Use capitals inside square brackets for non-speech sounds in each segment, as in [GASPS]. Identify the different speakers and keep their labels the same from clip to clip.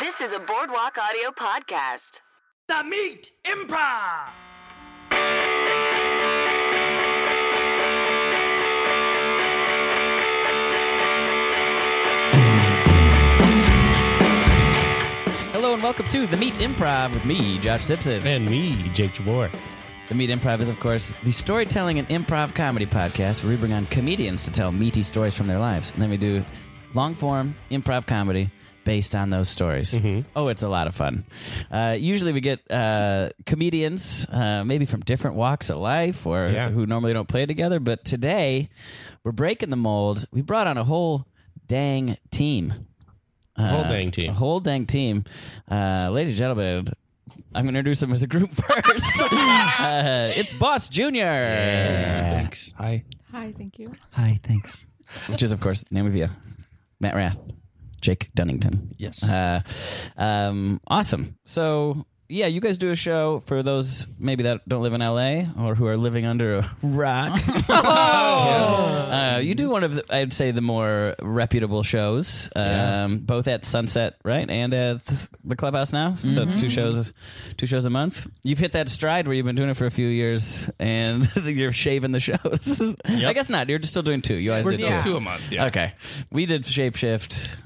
Speaker 1: This is a Boardwalk Audio podcast.
Speaker 2: The Meat Improv!
Speaker 3: Hello and welcome to The Meat Improv with me, Josh Simpson.
Speaker 4: And me, Jake Jabor.
Speaker 3: The Meat Improv is, of course, the storytelling and improv comedy podcast where we bring on comedians to tell meaty stories from their lives. And then we do long form improv comedy based on those stories. Oh, it's a lot of fun. Uh, usually we get uh, comedians, uh, maybe from different walks of life or
Speaker 4: Yeah.
Speaker 3: who normally don't play together. But today we're breaking the mold. We brought on a whole dang team.
Speaker 4: Whole
Speaker 3: Uh,
Speaker 4: dang team.
Speaker 3: A whole dang team. Uh, ladies and gentlemen, I'm going to introduce them as a group [LAUGHS] first. uh, it's Boss Jr.
Speaker 4: Thanks. Hi.
Speaker 5: Hi, thank you.
Speaker 3: Hi, thanks. Which is, of course, name of you, Matt Rath, Jake Dunnington.
Speaker 4: Yes.
Speaker 3: Uh, um, awesome. So, yeah, you guys do a show for those maybe that don't live in LA or who are living under a
Speaker 4: [LAUGHS]
Speaker 3: rock. [LAUGHS]
Speaker 4: Oh.
Speaker 3: uh, you do one of, the, I'd say, the more reputable shows, um, both at Sunset, right, and at the Clubhouse now. So
Speaker 4: Mm-hmm.
Speaker 3: two shows, two shows a month. You've hit that stride where you've been doing it for a few years, and [LAUGHS] you're shaving the shows. [LAUGHS] I guess not. You're just still doing two. You always
Speaker 4: We're
Speaker 3: did
Speaker 4: still
Speaker 5: Yeah.
Speaker 4: two a month. Yeah.
Speaker 3: Okay, we did Shapeshift.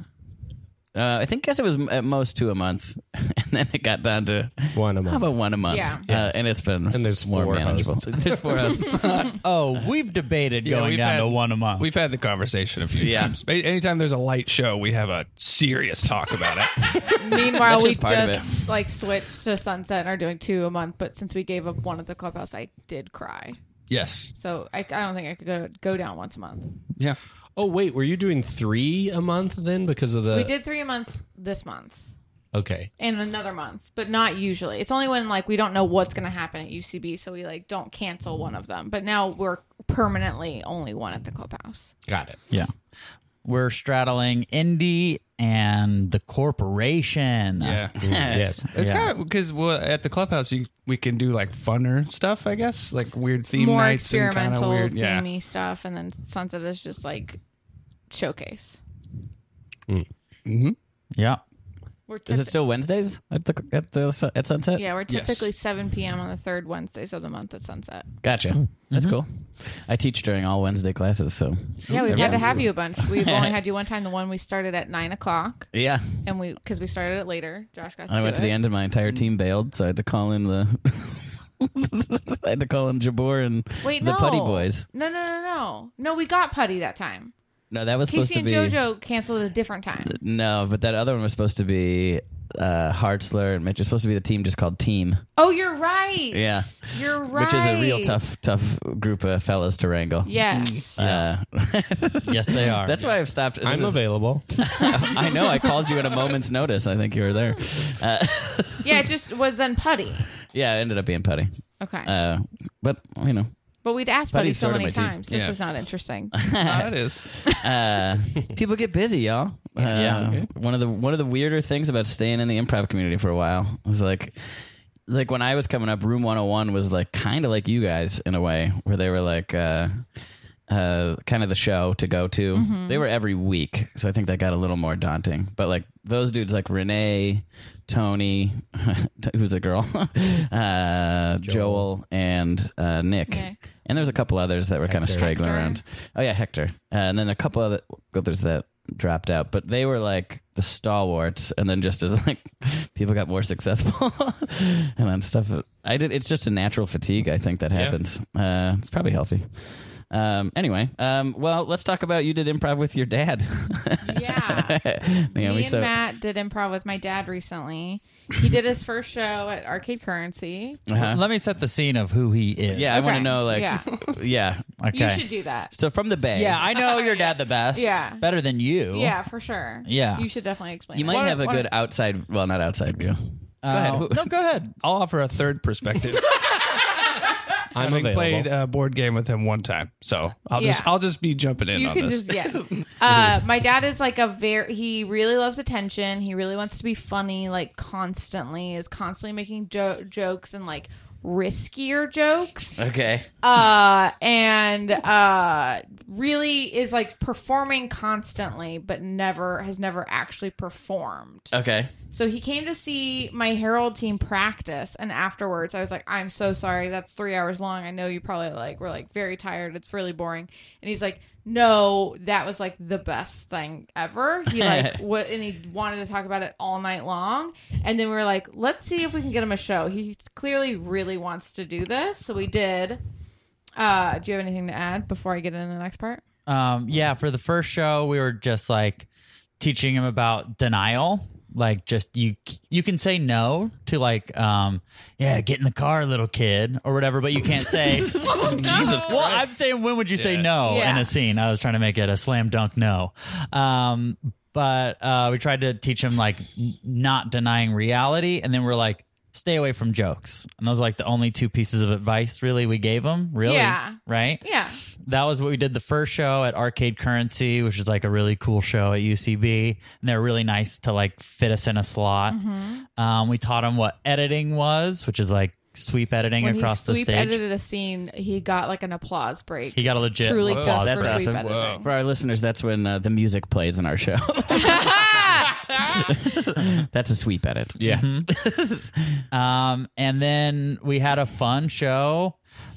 Speaker 3: Uh, I think guess it was m- at most two a month, [LAUGHS] and then it got down to
Speaker 4: One a
Speaker 3: how
Speaker 4: month.
Speaker 3: about one a month?
Speaker 5: Yeah.
Speaker 3: Uh, and it's been
Speaker 4: And there's
Speaker 3: more
Speaker 4: four
Speaker 3: manageable.
Speaker 4: hosts.
Speaker 3: [LAUGHS] There's four hosts.
Speaker 5: [LAUGHS]
Speaker 6: Oh, we've debated
Speaker 4: Yeah,
Speaker 6: going
Speaker 4: we've
Speaker 6: down
Speaker 4: had-
Speaker 6: to one a month.
Speaker 4: We've had the conversation a few
Speaker 3: Yeah.
Speaker 4: times. A- Anytime there's a light show, we have a serious talk about
Speaker 6: [LAUGHS]
Speaker 5: [LAUGHS]
Speaker 4: it.
Speaker 5: Meanwhile,
Speaker 3: That's
Speaker 5: we
Speaker 3: just part of
Speaker 5: just like switched to Sunset and are doing two a month. But since we gave up one at the clubhouse, I did cry.
Speaker 4: yes.
Speaker 5: So I, I don't think I could go, go down once a month.
Speaker 4: Yeah.
Speaker 6: oh wait, were you doing three a month then because of the?
Speaker 5: we did three a month this month
Speaker 6: Okay.
Speaker 5: and another month, but not usually. It's only when like we don't know what's going to happen at UCB, so we like don't cancel one of them. But now we're permanently only one at the clubhouse.
Speaker 6: Got it. Yeah. We're straddling indie and the corporation. [LAUGHS]
Speaker 4: Yeah.
Speaker 6: yes.
Speaker 4: It's kind of because well, at the clubhouse, you, we can do like funner stuff, I guess, like weird theme
Speaker 5: More
Speaker 4: nights and kind
Speaker 5: experimental,
Speaker 4: of weird. [LAUGHS]
Speaker 5: themey stuff, and then Sunset is just like showcase.
Speaker 6: yeah.
Speaker 5: We're
Speaker 3: Is
Speaker 5: typi-
Speaker 3: it still Wednesdays at the at the su- at sunset?
Speaker 5: Yeah, we're
Speaker 4: Yes.
Speaker 5: typically 7 p.m. on the third Wednesdays of the month at sunset.
Speaker 3: Gotcha.
Speaker 4: Hmm.
Speaker 3: That's
Speaker 4: Mm-hmm.
Speaker 3: cool. I teach during all Wednesday classes, so
Speaker 5: Yeah, we've had to
Speaker 3: everyone's-
Speaker 5: have you a bunch. [LAUGHS] We've only had you one time. The one we started at nine o'clock,
Speaker 3: yeah.
Speaker 5: and we because we started it later. Josh got. To
Speaker 3: I
Speaker 5: do
Speaker 3: went to the
Speaker 5: it.
Speaker 3: end, and my entire
Speaker 5: Mm-hmm.
Speaker 3: team bailed, so I had to call in the. [LAUGHS] I had to call in Jabor and
Speaker 5: Wait,
Speaker 3: the
Speaker 5: no.
Speaker 3: Putty Boys.
Speaker 5: No, no, no, no, no. We got putty that time.
Speaker 3: No, that was supposed
Speaker 5: Casey
Speaker 3: to
Speaker 5: and
Speaker 3: be
Speaker 5: JoJo canceled at a different time.
Speaker 3: No, but that other one was supposed to be uh, Hartzler and Mitch. It's supposed to be the team just called Team,
Speaker 5: Oh, you're right.
Speaker 3: Yeah.
Speaker 5: you're right.
Speaker 3: which is a real tough, tough group of fellas to wrangle. [LAUGHS]
Speaker 5: Yes.
Speaker 3: Uh,
Speaker 6: Yes, they are.
Speaker 3: that's why I've stopped. this
Speaker 4: I'm
Speaker 3: is-
Speaker 4: available.
Speaker 3: I know. I called you at a moment's notice. I think you were there.
Speaker 5: yeah, it just was then putty.
Speaker 3: Yeah, it ended up being Putty.
Speaker 5: Okay,
Speaker 3: Uh, but you know,
Speaker 5: but we'd asked putty
Speaker 3: Putty's
Speaker 5: so
Speaker 3: sort of
Speaker 5: many
Speaker 3: my team.
Speaker 5: times. This
Speaker 4: Yeah.
Speaker 5: is not interesting.
Speaker 3: [LAUGHS]
Speaker 4: Ah, it
Speaker 6: [LAUGHS]
Speaker 4: is.
Speaker 3: uh, people get busy, y'all. Uh, One of the one of the weirder things about staying in the improv community for a while was like like when I was coming up, Room 101 was like kind of like you guys in a way where they were like uh uh, kind of the show to go to.
Speaker 5: Mm-hmm.
Speaker 3: They were every week, so I think that got a little more daunting. But like those dudes, like Renee, Tony, [LAUGHS] who's a girl, [LAUGHS] uh, Joel. and uh, Nick,
Speaker 5: Nick.
Speaker 3: and there's a couple others that were kind of straggling
Speaker 5: Hector.
Speaker 3: around. Oh yeah, Hector, uh, and then a couple other others that dropped out, but they were like the stalwarts. And then just as [LAUGHS] like people got more successful [LAUGHS] and on stuff, I did. It's just a natural fatigue, I think, that happens. Uh, it's probably healthy. Um, anyway, um, well, let's talk about you did improv with your dad. [LAUGHS]
Speaker 5: yeah.
Speaker 3: Naomi,
Speaker 5: Me and
Speaker 3: so
Speaker 5: Matt did improv with my dad recently, He did his first show at Arcade Currency.
Speaker 3: Uh-huh.
Speaker 6: Let me set the scene of who he is.
Speaker 3: Yeah, I want to
Speaker 5: Okay.
Speaker 3: know, like, yeah.
Speaker 5: Yeah.
Speaker 6: Okay.
Speaker 5: You should do that.
Speaker 3: So from the Bay.
Speaker 6: yeah, I know your dad the best.
Speaker 5: Yeah.
Speaker 6: Better than you.
Speaker 5: Yeah, for sure.
Speaker 6: Yeah.
Speaker 5: You should definitely explain.
Speaker 3: You
Speaker 5: it.
Speaker 3: might
Speaker 4: Why-
Speaker 3: have a
Speaker 4: why-
Speaker 3: good outside, well, not outside view.
Speaker 6: Go
Speaker 3: ahead.
Speaker 4: [LAUGHS]
Speaker 3: Who-
Speaker 6: No, go ahead.
Speaker 4: I'll offer a third
Speaker 6: [LAUGHS]
Speaker 4: perspective.
Speaker 7: [LAUGHS] I'm
Speaker 4: Having
Speaker 7: available.
Speaker 4: played uh, a board game with him one time, so I'll just
Speaker 5: Yeah.
Speaker 4: I'll just be jumping in
Speaker 5: you
Speaker 4: on
Speaker 5: can
Speaker 4: this.
Speaker 5: just yeah. Uh, my dad is like a very he really loves attention. He really wants to be funny like constantly. Is constantly making jo- jokes and like riskier jokes.
Speaker 3: Okay.
Speaker 5: uh and uh really is like performing constantly but never has never actually performed
Speaker 3: Okay.
Speaker 5: so he came to see my herald team practice and afterwards i was like i'm so sorry that's three hours long i know you probably like were like very tired it's really boring and he's like no that was like the best thing ever he like what and he wanted to talk about it all night long and then we were like let's see if we can get him a show he clearly really wants to do this so we did uh, do you have anything to add before I get into the next part?
Speaker 6: Um, yeah, for the first show, we were just like teaching him about denial. Like, just you, you can say no to like, um, yeah, get in the car, little kid, or whatever, but you can't say.
Speaker 5: Jesus
Speaker 6: Well, I'm saying, when would you say no
Speaker 5: Yeah.
Speaker 6: in a scene? I was trying to make it a slam dunk no. Um, but uh, we tried to teach him like n- not denying reality, and then we're like, stay away from jokes. And those are like the only two pieces of advice really we gave him. Really,
Speaker 5: Yeah.
Speaker 6: right?
Speaker 5: Yeah.
Speaker 6: that was what we did the first show at Arcade Currency, which is like a really cool show at UCB. And they're really nice to like fit us in a slot.
Speaker 5: Mm-hmm.
Speaker 6: Um, we taught him what editing was, which is like sweep editing
Speaker 5: When
Speaker 6: across
Speaker 5: he
Speaker 6: the
Speaker 5: sweep
Speaker 6: stage.
Speaker 5: edited a scene, he got like an applause break.
Speaker 6: He got a legit
Speaker 5: truly
Speaker 6: Whoa,
Speaker 5: just
Speaker 6: that's
Speaker 5: for sweep
Speaker 6: awesome.
Speaker 5: editing.
Speaker 4: Whoa.
Speaker 5: [LAUGHS]
Speaker 3: For our listeners, that's when uh, the music plays in our show. that's a sweep edit. Yeah.
Speaker 6: Um, and then we had a fun show.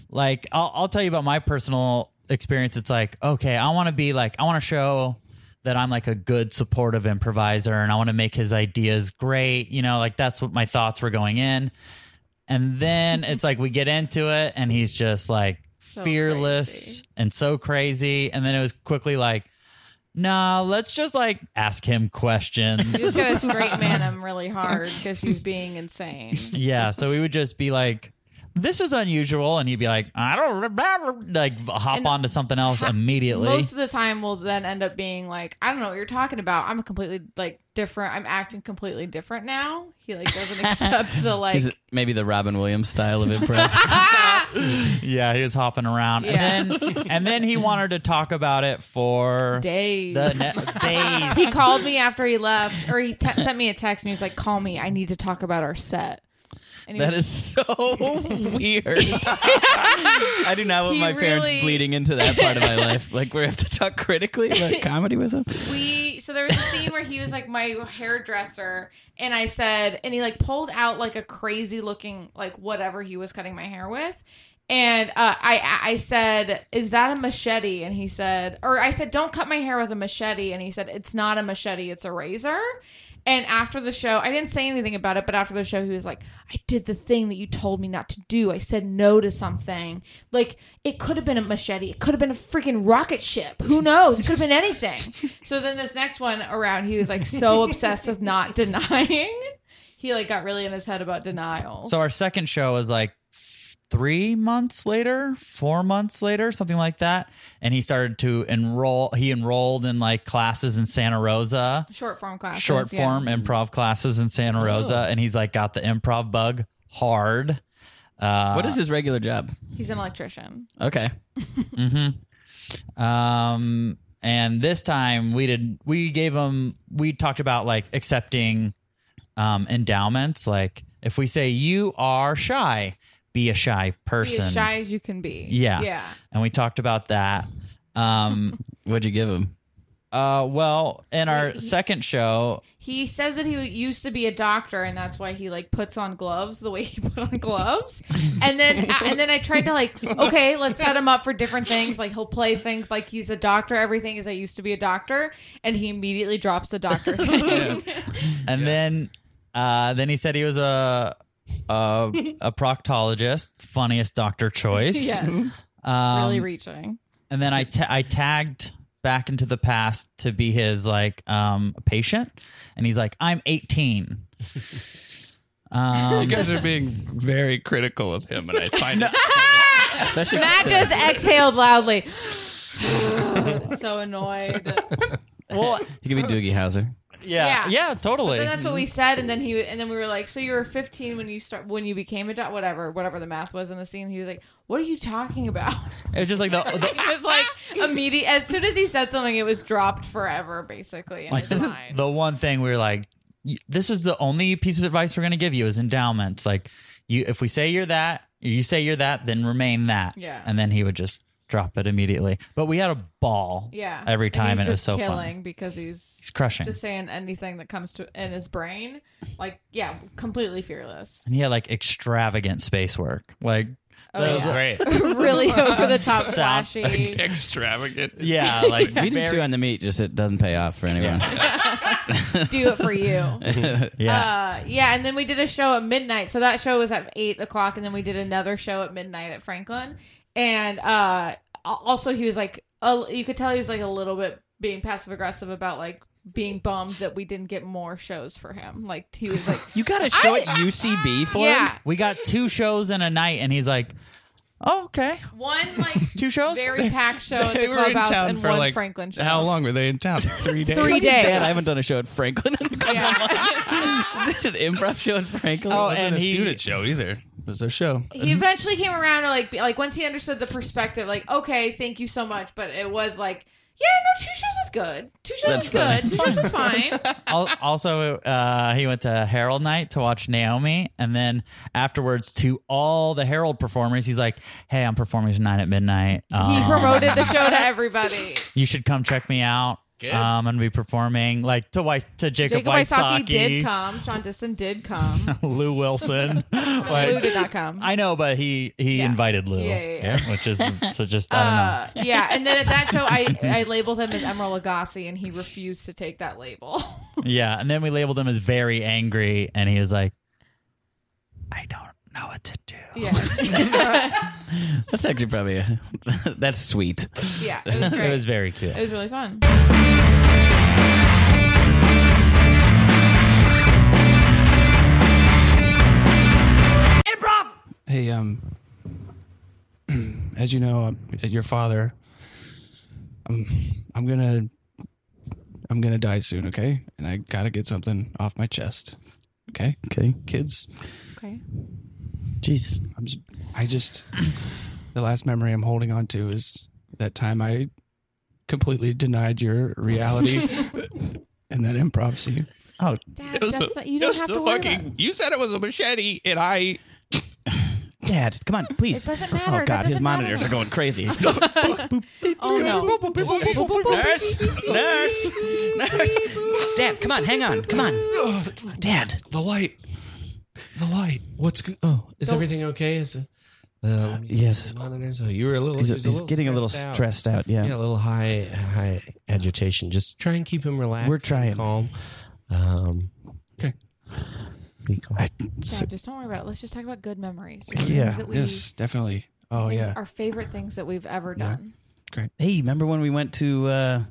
Speaker 6: Like, I'll, I'll tell you about my personal experience. It's like, okay, I want to be like, I want to show that I'm like a good supportive improviser and I want to make his ideas great. You know, like that's what my thoughts were going in. And then it's like we get into it and he's just like fearless
Speaker 5: crazy.
Speaker 6: and so crazy. And then it was quickly like, nah, let's just like ask him
Speaker 5: [LAUGHS]
Speaker 6: questions.
Speaker 5: You just gotta straight
Speaker 6: [LAUGHS]
Speaker 5: man him really hard because he's being insane.
Speaker 6: Yeah, so we would just be like, "This is unusual," and he'd be like, "I don't remember," like hop
Speaker 5: And
Speaker 6: onto something else
Speaker 5: ha-
Speaker 6: immediately.
Speaker 5: Most of the time, will then end up being like, I don't know what you're talking about. I'm a completely like different. I'm acting completely different now. He like
Speaker 6: [LAUGHS]
Speaker 5: doesn't accept the like. ah!
Speaker 3: He's maybe the Robin Williams style of improv.
Speaker 5: [LAUGHS]
Speaker 6: [LAUGHS] yeah, he was hopping around, and then and then he wanted to talk about it for
Speaker 5: Days.
Speaker 6: the ne-
Speaker 5: he
Speaker 6: days.
Speaker 5: called me after he left, or he te- sent me a text, and he was like, "Call me. I need to talk about our set." And he
Speaker 3: That
Speaker 5: was-
Speaker 3: is so
Speaker 5: [LAUGHS]
Speaker 3: weird. I do not want
Speaker 5: He
Speaker 3: my parents
Speaker 5: really-
Speaker 3: bleeding into that part of
Speaker 5: [LAUGHS]
Speaker 3: my life. Like we have to talk critically about comedy with them.
Speaker 5: we so there was a scene where he was like my hairdresser and i said and he like pulled out like a crazy looking like whatever he was cutting my hair with and uh, I I said, "Is that a machete?" And he said, or I said, "Don't cut my hair with a machete." And he said, "It's not a machete; it's a razor." And after the show, I didn't say anything about it, but after the show, he was like, I did the thing that you told me not to do. I said no to something. Like, it could have been a machete. It could have been a freaking rocket ship. Who knows? It could have been anything. so then this next one around, he was like so obsessed with not [LAUGHS] denying. He like got really in his head about denial.
Speaker 6: So our second show was like three months later, four months later, something like that, and he started to enroll. He enrolled in like classes in Santa Rosa.
Speaker 5: short form class.
Speaker 6: short form improv classes in Santa Rosa, and he's like got the improv bug hard. Uh,
Speaker 3: What is his regular job?
Speaker 5: He's an electrician.
Speaker 3: Okay.
Speaker 6: Um, and this time we did we gave him we talked about like accepting um, endowments. Like if we say you are shy, be a shy
Speaker 5: Be
Speaker 6: person.
Speaker 5: as shy as you can be.
Speaker 6: Yeah.
Speaker 5: Yeah.
Speaker 6: And we talked about that. Um,
Speaker 3: What'd you give him?
Speaker 6: uh, well, in our second show,
Speaker 5: He said that he used to be a doctor, and that's why he like puts on gloves the way he [LAUGHS] put on gloves. And then, and then I tried to like, okay, let's set him up for different things. Like he'll play things like he's a doctor. Everything is I used to be a doctor, and he immediately drops the doctor thing.
Speaker 6: and then uh, then he said he was a a, a proctologist, funniest doctor choice.
Speaker 5: yes,
Speaker 6: Um,
Speaker 5: really reaching.
Speaker 6: and then I ta- I tagged back into the past to be his like um patient, and he's like, I'm 18.
Speaker 4: you guys are being very critical of him, and
Speaker 5: [LAUGHS]
Speaker 4: I find it.
Speaker 3: Especially
Speaker 5: Matt just exhaled loudly. [SIGHS] so annoyed.
Speaker 6: Well,
Speaker 3: he could be Doogie Howser.
Speaker 5: Yeah.
Speaker 6: yeah, yeah, totally.
Speaker 5: Then that's what we said, and then he and then we were like, "So you were 15 when you start when you became a dog, whatever, whatever the math was in the scene." He was like, "What are you talking about?"
Speaker 6: It was just like the, the
Speaker 5: it was like immediate. As soon as he said something, it was dropped forever, basically. In
Speaker 6: like
Speaker 5: his
Speaker 6: this is
Speaker 5: mind.
Speaker 6: the one thing we were like, y- this is the only piece of advice we're going to give you is endowments. Like, you if we say you're that, you say you're that, then remain that.
Speaker 5: Yeah.
Speaker 6: and then he would just drop it immediately. But we had a ball.
Speaker 5: yeah,
Speaker 6: every
Speaker 5: he's
Speaker 6: time, and, it was
Speaker 5: just
Speaker 6: so
Speaker 5: killing
Speaker 6: fun.
Speaker 5: because he's
Speaker 6: He's crushing.
Speaker 5: just saying anything that comes to in his brain. Like, yeah, completely
Speaker 6: [LAUGHS]
Speaker 5: fearless, [LAUGHS]
Speaker 6: and he had like extravagant space work. Like
Speaker 5: Oh,
Speaker 6: that was
Speaker 5: yeah.
Speaker 6: great.
Speaker 5: really over the top,
Speaker 6: Stop.
Speaker 5: flashy.
Speaker 4: extravagant.
Speaker 5: [LAUGHS]
Speaker 6: [LAUGHS] Yeah, like
Speaker 3: We do too on the meat, just it doesn't pay off for anyone.
Speaker 5: Do it for you.
Speaker 6: yeah.
Speaker 5: Uh, yeah, and then we did a show at midnight. So that show was at eight o'clock, and then we did another show at midnight at Franklin. And uh, al- also, he was like, a, you could tell he was like a little bit being passive aggressive about like being bummed that we didn't get more shows for him. Like he was
Speaker 4: [LAUGHS]
Speaker 5: like,
Speaker 3: you got a show at UCB for
Speaker 5: yeah,
Speaker 6: we got two shows in a night, and he's like, oh, "Okay,
Speaker 5: one like
Speaker 6: two shows." [LAUGHS]
Speaker 5: very packed show at the
Speaker 4: [LAUGHS] They were in
Speaker 5: clubhouse
Speaker 4: town
Speaker 5: and
Speaker 4: for
Speaker 5: one
Speaker 4: like
Speaker 5: Franklin show.
Speaker 4: How long were they in
Speaker 5: [LAUGHS]
Speaker 4: town? Three days.
Speaker 5: Three days.
Speaker 3: Dad, I haven't done a show at Franklin in a
Speaker 5: [LAUGHS]
Speaker 3: couple
Speaker 5: Yeah.
Speaker 3: months. Did an improv show at Franklin?
Speaker 6: Oh,
Speaker 4: Wasn't
Speaker 6: and
Speaker 4: a
Speaker 6: he-
Speaker 4: student show either. It was a show.
Speaker 5: he eventually came around to like be, like once he understood the perspective like okay thank you so much but it was like yeah no two shows is good two shows
Speaker 3: That's
Speaker 5: is good
Speaker 3: funny.
Speaker 5: two shows is fine
Speaker 6: Al- also, uh, he went to Herald Night to watch Naomi, and then afterwards to all the Herald performers, he's like, "Hey, I'm performing tonight at midnight.
Speaker 5: [LAUGHS] he
Speaker 6: Um,
Speaker 5: promoted the show to everybody
Speaker 6: [LAUGHS] you should come check me out. Um, I'm gonna be performing like to Weiss, to Jacob,
Speaker 5: jacob Wysocki
Speaker 6: Wysocki,
Speaker 5: did come sean disson did come
Speaker 6: [LAUGHS] Lou Wilson.
Speaker 5: [LAUGHS]
Speaker 6: Like,
Speaker 5: lou did not come
Speaker 6: I know, but he he
Speaker 5: Yeah.
Speaker 6: invited Lou,
Speaker 5: Yeah, yeah, yeah.
Speaker 6: which is so just I don't know.
Speaker 5: uh, yeah, and then at that show, I, I labeled him as Emeril Lagasse, and he refused to take that label. [LAUGHS]
Speaker 6: Yeah, and then we labeled him as very angry, and he was like, "I don't know what to do."
Speaker 5: yeah,
Speaker 3: That's actually probably a, [LAUGHS] that's sweet.
Speaker 5: yeah, it was great.
Speaker 6: [LAUGHS] It was very cute.
Speaker 5: It was really fun.
Speaker 2: Improv!
Speaker 4: Hey, um, [CLEARS THROAT] as you know, um, your father, I'm, I'm gonna, I'm gonna die soon, okay? And I gotta get something off my chest, okay?
Speaker 3: Okay,
Speaker 4: Kids,
Speaker 5: Okay,
Speaker 3: jeez,
Speaker 4: I'm, just, I just, the last memory I'm holding on to is that time I completely denied your [LAUGHS] reality in that improv scene.
Speaker 5: Dad, that's not, you don't have to worry. about-
Speaker 4: You said it was a machete, and I
Speaker 3: Dad, come on, please.
Speaker 5: It doesn't matter.
Speaker 3: Oh
Speaker 5: That
Speaker 3: God, his
Speaker 5: doesn't
Speaker 3: monitors
Speaker 5: matter.
Speaker 3: are going
Speaker 5: [LAUGHS]
Speaker 3: crazy.
Speaker 5: Oh no! [LAUGHS]
Speaker 3: nurse, nurse, nurse. Dad, come on, hang on, come on. Dad,
Speaker 7: The light. The light. What's go- oh? Is everything okay? Is it? Uh, let me-
Speaker 3: yes.
Speaker 7: Monitors. Oh, you were a little.
Speaker 3: he's,
Speaker 7: he was
Speaker 3: he's getting a little
Speaker 7: out.
Speaker 3: stressed out. Yeah.
Speaker 7: Yeah, a little high, high agitation. Just try and keep him relaxed.
Speaker 3: We're
Speaker 7: and
Speaker 3: trying.
Speaker 7: calm. Um,
Speaker 4: Okay.
Speaker 7: Be calm.
Speaker 5: Dad, just don't worry about it. Let's just talk about good memories.
Speaker 4: [LAUGHS]
Speaker 5: Just
Speaker 3: Yeah.
Speaker 5: Things that we,
Speaker 4: yes, definitely. Oh
Speaker 5: things-
Speaker 4: yeah,
Speaker 5: Our favorite things that we've ever
Speaker 4: Yeah.
Speaker 5: done.
Speaker 3: Hey, remember when we went to? uh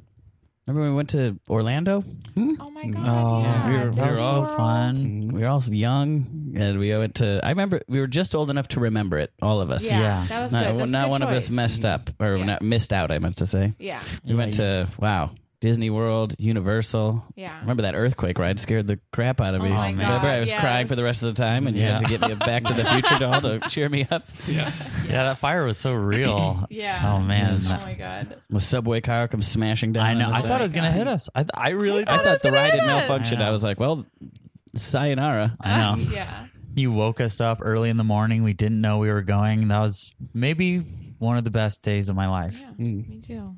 Speaker 3: Remember when we went to Orlando?
Speaker 5: Oh my
Speaker 4: Mm.
Speaker 5: god!
Speaker 6: Oh,
Speaker 5: yeah.
Speaker 6: we were, we were
Speaker 5: Disney
Speaker 6: so
Speaker 5: World.
Speaker 6: fun.
Speaker 3: We were all young, and we went to. I remember we were just old enough to remember it, all of us.
Speaker 5: Yeah,
Speaker 6: Yeah.
Speaker 5: that was good.
Speaker 3: Not,
Speaker 5: That's a
Speaker 3: not
Speaker 5: good
Speaker 3: one of us
Speaker 5: choice.
Speaker 3: messed up or
Speaker 5: Yeah.
Speaker 3: not missed out. I meant to say.
Speaker 5: Yeah,
Speaker 3: We went to wow Disney World, Universal.
Speaker 5: Yeah.
Speaker 3: Remember that earthquake ride scared the crap out of me.
Speaker 5: Oh my
Speaker 3: Remember I
Speaker 5: God,
Speaker 3: was
Speaker 5: yes.
Speaker 3: crying for the rest of the time, and you had to get me a Back to the Future doll
Speaker 6: [LAUGHS]
Speaker 3: to cheer me up.
Speaker 6: Yeah, that fire was so [CLEARS THROAT] real.
Speaker 5: yeah.
Speaker 6: Oh man.
Speaker 5: Oh my god!
Speaker 3: The subway car comes smashing down.
Speaker 6: I know.
Speaker 3: on
Speaker 6: I
Speaker 3: us.
Speaker 6: thought it was gonna hit us. I, th- I really.
Speaker 3: I thought the ride had
Speaker 5: us.
Speaker 3: malfunctioned.
Speaker 6: I
Speaker 3: I was like, well, sayonara.
Speaker 6: I know.
Speaker 5: Yeah,
Speaker 6: You woke us up early in the morning. We didn't know we were going. That was maybe one of the best days of my life.
Speaker 5: yeah.
Speaker 4: Mm.
Speaker 5: Me too.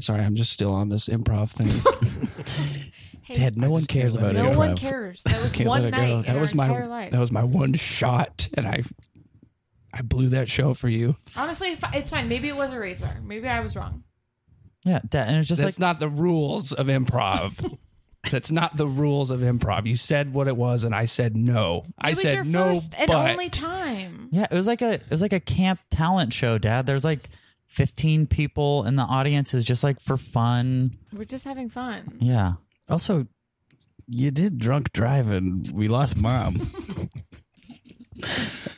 Speaker 4: sorry, I'm just still on this improv thing.
Speaker 5: Hey,
Speaker 3: Dad, no one cares
Speaker 4: let
Speaker 3: about
Speaker 4: it
Speaker 5: no
Speaker 4: go.
Speaker 3: improv.
Speaker 5: one cares.
Speaker 4: [LAUGHS]
Speaker 5: That was
Speaker 4: Can't
Speaker 5: one
Speaker 4: let it
Speaker 5: night
Speaker 4: go.
Speaker 5: in
Speaker 4: That was
Speaker 5: our
Speaker 4: my
Speaker 5: entire life.
Speaker 4: that was my one shot, and I I blew that show for you.
Speaker 5: Honestly, if- it's fine. Maybe it was a razor. Maybe I was wrong.
Speaker 6: Yeah, that- and it's just
Speaker 4: That's
Speaker 6: like
Speaker 4: not the rules of improv. That's not the rules of improv. You said what it was, and I said no. I
Speaker 5: it was
Speaker 4: said
Speaker 5: your
Speaker 4: no,
Speaker 5: first
Speaker 4: but
Speaker 5: and only time.
Speaker 6: yeah, it was like a it was like a camp talent show, Dad. There's like 15 people in the audience. It was just like for fun.
Speaker 5: We're just having fun.
Speaker 6: Yeah.
Speaker 3: Also, you did drunk driving. We lost mom.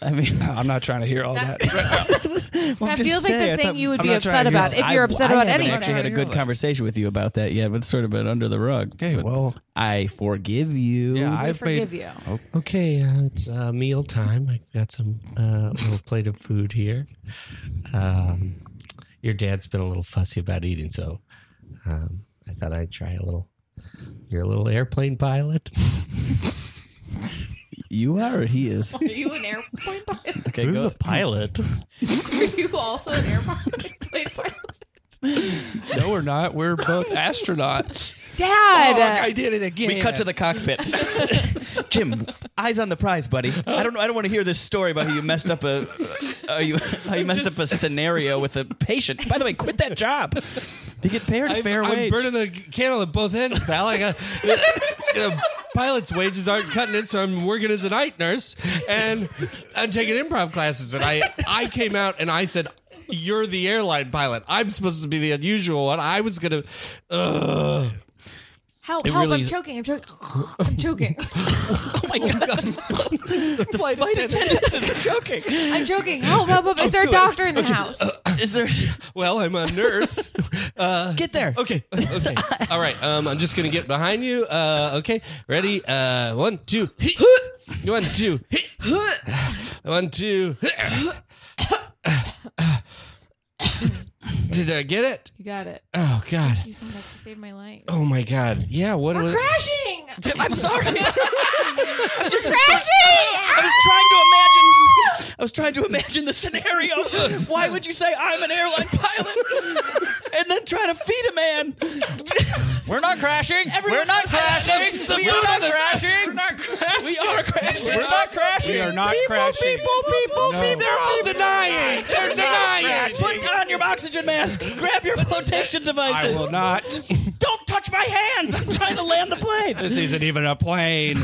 Speaker 3: I mean,
Speaker 4: I'm not trying to hear all that. [LAUGHS]
Speaker 5: That-
Speaker 3: I'm
Speaker 5: that
Speaker 3: just
Speaker 5: feels like
Speaker 3: saying,
Speaker 5: the
Speaker 3: I
Speaker 5: thing
Speaker 3: thought-
Speaker 5: you would
Speaker 4: I'm
Speaker 5: be
Speaker 4: not trying
Speaker 5: upset [LAUGHS] about
Speaker 4: to use-
Speaker 5: if you're
Speaker 4: I-
Speaker 5: upset
Speaker 3: I
Speaker 5: about
Speaker 3: haven't
Speaker 5: anything.
Speaker 3: actually had a good conversation with you about that yet, but it's sort of been under the rug.
Speaker 4: Okay,
Speaker 3: But
Speaker 4: well,
Speaker 3: I forgive you.
Speaker 4: yeah,
Speaker 5: I
Speaker 4: I've
Speaker 5: forgive
Speaker 4: made.
Speaker 5: you.
Speaker 7: Okay, uh, it's uh, meal time. I got some uh, little plate of food here. Um, your dad's been a little fussy about eating, so um, I thought I'd try a little. You're a little airplane pilot.
Speaker 3: You are or he
Speaker 5: [LAUGHS]
Speaker 3: is.
Speaker 5: Are you an airplane pilot?
Speaker 3: Okay, go.
Speaker 6: pilot?
Speaker 5: Are [LAUGHS] you also an airplane pilot?
Speaker 4: No, we're not. We're
Speaker 7: [LAUGHS]
Speaker 4: both astronauts.
Speaker 5: Dad,
Speaker 4: I did it again.
Speaker 3: we cut to the cockpit. [LAUGHS] Jim, eyes on the prize, buddy. I don't. I don't want to hear this story about how you messed up a, how you, how you messed up a scenario with a patient. By the way, quit that job. You get paid a
Speaker 7: I'm,
Speaker 3: fair
Speaker 7: I'm
Speaker 3: wage.
Speaker 7: burning the candle at both ends, pal. I got [LAUGHS] the, the pilot's wages aren't cutting it, so I'm working as a night nurse and I'm taking improv classes. And I I came out and I said. You're the airline pilot. I'm supposed to be the unusual one. I was gonna. uh, Ugh.
Speaker 5: help!
Speaker 7: It
Speaker 5: Help!
Speaker 7: really-
Speaker 5: I'm choking! I'm choking! I'm choking!
Speaker 3: oh my
Speaker 5: [LAUGHS]
Speaker 3: god! the flight, attendant is joking.
Speaker 5: [LAUGHS] I'm choking! Help! Help! help. Is there a
Speaker 7: do it.
Speaker 5: doctor in the house?
Speaker 3: Is there?
Speaker 7: [LAUGHS] Well, I'm a
Speaker 3: [LAUGHS]
Speaker 7: nurse. Uh,
Speaker 3: Get there.
Speaker 7: Okay.
Speaker 3: [LAUGHS]
Speaker 7: Okay. All right. Um, I'm just gonna get behind you. Uh, okay. Ready? Uh, one, two. One, two. [SIGHS] One, two. Did I get it?
Speaker 5: You got it.
Speaker 7: Oh God.
Speaker 5: You so much. You saved my life.
Speaker 7: Oh my God. Yeah. What
Speaker 5: We're
Speaker 7: was?
Speaker 5: crashing!
Speaker 3: [LAUGHS] I'm sorry. I'm just
Speaker 5: crashing!
Speaker 3: I was trying to imagine. I was trying to imagine the scenario. Why would you say I'm an airline pilot and then try to feed a man?
Speaker 6: We're not crashing. We're not crashing.
Speaker 3: The-
Speaker 6: we are not
Speaker 3: the-
Speaker 6: crashing. We're not crashing.
Speaker 3: We are crashing.
Speaker 6: We're not crashing.
Speaker 4: We are not crashing.
Speaker 3: people,
Speaker 4: No.
Speaker 3: They're all
Speaker 7: denying. They're denying.
Speaker 3: Put on your oxygen masks. Grab your flotation
Speaker 4: I
Speaker 3: devices. [LAUGHS]
Speaker 4: will not.
Speaker 3: Don't touch my hands. I'm trying to land the plane.
Speaker 4: this isn't even a plane.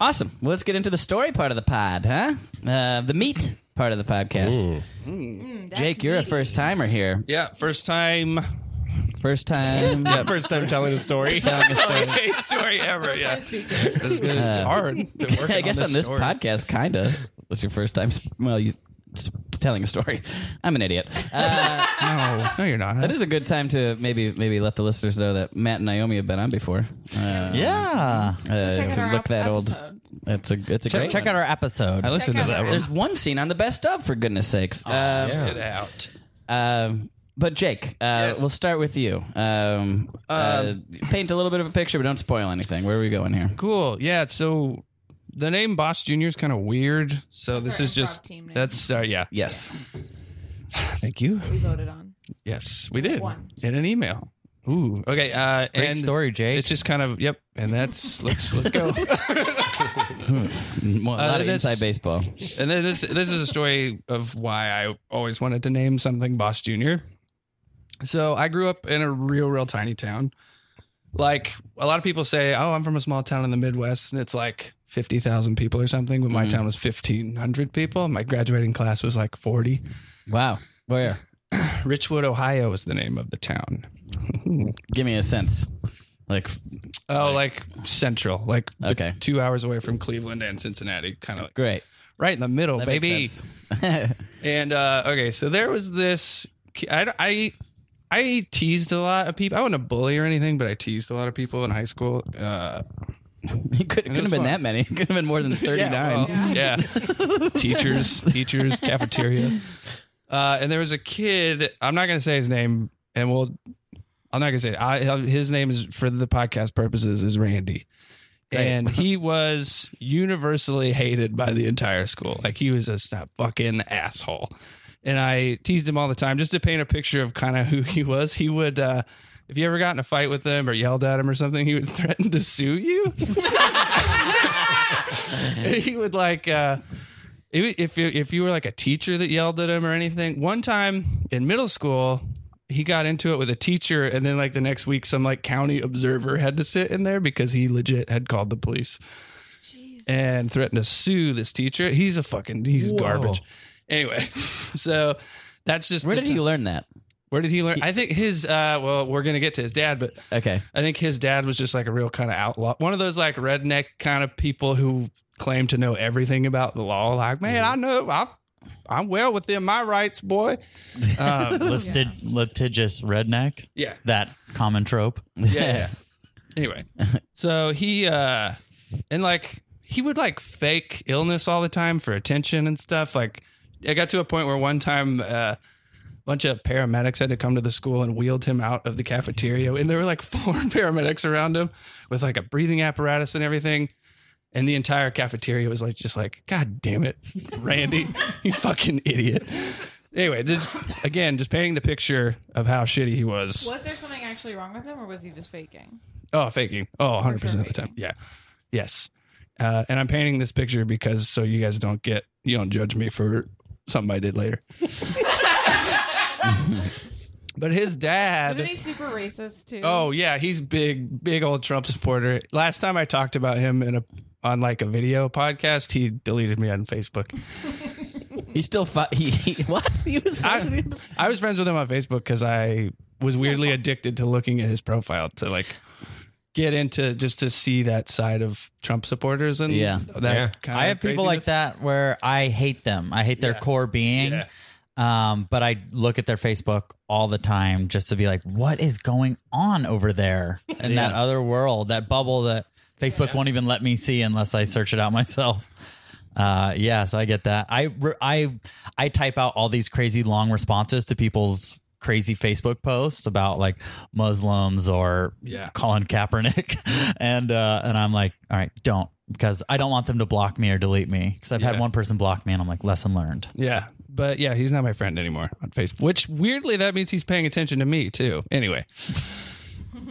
Speaker 3: Awesome. Well, let's get into the story part of the pod, huh? Uh, the meat part of the podcast.
Speaker 5: Mm,
Speaker 3: Jake, you're a first timer here.
Speaker 4: Yeah, first time.
Speaker 3: First
Speaker 5: [LAUGHS]
Speaker 3: time.
Speaker 4: Yeah, first time telling a story.
Speaker 3: Telling a story.
Speaker 4: story ever. Yeah,
Speaker 5: speaking.
Speaker 4: it's, good. It's hard. Been
Speaker 3: [LAUGHS] [LAUGHS]
Speaker 4: working
Speaker 3: I guess on this
Speaker 4: story.
Speaker 3: podcast, kind of. What's your first time? sp- Well, you s- telling a story. [LAUGHS] I'm an idiot. Uh,
Speaker 4: No, no, you're not.
Speaker 3: that is a good time to maybe maybe let the listeners know that Matt and Naomi have been on before. Uh,
Speaker 6: Yeah.
Speaker 3: uh,
Speaker 5: Check out
Speaker 3: if you
Speaker 5: our
Speaker 3: look that old.
Speaker 5: episode.
Speaker 3: That's a it's a
Speaker 6: Check,
Speaker 3: great
Speaker 6: check
Speaker 3: one.
Speaker 6: out our episode.
Speaker 4: I listened to
Speaker 5: Check out
Speaker 4: that
Speaker 5: our-
Speaker 4: one.
Speaker 3: There's one scene on the best of for goodness sakes. Um,
Speaker 4: Get out.
Speaker 3: Um, but Jake, uh, we'll start with you. Um, uh, paint a little bit of a picture, but don't spoil anything. Where are we going here?
Speaker 4: Cool. Yeah. So the name Boss Junior is kind of weird. So this
Speaker 5: our
Speaker 4: is
Speaker 5: improv
Speaker 4: just
Speaker 5: team name.
Speaker 4: that's uh, yeah.
Speaker 3: Yes,
Speaker 4: Thank you.
Speaker 5: We voted on.
Speaker 4: Yes, we did
Speaker 5: One.
Speaker 4: in an email. Ooh. Okay. Uh,
Speaker 6: Great
Speaker 4: and
Speaker 6: story, Jake.
Speaker 4: It's just kind of yep. And that's let's let's
Speaker 6: [LAUGHS]
Speaker 4: go.
Speaker 3: Well, a
Speaker 4: Uh,
Speaker 3: lot of
Speaker 4: this-
Speaker 3: inside baseball.
Speaker 4: and then this this is a story of why I always wanted to name something Boss Junior. So I grew up in a real, real tiny town. Like a lot of people say, "Oh, I'm from a small town in the Midwest," and it's like fifty thousand people or something. But
Speaker 6: Mm-hmm.
Speaker 4: my town was fifteen hundred people. My graduating class was like forty.
Speaker 3: Wow, where?
Speaker 4: Richwood, Ohio, is the name of the town.
Speaker 3: Give me a sense. Like,
Speaker 4: Oh, like, central, like the
Speaker 3: Okay.
Speaker 4: two hours away from Cleveland and Cincinnati, kind of like
Speaker 3: great.
Speaker 4: right in the middle,
Speaker 3: That
Speaker 4: baby.
Speaker 3: makes sense. [LAUGHS]
Speaker 4: And uh, okay, so there was this. ki- I, I I teased a lot of people. I wasn't a bully or anything, but I teased a lot of people in high school. Uh,
Speaker 3: it could, not have
Speaker 4: was
Speaker 3: been
Speaker 4: fun.
Speaker 3: that many. It could have been more
Speaker 4: [LAUGHS]
Speaker 3: than thirty-nine.
Speaker 4: yeah, well, yeah. teachers, teachers, cafeteria. Uh, and there was a kid. I'm not gonna say his name, and we'll. I'm not gonna say it. I, his name is for the podcast purposes is Randy. And he was universally hated by the entire school. Like he was just a fucking asshole. And I teased him all the time just to paint a picture of kind of who he was. He would, uh, if you ever got in a fight with him or yelled at him or something, he would [LAUGHS] threaten to sue you. [LAUGHS] he would like, uh, if if you, if you were like a teacher that yelled at him or anything, one time in middle school, he got into it with a teacher, and then like the next week, some like county observer had to sit in there because he legit had called the police and threatened to sue this teacher. He's a fucking he's garbage. Anyway, [LAUGHS] so that's just
Speaker 3: Where
Speaker 4: the
Speaker 3: did he
Speaker 4: ti-
Speaker 3: learn that?
Speaker 4: Where did he learn? I think his. uh Well, we're gonna get to his dad, but
Speaker 3: Okay.
Speaker 4: I think his dad was just like a real kind of outlaw, one of those like redneck kind of people who claim to know everything about the law. Like, man, I know I, I'm well within my rights, boy. Um,
Speaker 6: [LAUGHS] Listed litigious redneck.
Speaker 4: yeah,
Speaker 6: That common trope.
Speaker 4: yeah. [LAUGHS] anyway, so he uh and like he would like fake illness all the time for attention and stuff. Like, I got to a point where one time. uh bunch of paramedics had to come to the school and wheeled him out of the cafeteria. And there were like [LAUGHS] four paramedics around him with like a breathing apparatus and everything. And the entire cafeteria was like, just like, God damn it, Randy, you fucking idiot. Anyway, just again, just painting the picture of how shitty he was.
Speaker 5: Was there something actually wrong with him, or was he just faking?
Speaker 4: Oh, faking. Oh, 100% of the time. Yeah. Yes. Uh, and I'm painting this picture because so you guys don't get, you don't judge me for something I did later. but his dad.
Speaker 5: Wasn't he super racist too? [LAUGHS]
Speaker 4: Oh yeah, he's big, big old Trump supporter. Last time I talked about him in a on like a video podcast, he deleted me on Facebook.
Speaker 3: He's still fi- he, he [LAUGHS] what? He was
Speaker 4: I, I was friends with him on Facebook because I was weirdly addicted to looking at his profile to like get into just to see that side of Trump supporters and
Speaker 3: Yeah.
Speaker 4: that
Speaker 7: Yeah.
Speaker 4: kind
Speaker 6: I
Speaker 4: of
Speaker 6: have people like
Speaker 4: craziness.
Speaker 6: that where I hate them. I hate their core being.
Speaker 4: Yeah.
Speaker 6: Um, but I look at their Facebook all the time just to be like, what is going on over there in that other world, that bubble that Facebook won't even let me see unless I search it out [LAUGHS] myself. Uh, yeah, so I get that. I re- I I type out all these crazy long responses to people's crazy Facebook posts about like Muslims or
Speaker 4: Yeah.
Speaker 6: Colin Kaepernick, [LAUGHS] and uh, and I'm like, all right, don't because I don't want them to block me or delete me because I've
Speaker 4: Yeah.
Speaker 6: had one person block me and I'm like, lesson learned.
Speaker 4: Yeah. But yeah, he's not my friend anymore on Facebook, which weirdly that means he's paying attention to me too. Anyway.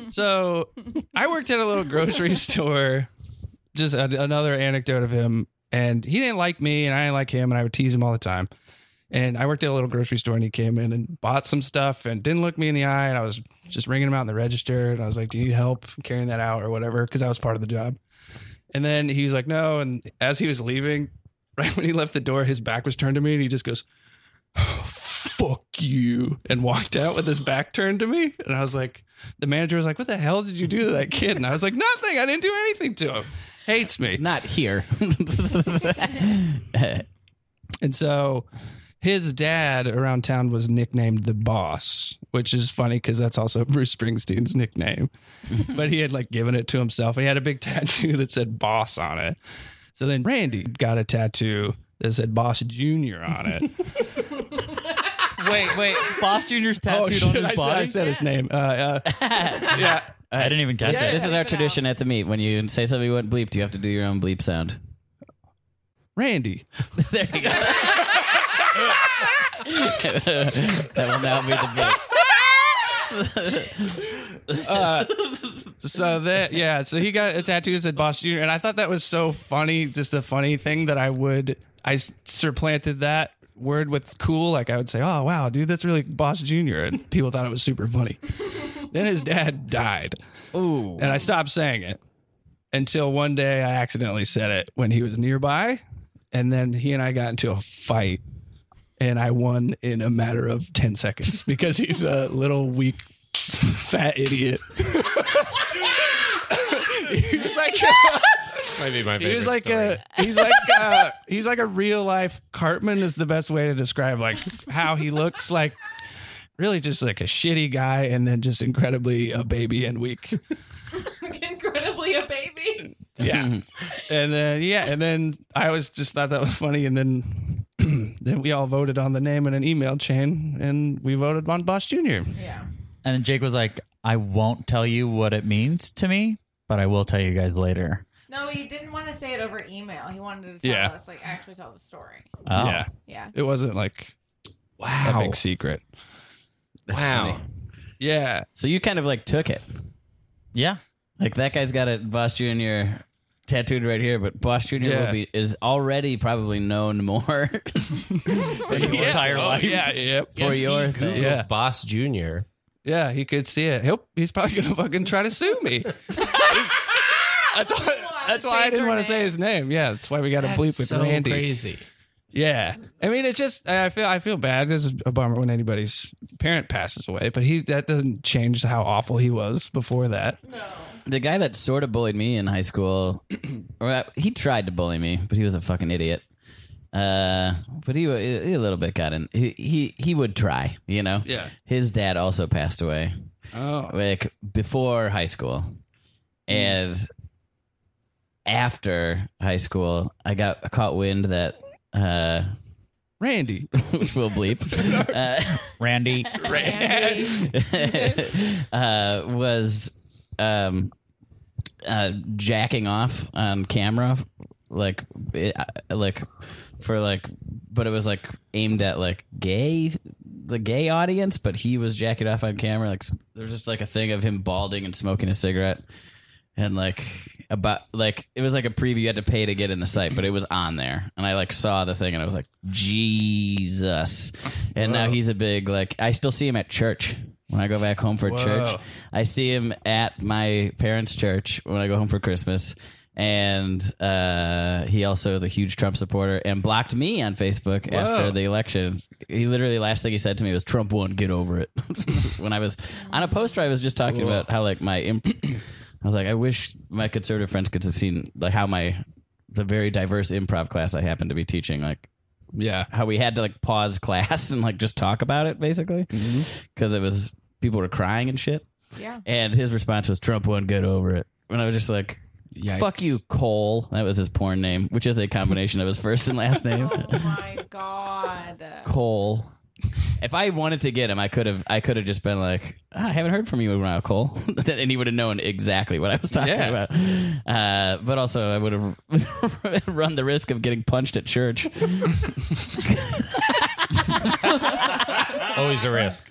Speaker 4: So I worked at a little grocery [LAUGHS] store, just a, another anecdote of him. And he didn't like me and I didn't like him and I would tease him all the time. And I worked at a little grocery store and he came in and bought some stuff and didn't look me in the eye. And I was just ringing him out in the register and I was like, Do you need help carrying that out or whatever? Because that was part of the job. And then he was like, No. And as he was leaving, [LAUGHS] right when he left the door, his back was turned to me, and he just goes, "Oh, "Fuck you," and walked out with his back turned to me. And I was like, the manager was like, "What the hell did you do to that kid?" And I was like, "Nothing. I didn't do anything to him. Hates me."
Speaker 3: not here. [LAUGHS]
Speaker 4: And so his dad around town was nicknamed the boss, which is funny because that's also [LAUGHS] Bruce Springsteen's [LAUGHS] nickname. but he had like given it to himself and he had a big [LAUGHS] tattoo that said boss on it. So then Randy got a tattoo that said boss junior on [LAUGHS] it.
Speaker 6: Wait, wait, Boss Junior's tattooed on his
Speaker 4: Oh, I said, I
Speaker 6: body.
Speaker 4: said his name. Uh, uh, [LAUGHS] yeah.
Speaker 6: I didn't even catch it.
Speaker 3: this is our tradition at the meet. When you say something you won't bleep, you have to do your own bleep sound. [LAUGHS]
Speaker 4: Randy.
Speaker 3: There you go. [LAUGHS] that will now be the bleep.
Speaker 4: So that yeah, so he got a tattoo that said Boss Junior, and I thought that was so funny, just a funny thing that I would I s- supplanted that word with cool. Like I would say, "Oh wow, dude, that's really Boss Junior," and people thought it was super funny. then his dad died,
Speaker 3: Ooh.
Speaker 4: and I stopped saying it until one day I accidentally said it when he was nearby, and then he and I got into a fight, and I won in a matter of ten seconds because he's a little weak. [LAUGHS] Fat idiot. He's like,
Speaker 7: This might
Speaker 4: [LAUGHS]
Speaker 7: be my favorite.
Speaker 4: he was like
Speaker 7: story.
Speaker 4: a he's like a, he's like a real life Cartman is the best way to describe like how he looks like really just like a shitty guy and then just incredibly a baby and weak.
Speaker 5: incredibly a baby.
Speaker 4: Yeah. [LAUGHS] and then yeah, and then I was just thought that was funny and then [CLEARS THROAT] then we all voted on the name in an email chain and we voted on Boss Jr.
Speaker 5: Yeah.
Speaker 6: And then Jake was like, I won't tell you what it means to me, but I will tell you guys later.
Speaker 5: No, he didn't want to say it over email. He wanted to tell
Speaker 4: Yeah.
Speaker 5: us, like, actually tell the story.
Speaker 6: Oh.
Speaker 4: Yeah.
Speaker 5: Yeah.
Speaker 4: It wasn't like
Speaker 7: wow.
Speaker 4: a big secret.
Speaker 7: wow.
Speaker 4: Yeah.
Speaker 3: So you kind of like took it.
Speaker 6: Yeah.
Speaker 3: Like that guy's got a Boss Junior tattooed right here, but Boss Junior
Speaker 4: Yeah.
Speaker 3: will be is already probably known more [LAUGHS]
Speaker 6: For his entire
Speaker 4: Oh,
Speaker 6: life.
Speaker 4: yeah, yep.
Speaker 3: for your thing.
Speaker 4: Yeah.
Speaker 7: Boss Junior.
Speaker 4: Yeah, he could see it. He'll, he's probably gonna [LAUGHS] fucking try to sue me. that's why, that's why I didn't want to say his name. Yeah, that's why we got to bleep with
Speaker 7: so
Speaker 4: Randy.
Speaker 7: crazy.
Speaker 4: Yeah, I mean, it's just I feel I feel bad. It's a bummer when anybody's parent passes away, but he that doesn't change how awful he was before that.
Speaker 3: The guy that sort of bullied me in high school, [CLEARS THROAT] or uh, he tried to bully me, but he was a fucking idiot. Uh, but he, wa- he a little bit got in. He, he he would try, you know.
Speaker 4: Yeah.
Speaker 3: His dad also passed away,
Speaker 4: Oh,
Speaker 3: like before high school, and after high school, I got caught wind that uh, [LAUGHS]
Speaker 4: Randy,
Speaker 3: which will bleep. Uh,
Speaker 4: [LAUGHS]
Speaker 6: Randy.
Speaker 5: Randy.
Speaker 3: uh, [LAUGHS] was um, uh, jacking off on camera, like it, uh, like for like, but it was like aimed at like gay the gay audience. But he was jacking off on camera. Like s- there was just like a thing of him balding and smoking a cigarette, and like about like it was like a preview you had to pay to get in the site but it was on there and i like saw the thing and i was like jesus and now he's a big like i still see him at church when i go back home for church i see him at my parents church when i go home for christmas and uh, he also is a huge Trump supporter and blocked me on Facebook after the election. He literally last thing he said to me was Trump won, get over it. [LAUGHS] when I was on a poster, I was just talking about how like my imp- I was like, I wish my conservative friends could have seen like how my the very diverse improv class I happened to be teaching, like
Speaker 4: yeah,
Speaker 3: how we had to like pause [LAUGHS] class and like just talk about it basically because it was people were crying and shit.
Speaker 5: Yeah.
Speaker 3: And his response was Trump won't get over it. And I was just like, fuck you, Cole. That was his porn name, which is a combination of his first and last
Speaker 5: [LAUGHS]
Speaker 3: name.
Speaker 5: Oh my god.
Speaker 3: Cole. If I wanted to get him, I could have. I could have just been like, "Ah, "I haven't heard from you in a while, Cole," [LAUGHS] and he would have known exactly what I was talking
Speaker 4: Yeah.
Speaker 3: about. Uh, but also, I would have [LAUGHS] run the risk of getting punched at church. [LAUGHS]
Speaker 6: Always a risk.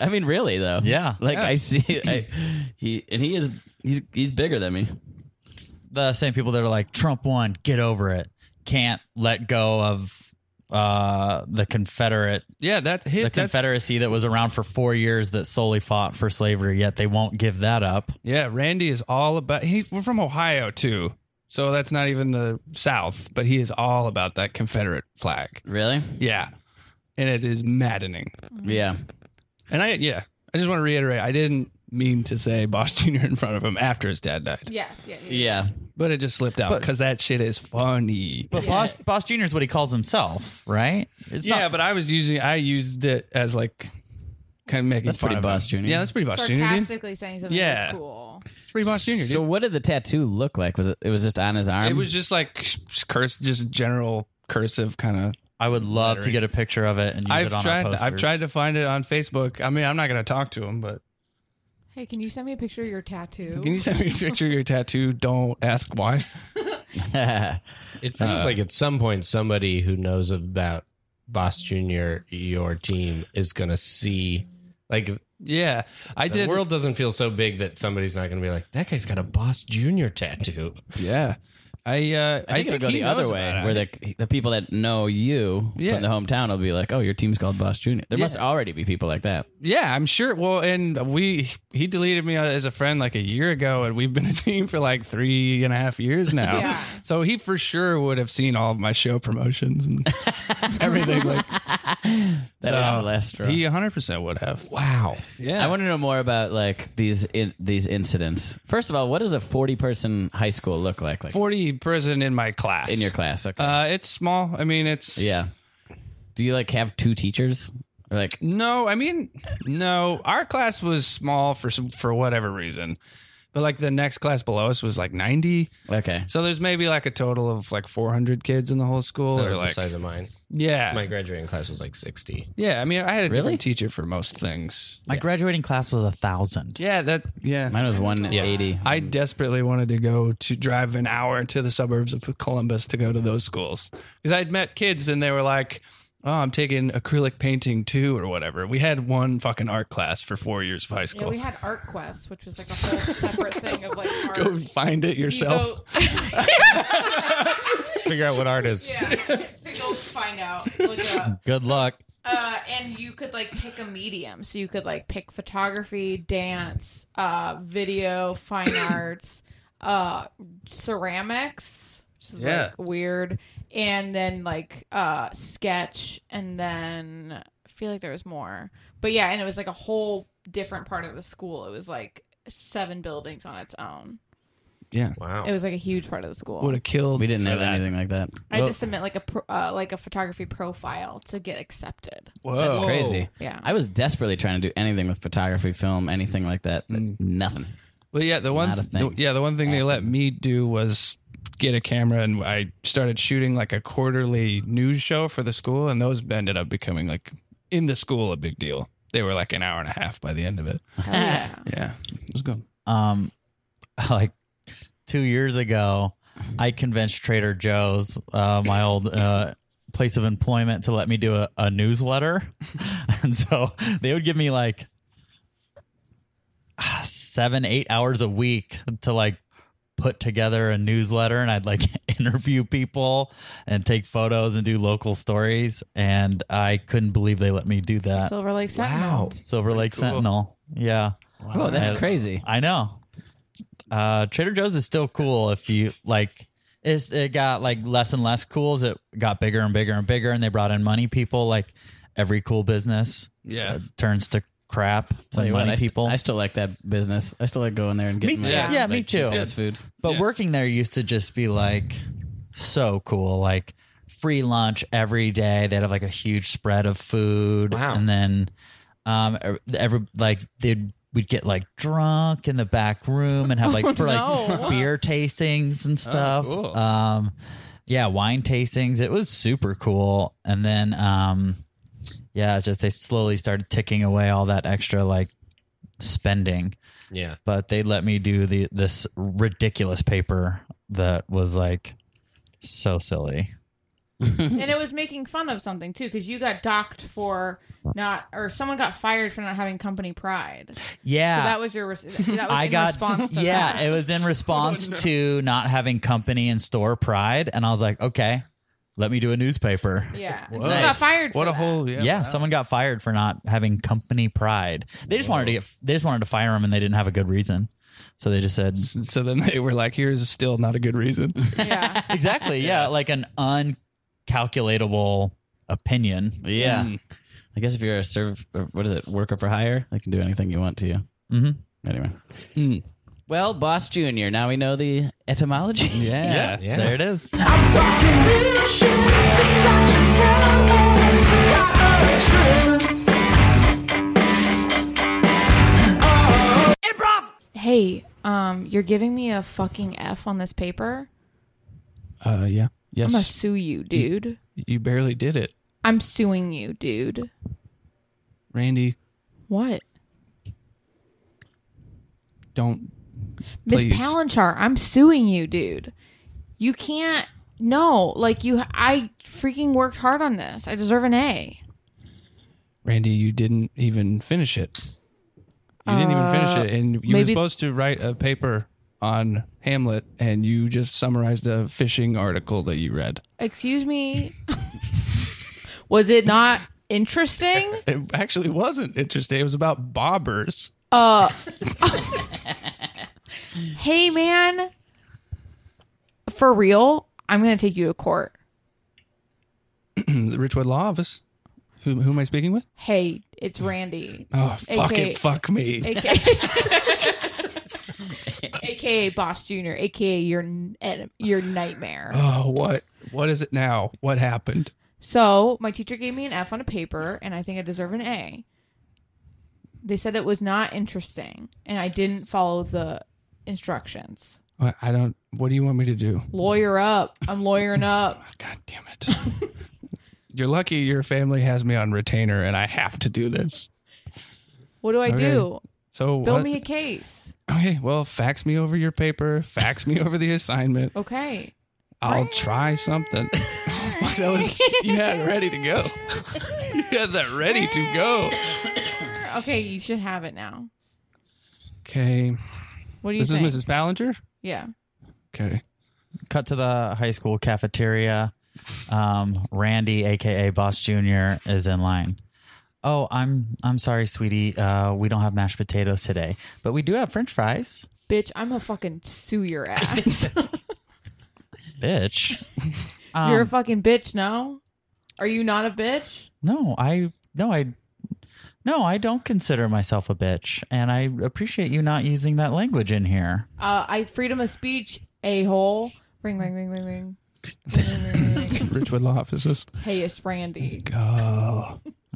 Speaker 3: I mean, really though.
Speaker 6: Yeah.
Speaker 3: Like I see, I, he and he is he's he's bigger than me.
Speaker 6: The same people that are like, Trump won, get over it. Can't let go of uh the confederate
Speaker 4: yeah. That
Speaker 6: the
Speaker 4: hit. That's,
Speaker 6: confederacy that was around for four years that solely fought for slavery yet they won't give that up
Speaker 4: yeah, Randy is all about. He's we're from Ohio too, so that's not even the South, but he is all about that Confederate flag.
Speaker 3: Really?
Speaker 4: Yeah, and it is maddening.
Speaker 3: Yeah.
Speaker 4: And I yeah, I just want to reiterate, I didn't mean to say Boss Jr. in front of him after his dad died.
Speaker 5: Yes. Yeah. Yeah.
Speaker 3: Yeah.
Speaker 4: But it just slipped out because that shit is funny.
Speaker 6: but boss boss junior is what he calls himself right it's
Speaker 4: yeah, but I was using I used it as like kind of making
Speaker 3: That's
Speaker 4: fun
Speaker 3: pretty
Speaker 4: of
Speaker 3: Boss
Speaker 4: him.
Speaker 3: Jr..
Speaker 4: Yeah, that's pretty Boss Jr. Dude.
Speaker 5: Sarcastically saying something
Speaker 4: Yeah.
Speaker 5: is cool.
Speaker 4: That's pretty Boss Jr. Dude.
Speaker 3: So what did the tattoo look like? Was it? It was just on his arm. [LAUGHS]
Speaker 4: it was just like curse, just general cursive kind of.
Speaker 6: i would love to get a picture of it and use
Speaker 4: I've
Speaker 6: it on
Speaker 4: tried.
Speaker 6: our posters.
Speaker 4: I've tried to find it on Facebook. I mean, I'm not going to talk to him, but
Speaker 5: Hey, can you send me a picture of your tattoo?
Speaker 4: can you send me a picture of your tattoo? Don't ask why. [LAUGHS]
Speaker 7: It
Speaker 4: Uh,
Speaker 7: feels like at some point somebody who knows about Boss Junior, your team, is gonna see like
Speaker 4: Yeah, I
Speaker 7: the
Speaker 4: did.
Speaker 7: world doesn't feel so big that somebody's not gonna be like that guy's got a Boss Junior tattoo.
Speaker 4: yeah, I. Uh,
Speaker 3: I think, it'll go
Speaker 4: he
Speaker 3: the other
Speaker 4: knows
Speaker 3: way,
Speaker 4: about it.
Speaker 3: where the the people that know you
Speaker 4: Yeah.
Speaker 3: from the hometown will be like, "Oh, your team's called Boss Junior." There must already be people like that.
Speaker 4: Yeah, I'm sure. Well, and we he deleted me as a friend like a year ago, and we've been a team for like three and a half years now.
Speaker 5: Yeah.
Speaker 4: So he for sure would have seen all of my show promotions and everything. Like
Speaker 3: That
Speaker 4: So,
Speaker 3: was the last straw.
Speaker 4: he 100 percent would have.
Speaker 7: Wow.
Speaker 4: Yeah,
Speaker 3: I want to know more about like these in, these incidents. First of all, what does a forty person high school look like? Like
Speaker 4: 40 person in my class.
Speaker 3: in your class? Okay.
Speaker 4: uh, it's small. I mean, it's
Speaker 3: yeah. Do you like have two teachers? Or, like
Speaker 4: No, I mean, no. Our class was small for some, for whatever reason, but like the next class below us was like 90.
Speaker 3: okay,
Speaker 4: So there's maybe like a total of like 400 kids in the whole school.
Speaker 7: That
Speaker 4: or
Speaker 7: was
Speaker 4: like,
Speaker 7: the size of mine.
Speaker 4: yeah,
Speaker 7: My graduating class was like sixty.
Speaker 4: Yeah, I mean, I had a
Speaker 3: Really?
Speaker 4: different teacher for most things.
Speaker 6: my graduating class was a thousand
Speaker 4: Yeah, that yeah.
Speaker 3: mine was one eighty.
Speaker 4: I desperately wanted to go to drive an hour to the suburbs of Columbus to go to those schools because I'd met kids and they were like, "Oh, I'm taking acrylic painting too" or whatever. We had one fucking art class for four years of high
Speaker 5: Yeah,
Speaker 4: school.
Speaker 5: we had Art Quest, which was like a whole separate thing of like art.
Speaker 4: [LAUGHS] go find it
Speaker 5: You
Speaker 4: yourself.
Speaker 5: go- [LAUGHS]
Speaker 7: Figure out what art is.
Speaker 5: yeah, [LAUGHS] go find out. Look it up.
Speaker 6: good luck
Speaker 5: Uh, and you could like pick a medium, so you could like pick photography, dance, uh, video, fine arts, uh, ceramics, which is
Speaker 7: Yeah.
Speaker 5: like weird, and then like uh sketch, and then I feel like there was more, but yeah, and it was like a whole different part of the school. It was like seven buildings on its own.
Speaker 4: Yeah.
Speaker 5: It was like a huge part of the school.
Speaker 4: Would have killed.
Speaker 3: We didn't
Speaker 4: for
Speaker 3: have
Speaker 4: that.
Speaker 3: anything like that.
Speaker 5: I had to submit like a pro- uh, like a photography profile to get accepted.
Speaker 4: Whoa.
Speaker 3: That's crazy.
Speaker 5: Yeah.
Speaker 3: I was desperately trying to do anything with photography, film, anything like that. but
Speaker 6: Mm.
Speaker 3: Nothing.
Speaker 4: Well, yeah, the one,
Speaker 3: Not a
Speaker 4: the-
Speaker 3: thing.
Speaker 4: yeah, the one thing they let me do was get a camera, and I started shooting like a quarterly news show for the school, and those ended up becoming like in the school a big deal. They were like an hour and a half by the end of it.
Speaker 5: yeah.
Speaker 4: Yeah, it was good.
Speaker 6: um [LAUGHS] like two years ago i convinced trader joe's uh, my old uh, place of employment to let me do a, a newsletter [LAUGHS] and so they would give me like ah, seven eight hours a week to like put together a newsletter and i'd like [LAUGHS] interview people and take photos and do local stories and i couldn't believe they let me do [LAUGHS] that
Speaker 5: Silver Lake Sentinel.
Speaker 6: silver lake sentinel yeah
Speaker 3: Oh, that's
Speaker 6: I-
Speaker 3: crazy.
Speaker 6: I know. Uh, Trader Joe's is still cool if you like. It's, it got like less and less cool as it got bigger and bigger and bigger, and they brought in money people. Like every cool business,
Speaker 4: Yeah.
Speaker 6: uh, turns to crap. It's
Speaker 3: Tell
Speaker 6: like
Speaker 3: you what,
Speaker 6: money
Speaker 3: I st-
Speaker 6: people.
Speaker 3: I still like that business. I still like going there and getting
Speaker 6: too.
Speaker 3: my,
Speaker 6: Yeah,
Speaker 3: like,
Speaker 6: me
Speaker 3: cheap
Speaker 6: too.
Speaker 3: Fast food.
Speaker 6: but working there used to just be like so cool, like free lunch every day. They'd have like a huge spread of food,
Speaker 7: Wow.
Speaker 6: and then um, every like they'd we'd get like drunk in the back room and have like for
Speaker 5: no.
Speaker 6: like [LAUGHS] beer tastings and stuff.
Speaker 4: cool.
Speaker 6: Um, yeah, wine tastings. It was super cool, and then um, yeah, just they slowly started ticking away all that extra like spending
Speaker 7: Yeah.
Speaker 6: but they let me do the this ridiculous paper that was like so silly. Mm-hmm.
Speaker 5: and it was making fun of something too because you got docked for not or someone got fired for not having company pride so
Speaker 6: Yeah.
Speaker 5: that was your res- that was
Speaker 6: [LAUGHS] I
Speaker 5: in
Speaker 6: got
Speaker 5: response to
Speaker 6: [LAUGHS] yeah,
Speaker 5: that. Oh,
Speaker 6: it
Speaker 5: [LAUGHS]
Speaker 6: was in response to not having company and store pride, and I was like, okay, let me do a newspaper.
Speaker 5: yeah and
Speaker 4: Whoa.
Speaker 5: someone got
Speaker 6: Nice.
Speaker 5: fired for
Speaker 4: What a
Speaker 5: that.
Speaker 4: whole yeah.
Speaker 6: Yeah, someone got fired for not having company pride. They just wanted to get they just wanted to fire him, and they didn't have a good reason, so they just said
Speaker 4: So then [LAUGHS] they were like, "Here's still not a good reason."
Speaker 5: yeah
Speaker 6: [LAUGHS] exactly, yeah, like an uncalculatable opinion.
Speaker 3: Yeah. I guess if you're a serv, or what is it, worker for hire, they can do anything you want to you.
Speaker 6: Mm-hmm.
Speaker 3: Anyway. Well, Boss Junior. Now we know the etymology.
Speaker 6: [LAUGHS] Yeah,
Speaker 7: Yeah.
Speaker 6: there it is.
Speaker 2: Improv!
Speaker 5: hey um you're giving me a fucking f on this paper
Speaker 4: [LAUGHS] Uh, yeah.
Speaker 5: i'm gonna
Speaker 4: Yes,
Speaker 5: sue you dude
Speaker 4: you barely did it,
Speaker 5: i'm suing you dude
Speaker 4: Randy.
Speaker 5: what
Speaker 4: Don't.
Speaker 5: Miss
Speaker 4: Please.
Speaker 5: Palanchar, I'm suing you, dude. You can't. No, like you, I freaking worked hard on this. I deserve an A.
Speaker 4: Randy, you didn't even finish it. You didn't even finish it, and you were
Speaker 5: maybe-
Speaker 4: supposed to write a paper on Hamlet, and you just summarized a fishing article that you read.
Speaker 5: Excuse me. Was it not interesting?
Speaker 4: It actually wasn't interesting. It was about bobbers.
Speaker 5: Hey, man. For real, I'm gonna take you to court.
Speaker 4: The Richwood Law Office. Who, who am I speaking with?
Speaker 5: Hey, it's Randy,
Speaker 4: Oh, fuck
Speaker 5: AKA
Speaker 4: it. Fuck me.
Speaker 5: aka, [LAUGHS] AKA Boss Junior, aka your n- your nightmare.
Speaker 4: oh, what? What is it now? What happened?
Speaker 5: So my teacher gave me an F on a paper, and I think I deserve an A. They said it was not interesting, and I didn't follow the instructions.
Speaker 4: What- I don't. What do you want me to do?
Speaker 5: Lawyer up. I'm lawyering up.
Speaker 4: Oh, God damn it. [LAUGHS] You're lucky your family has me on retainer and I have to do this.
Speaker 5: What do I do?
Speaker 4: So
Speaker 5: Build
Speaker 4: what-
Speaker 5: me a case.
Speaker 4: Okay, well, fax me over your paper, fax me over the assignment.
Speaker 5: Okay.
Speaker 4: I'll try something. [LAUGHS] Oh, fuck, that was, you had it ready to go. you had that ready to go.
Speaker 5: Okay, you should have it now.
Speaker 4: Okay.
Speaker 5: What do you
Speaker 4: This
Speaker 5: think?
Speaker 4: is Mrs. Ballinger?
Speaker 5: Yeah.
Speaker 4: Okay.
Speaker 6: cut to the high school cafeteria. Um, Randy, aka Boss Junior, is in line. Oh, I'm I'm sorry, sweetie. Uh, we don't have mashed potatoes today, but we do have French fries.
Speaker 4: [LAUGHS]
Speaker 5: Bitch, I'm a fucking sue your ass.
Speaker 6: bitch.
Speaker 5: You're a
Speaker 6: Um,
Speaker 5: fucking bitch, no? Are you not a bitch?
Speaker 6: No, I no, I no, I don't consider myself a bitch, and I appreciate you not using that language in here.
Speaker 5: Uh, I freedom of speech, a hole. Ring, ring, ring, ring, ring. Ring, ring, ring, ring.
Speaker 4: [LAUGHS] Richwood Law Offices.
Speaker 5: hey, it's Randy.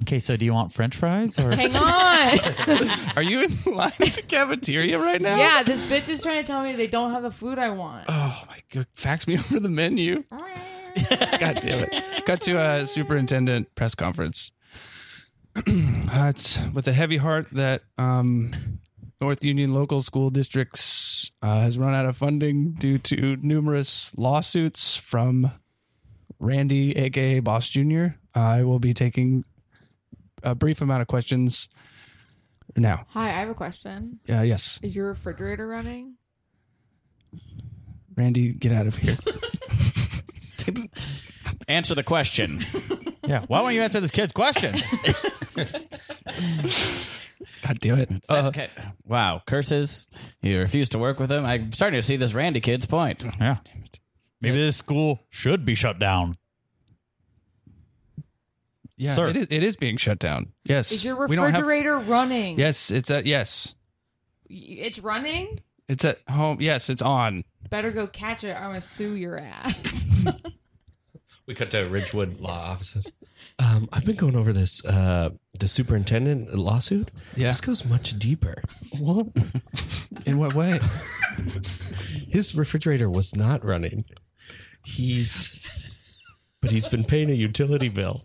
Speaker 6: Okay, so do you want French
Speaker 5: [LAUGHS]
Speaker 6: fries or?
Speaker 5: Hang on.
Speaker 4: [LAUGHS] Are you in line at the cafeteria right now?
Speaker 5: yeah, this bitch is trying to tell me they don't have the food I want.
Speaker 4: Oh my god! Fax me over the menu. [LAUGHS] God damn it! Cut to a superintendent press conference. [CLEARS THROAT] Uh, it's with a heavy heart that um, North Union local school districts uh, has run out of funding due to numerous lawsuits from Randy, aka Boss Junior. I will be taking a brief amount of questions now.
Speaker 5: [LAUGHS] Hi, I have a question.
Speaker 4: Uh, yes,
Speaker 5: Is your refrigerator running?
Speaker 4: Randy, get out of here.
Speaker 3: Answer the [LAUGHS] question.
Speaker 6: [LAUGHS] yeah, why won't you answer this kid's question?
Speaker 4: [LAUGHS] God damn it! Uh,
Speaker 3: okay. Wow, curses. You refuse to work with him. I'm starting to see this Randy kid's point.
Speaker 6: yeah, maybe this school should be shut down.
Speaker 4: Yeah,
Speaker 6: Sir.
Speaker 4: it is. It is being shut down. Yes.
Speaker 5: Is your
Speaker 4: We don't have-
Speaker 5: refrigerator running?
Speaker 4: yes, it's at. Yes,
Speaker 5: Y- It's running?
Speaker 4: it's at home. Yes, it's on.
Speaker 5: Better go catch it. I'm going to sue your ass.
Speaker 7: We cut to Ridgewood
Speaker 4: [LAUGHS]
Speaker 7: Law Offices. Um, I've been going over this uh, the superintendent lawsuit.
Speaker 4: Yeah.
Speaker 7: This goes much deeper. [LAUGHS]
Speaker 4: What? In what way?
Speaker 7: His refrigerator was not running. He's, but he's been paying a utility bill.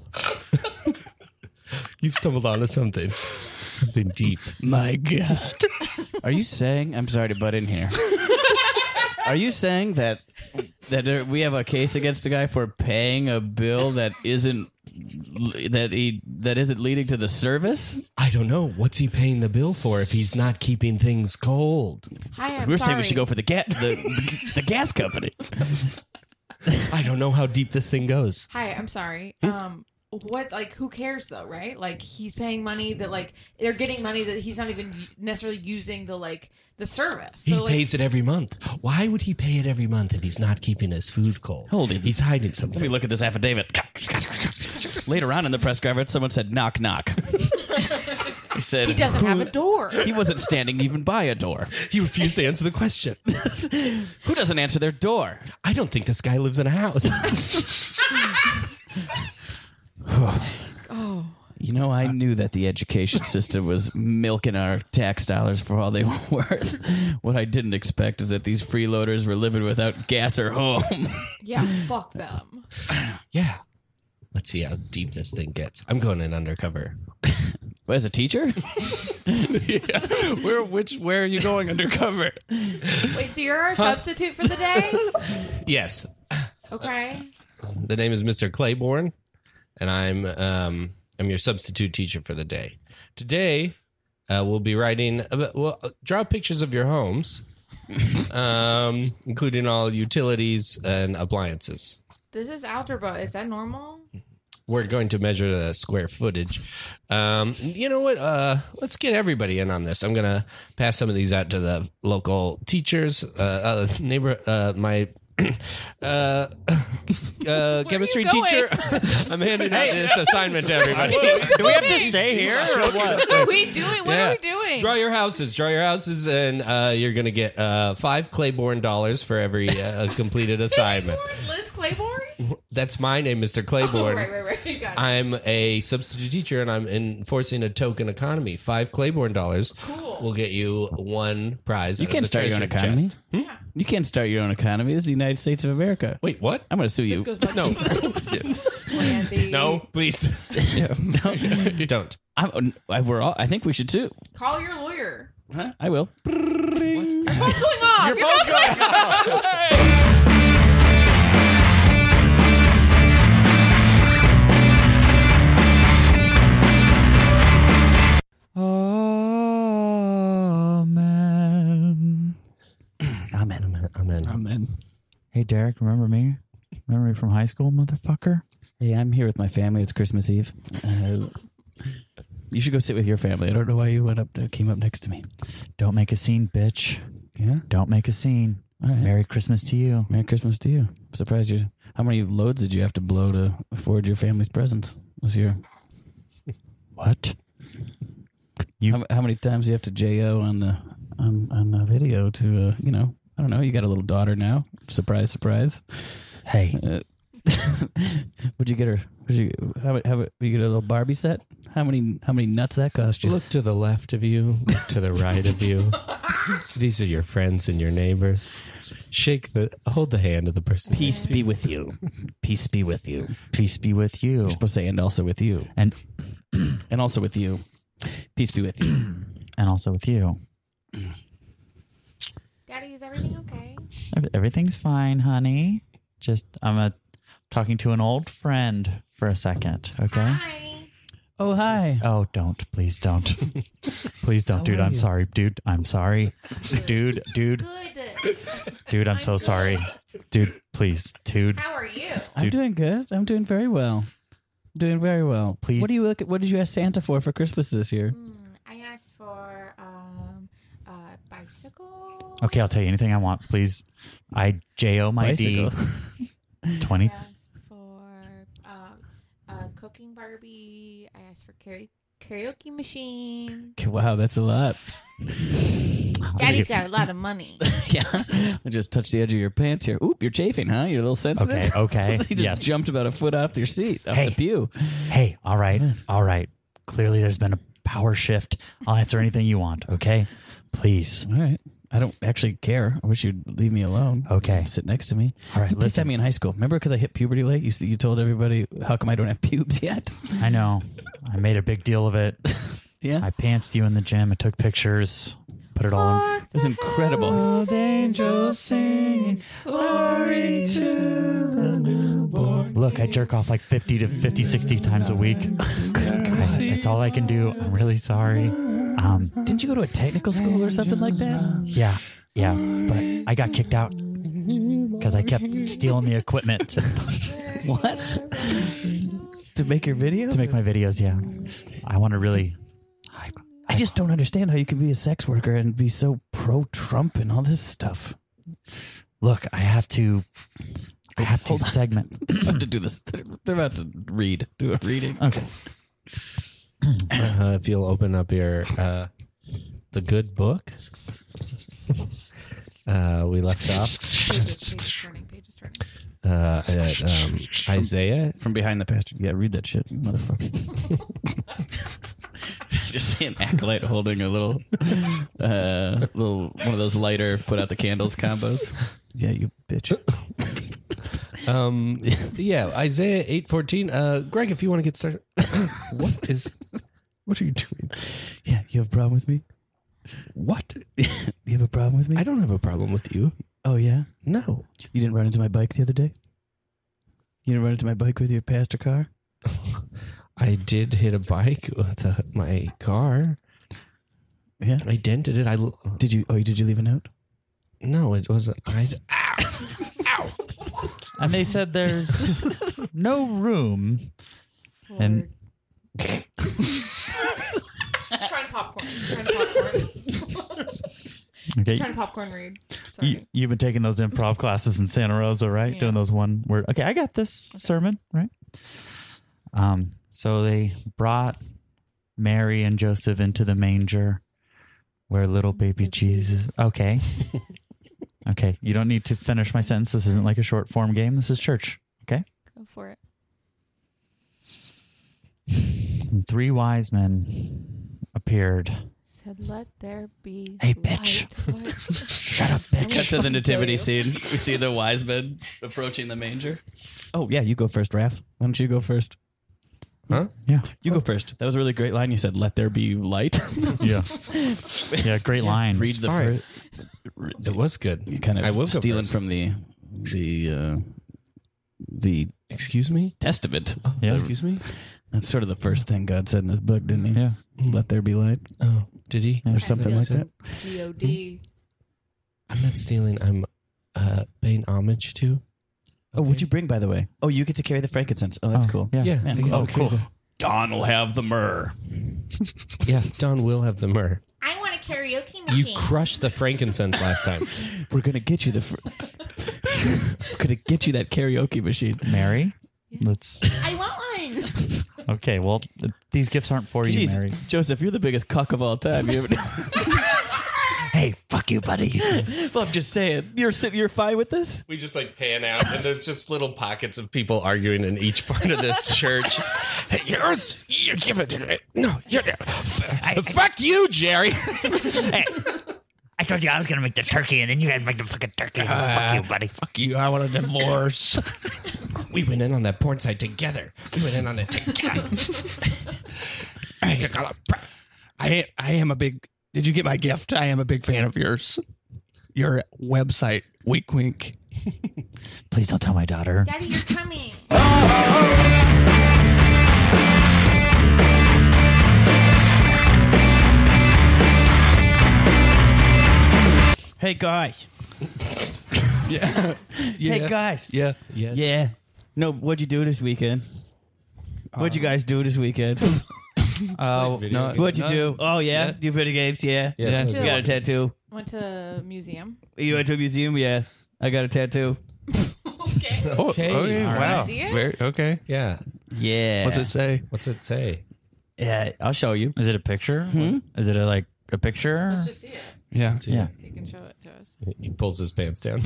Speaker 7: You've stumbled onto something, something deep.
Speaker 4: My God.
Speaker 3: Are you saying? I'm sorry to butt in [LAUGHS] here. Are you saying that that there, we have a case against a guy for paying a bill that isn't that he that isn't leading to the service?
Speaker 7: I don't know what's he paying the bill for if he's not keeping things cold.
Speaker 5: Hi, I'm
Speaker 3: We were
Speaker 5: sorry.
Speaker 3: saying we should go for the gas the, the, the gas company.
Speaker 7: I don't know how deep this thing goes.
Speaker 5: Hi, I'm sorry. Um, what like who cares though, right? Like he's paying money that like they're getting money that he's not even u- necessarily using the like the service.
Speaker 7: He
Speaker 5: So, like,
Speaker 7: pays it every month. Why would he pay it every month if he's not keeping his food cold?
Speaker 3: Hold it.
Speaker 7: He's hiding
Speaker 3: Let me
Speaker 7: something.
Speaker 3: look at this affidavit. Later on in the press conference, someone said knock knock. he said
Speaker 5: he doesn't have a door.
Speaker 3: He wasn't standing even by a door.
Speaker 7: He refused to answer
Speaker 3: [LAUGHS]
Speaker 7: the question.
Speaker 3: Who doesn't answer their door?
Speaker 7: I don't think this guy lives in a house. [LAUGHS]
Speaker 3: You know, I knew that the education system was milking our tax dollars for all they [LAUGHS] were worth. What I didn't expect is that these freeloaders were living without gas or home.
Speaker 5: Yeah, fuck them.
Speaker 7: yeah. Let's see how deep this thing gets. I'm going in undercover.
Speaker 3: [LAUGHS] As a [LAUGHS] teacher?
Speaker 4: Where? Which? Where are you going undercover?
Speaker 5: Wait, so you're our substitute for the day?
Speaker 7: Yes.
Speaker 5: Okay.
Speaker 7: The name is Mr. Claiborne, and I'm um, I'm your substitute teacher for the day. Today, uh, we'll be writing. About, well, draw pictures of your homes, [LAUGHS] um, including all utilities and appliances.
Speaker 5: This is algebra. Is that normal?
Speaker 7: we're going to measure the square footage. Um, you know what? Uh, let's get everybody in on this. I'm gonna pass some of these out to the local teachers, uh, uh, neighbor, uh, my. [CLEARS THROAT]
Speaker 5: [LAUGHS]
Speaker 7: Uh, uh, chemistry
Speaker 5: going?
Speaker 7: teacher. [LAUGHS] I'm handing out this assignment to
Speaker 5: [LAUGHS]
Speaker 4: [LAUGHS]
Speaker 7: everybody.
Speaker 6: Do we have to stay here or what?
Speaker 5: What are [LAUGHS] we doing? What
Speaker 7: Yeah.
Speaker 5: are we doing?
Speaker 7: Draw your houses. Draw your houses, and uh, you're gonna get uh, five Claiborne dollars for every uh,
Speaker 5: [LAUGHS]
Speaker 7: completed assignment.
Speaker 5: Liz Claiborne?
Speaker 7: That's my name, Mr. Claiborne.
Speaker 5: [LAUGHS] Oh, right, right, right. Got it.
Speaker 7: I'm a substitute teacher and I'm enforcing a token economy. Five Claiborne dollars
Speaker 5: Cool.
Speaker 7: will get you one prize.
Speaker 3: You
Speaker 7: out of
Speaker 3: can't
Speaker 7: the
Speaker 3: start your own
Speaker 7: treasure
Speaker 3: economy.
Speaker 7: chest.
Speaker 3: You can't start your own economy. This is the United States of America.
Speaker 7: Wait, what?
Speaker 3: I'm going to sue you.
Speaker 5: This goes back no. Randy.
Speaker 7: No, please.
Speaker 3: [LAUGHS]
Speaker 7: no, don't.
Speaker 3: I'm, I, we're all, I think we should sue.
Speaker 5: Call your lawyer.
Speaker 3: Huh? I will.
Speaker 5: What's going on? Your phone's going off.
Speaker 6: Amen.
Speaker 7: Amen.
Speaker 3: Amen.
Speaker 6: Hey, Derek, remember me? Remember me from high school, motherfucker?
Speaker 3: Hey, I'm here with my family. It's Christmas Eve. Uh, you should go sit with your family. I don't know why you went up to, came up next to me.
Speaker 6: Don't make a scene, bitch.
Speaker 3: Yeah.
Speaker 6: Don't make a scene.
Speaker 3: All right.
Speaker 6: Merry Christmas to you.
Speaker 3: Merry Christmas to you. surprised you. How many loads did you have to blow to afford your family's presents this year?
Speaker 6: What?
Speaker 3: how, how many times do you have to jo on the on on a video to uh, you know? I don't know. You got a little daughter now. Surprise, surprise.
Speaker 6: Hey,
Speaker 3: Uh, [LAUGHS] would you get her? Would you how, mu- how mu- you get a little Barbie set? How many how many nuts that cost you?
Speaker 7: Look to the left of you, look to the right of you. [LAUGHS] These are your friends and your neighbors. Shake the, hold the hand of the person.
Speaker 3: Peace be with [LAUGHS] you. Peace be with you.
Speaker 6: peace be with you.
Speaker 3: You're supposed to say and also with you.
Speaker 6: And
Speaker 3: And also with you. Peace be with you.
Speaker 6: and also with you.
Speaker 5: Daddy, is everything okay?
Speaker 6: Ev- Everything's fine, honey. Just I'm a talking to an old friend for a second, okay?
Speaker 5: Hi.
Speaker 3: Oh hi.
Speaker 6: Oh, don't. Please don't. [LAUGHS] please don't, dude. I'm sorry, dude. I'm sorry. Dude, dude,
Speaker 5: Good.
Speaker 6: dude, I'm so sorry. Dude, please, dude.
Speaker 5: How are you?
Speaker 3: I'm
Speaker 6: Dude.
Speaker 3: doing good. I'm doing very well. Doing very well. [CLEARS THROAT]
Speaker 6: Please-
Speaker 3: What do you look at? What did you ask Santa for for Christmas this year?
Speaker 5: Hmm, I asked for um, a bicycle.
Speaker 6: Okay, I'll tell you anything I want. Please. I J O my D.
Speaker 3: Bicycle.
Speaker 6: [LAUGHS] 20.
Speaker 5: I asked for um, a cooking Barbie. I asked for karaoke. Karaoke machine.
Speaker 3: Okay, Wow, that's a lot.
Speaker 5: Daddy's got a lot of money.
Speaker 3: [LAUGHS] yeah. [LAUGHS] I just touched the edge of your pants here. Oop, you're chafing, huh? You're a little sensitive.
Speaker 6: Okay,
Speaker 3: [LAUGHS]
Speaker 6: okay.
Speaker 3: you just
Speaker 6: yes.
Speaker 3: jumped about a foot off your seat, off
Speaker 6: Hey.
Speaker 3: the pew.
Speaker 6: Hey, all right. All right. Clearly there's been a power shift. I'll answer anything you want, okay? Please.
Speaker 3: All right. I don't actually care. I wish you'd leave me alone.
Speaker 6: Okay.
Speaker 3: Sit next to me.
Speaker 6: All right,
Speaker 3: You pissed at
Speaker 6: listen.
Speaker 3: me in high school. Remember because I hit puberty late? You, s- you told everybody, how come I don't have [LAUGHS] pubes yet?
Speaker 6: I know. I made a big deal of it.
Speaker 3: Yeah.
Speaker 6: I pantsed you in the gym. I took pictures. Put it all in.
Speaker 3: It was incredible. [LAUGHS]
Speaker 6: angels singing glory to the newborn. Look, I jerk off like 50 to 50, 60 times a week. [LAUGHS] I- It's all I can do. I'm really sorry. Um,
Speaker 3: Didn't you go to a technical school or something like that?
Speaker 6: yeah, yeah, but I got kicked out because I kept stealing the equipment to,
Speaker 3: [LAUGHS] What? to make your videos?
Speaker 6: to make my videos. Yeah, I want to really.
Speaker 3: I just don't understand how you can be a sex worker and be so pro Trump and all this stuff.
Speaker 6: Look, I have to. I have to
Speaker 3: Oh, Hold on.
Speaker 6: segment.
Speaker 3: They're about to do this. They're, they're about to read. Do a reading.
Speaker 6: Okay.
Speaker 7: Uh, if you'll open up your uh, the good book, uh, we left off
Speaker 5: Pages turning, pages turning.
Speaker 7: uh, at um,
Speaker 3: [LAUGHS]
Speaker 7: Isaiah.
Speaker 3: From behind the pastor. Yeah, read that shit, motherfucker. [LAUGHS] Just see an acolyte holding a little, uh, little one of those lighter put out the candles combos. Yeah, you bitch.
Speaker 7: Um, [LAUGHS] yeah, Isaiah eight fourteen. Uh, Greg, if you want to get started, [COUGHS] what is what are you doing?
Speaker 3: Yeah, you have a problem with me.
Speaker 7: What?
Speaker 3: You have a problem with me.
Speaker 7: I don't have a problem with you.
Speaker 3: oh yeah,
Speaker 7: No,
Speaker 3: you didn't run into my bike the other day. You didn't run into my bike with your pastor car.
Speaker 7: I did hit a bike with uh my car.
Speaker 3: Yeah.
Speaker 7: I dented it. I l-
Speaker 3: Did you? Oh, did you leave a note?
Speaker 7: no, it wasn't. I,
Speaker 6: And they said
Speaker 3: [LAUGHS]
Speaker 6: there's no room. And
Speaker 5: Trying popcorn. Trying popcorn.
Speaker 6: okay,
Speaker 5: Trying popcorn read. Sorry.
Speaker 6: You, you've been taking those [LAUGHS] improv classes in Santa Rosa, right? Doing those one word. Okay, I got this sermon, right? Um, so they brought Mary and Joseph into the manger where little baby Jesus. [LAUGHS] Okay. okay, you don't need to finish my sentence. This isn't like a short form game. This is church. Okay.
Speaker 5: Go for it.
Speaker 6: And three wise men appeared.
Speaker 5: Said, let there be.
Speaker 6: Hey, bitch.
Speaker 5: light." What?
Speaker 6: [LAUGHS] Shut up, bitch.
Speaker 3: Cut to the nativity scene. We see the wise men approaching the manger. Oh yeah, you go first, Raph. Why don't you go first?
Speaker 7: huh?
Speaker 6: Yeah.
Speaker 3: You go first. That was a really great line. You said, "Let there be [LAUGHS] light."
Speaker 6: [LAUGHS] Yeah. Yeah, great line.
Speaker 3: Read the
Speaker 7: fine.
Speaker 3: first.
Speaker 7: It was good.
Speaker 3: Kind of
Speaker 7: I will go
Speaker 3: stealing
Speaker 7: first.
Speaker 3: from the the uh, the
Speaker 7: Excuse me.
Speaker 3: testament.
Speaker 7: Oh.
Speaker 6: Yeah.
Speaker 7: Excuse me.
Speaker 3: That's sort of the first thing God said in His book, didn't He?
Speaker 6: Yeah.
Speaker 7: Hmm.
Speaker 3: Let there be light,
Speaker 7: Oh, did he?
Speaker 3: or something like that.
Speaker 5: G-O-D.
Speaker 7: I'm not stealing. I'm uh, paying homage to.
Speaker 3: Oh, what'd you bring, by the way? Oh, you get to carry the frankincense. Oh, that's
Speaker 6: Oh,
Speaker 3: cool.
Speaker 6: Yeah.
Speaker 7: Yeah.
Speaker 3: Yeah,
Speaker 7: I
Speaker 3: cool.
Speaker 7: guess-
Speaker 6: Oh,
Speaker 7: okay,
Speaker 6: cool.
Speaker 3: Don will have the myrrh.
Speaker 7: Yeah, Don will have the myrrh.
Speaker 5: I want a karaoke
Speaker 7: You
Speaker 5: machine.
Speaker 7: crushed the frankincense last time.
Speaker 3: We're [LAUGHS] gonna get you the. Fr- Could it get you that karaoke machine?
Speaker 6: Mary. Let's
Speaker 5: I want one.
Speaker 6: okay. Well, th- these gifts aren't for you, Mary.
Speaker 3: Jeez, Joseph, you're the biggest cuck of all time. You [LAUGHS]
Speaker 6: Hey, fuck you, buddy.
Speaker 3: well, I'm just saying, you're sit- you're fine with this.
Speaker 7: [LAUGHS] We just like pan out, and there's just little pockets of people arguing in each part of this church. hey, yours, you give it to me. [LAUGHS] No, you're f- fuck you, Jerry. [LAUGHS]
Speaker 6: I told you I was gonna make the turkey, and then you had to make the fucking turkey. fuck you, buddy.
Speaker 4: Fuck you. I want a divorce.
Speaker 7: we went in on that porn site together. We went in on it together.
Speaker 4: [LAUGHS] I, I I am a big. Did you get my gift? I am a big fan of yours. Your website, wink wink.
Speaker 6: Please don't tell my daughter.
Speaker 5: [LAUGHS] Daddy, you're coming.
Speaker 3: Hey guys.
Speaker 4: Yeah.
Speaker 3: Hey guys.
Speaker 4: Yeah. Yeah.
Speaker 3: Yeah. No, what'd you do this weekend? What'd you guys do this weekend?
Speaker 4: Oh no.
Speaker 3: What'd you do? Oh yeah, you video games. Yeah.
Speaker 4: Yeah.
Speaker 3: You got a tattoo.
Speaker 5: Went to museum.
Speaker 3: You went to a museum. Yeah. I got a tattoo.
Speaker 4: [LAUGHS]
Speaker 5: Okay.
Speaker 4: Oh, okay. Wow.
Speaker 5: See it?
Speaker 4: Very- okay.
Speaker 7: Yeah.
Speaker 3: Yeah.
Speaker 4: What's it say?
Speaker 7: What's it say?
Speaker 3: Yeah, I'll show you.
Speaker 6: Is it a picture? Is it a, like a picture?
Speaker 4: Oh.
Speaker 5: Let's just see it.
Speaker 4: Yeah.
Speaker 6: Yeah.
Speaker 5: You can show it to us.
Speaker 7: He pulls his pants [LAUGHS] down.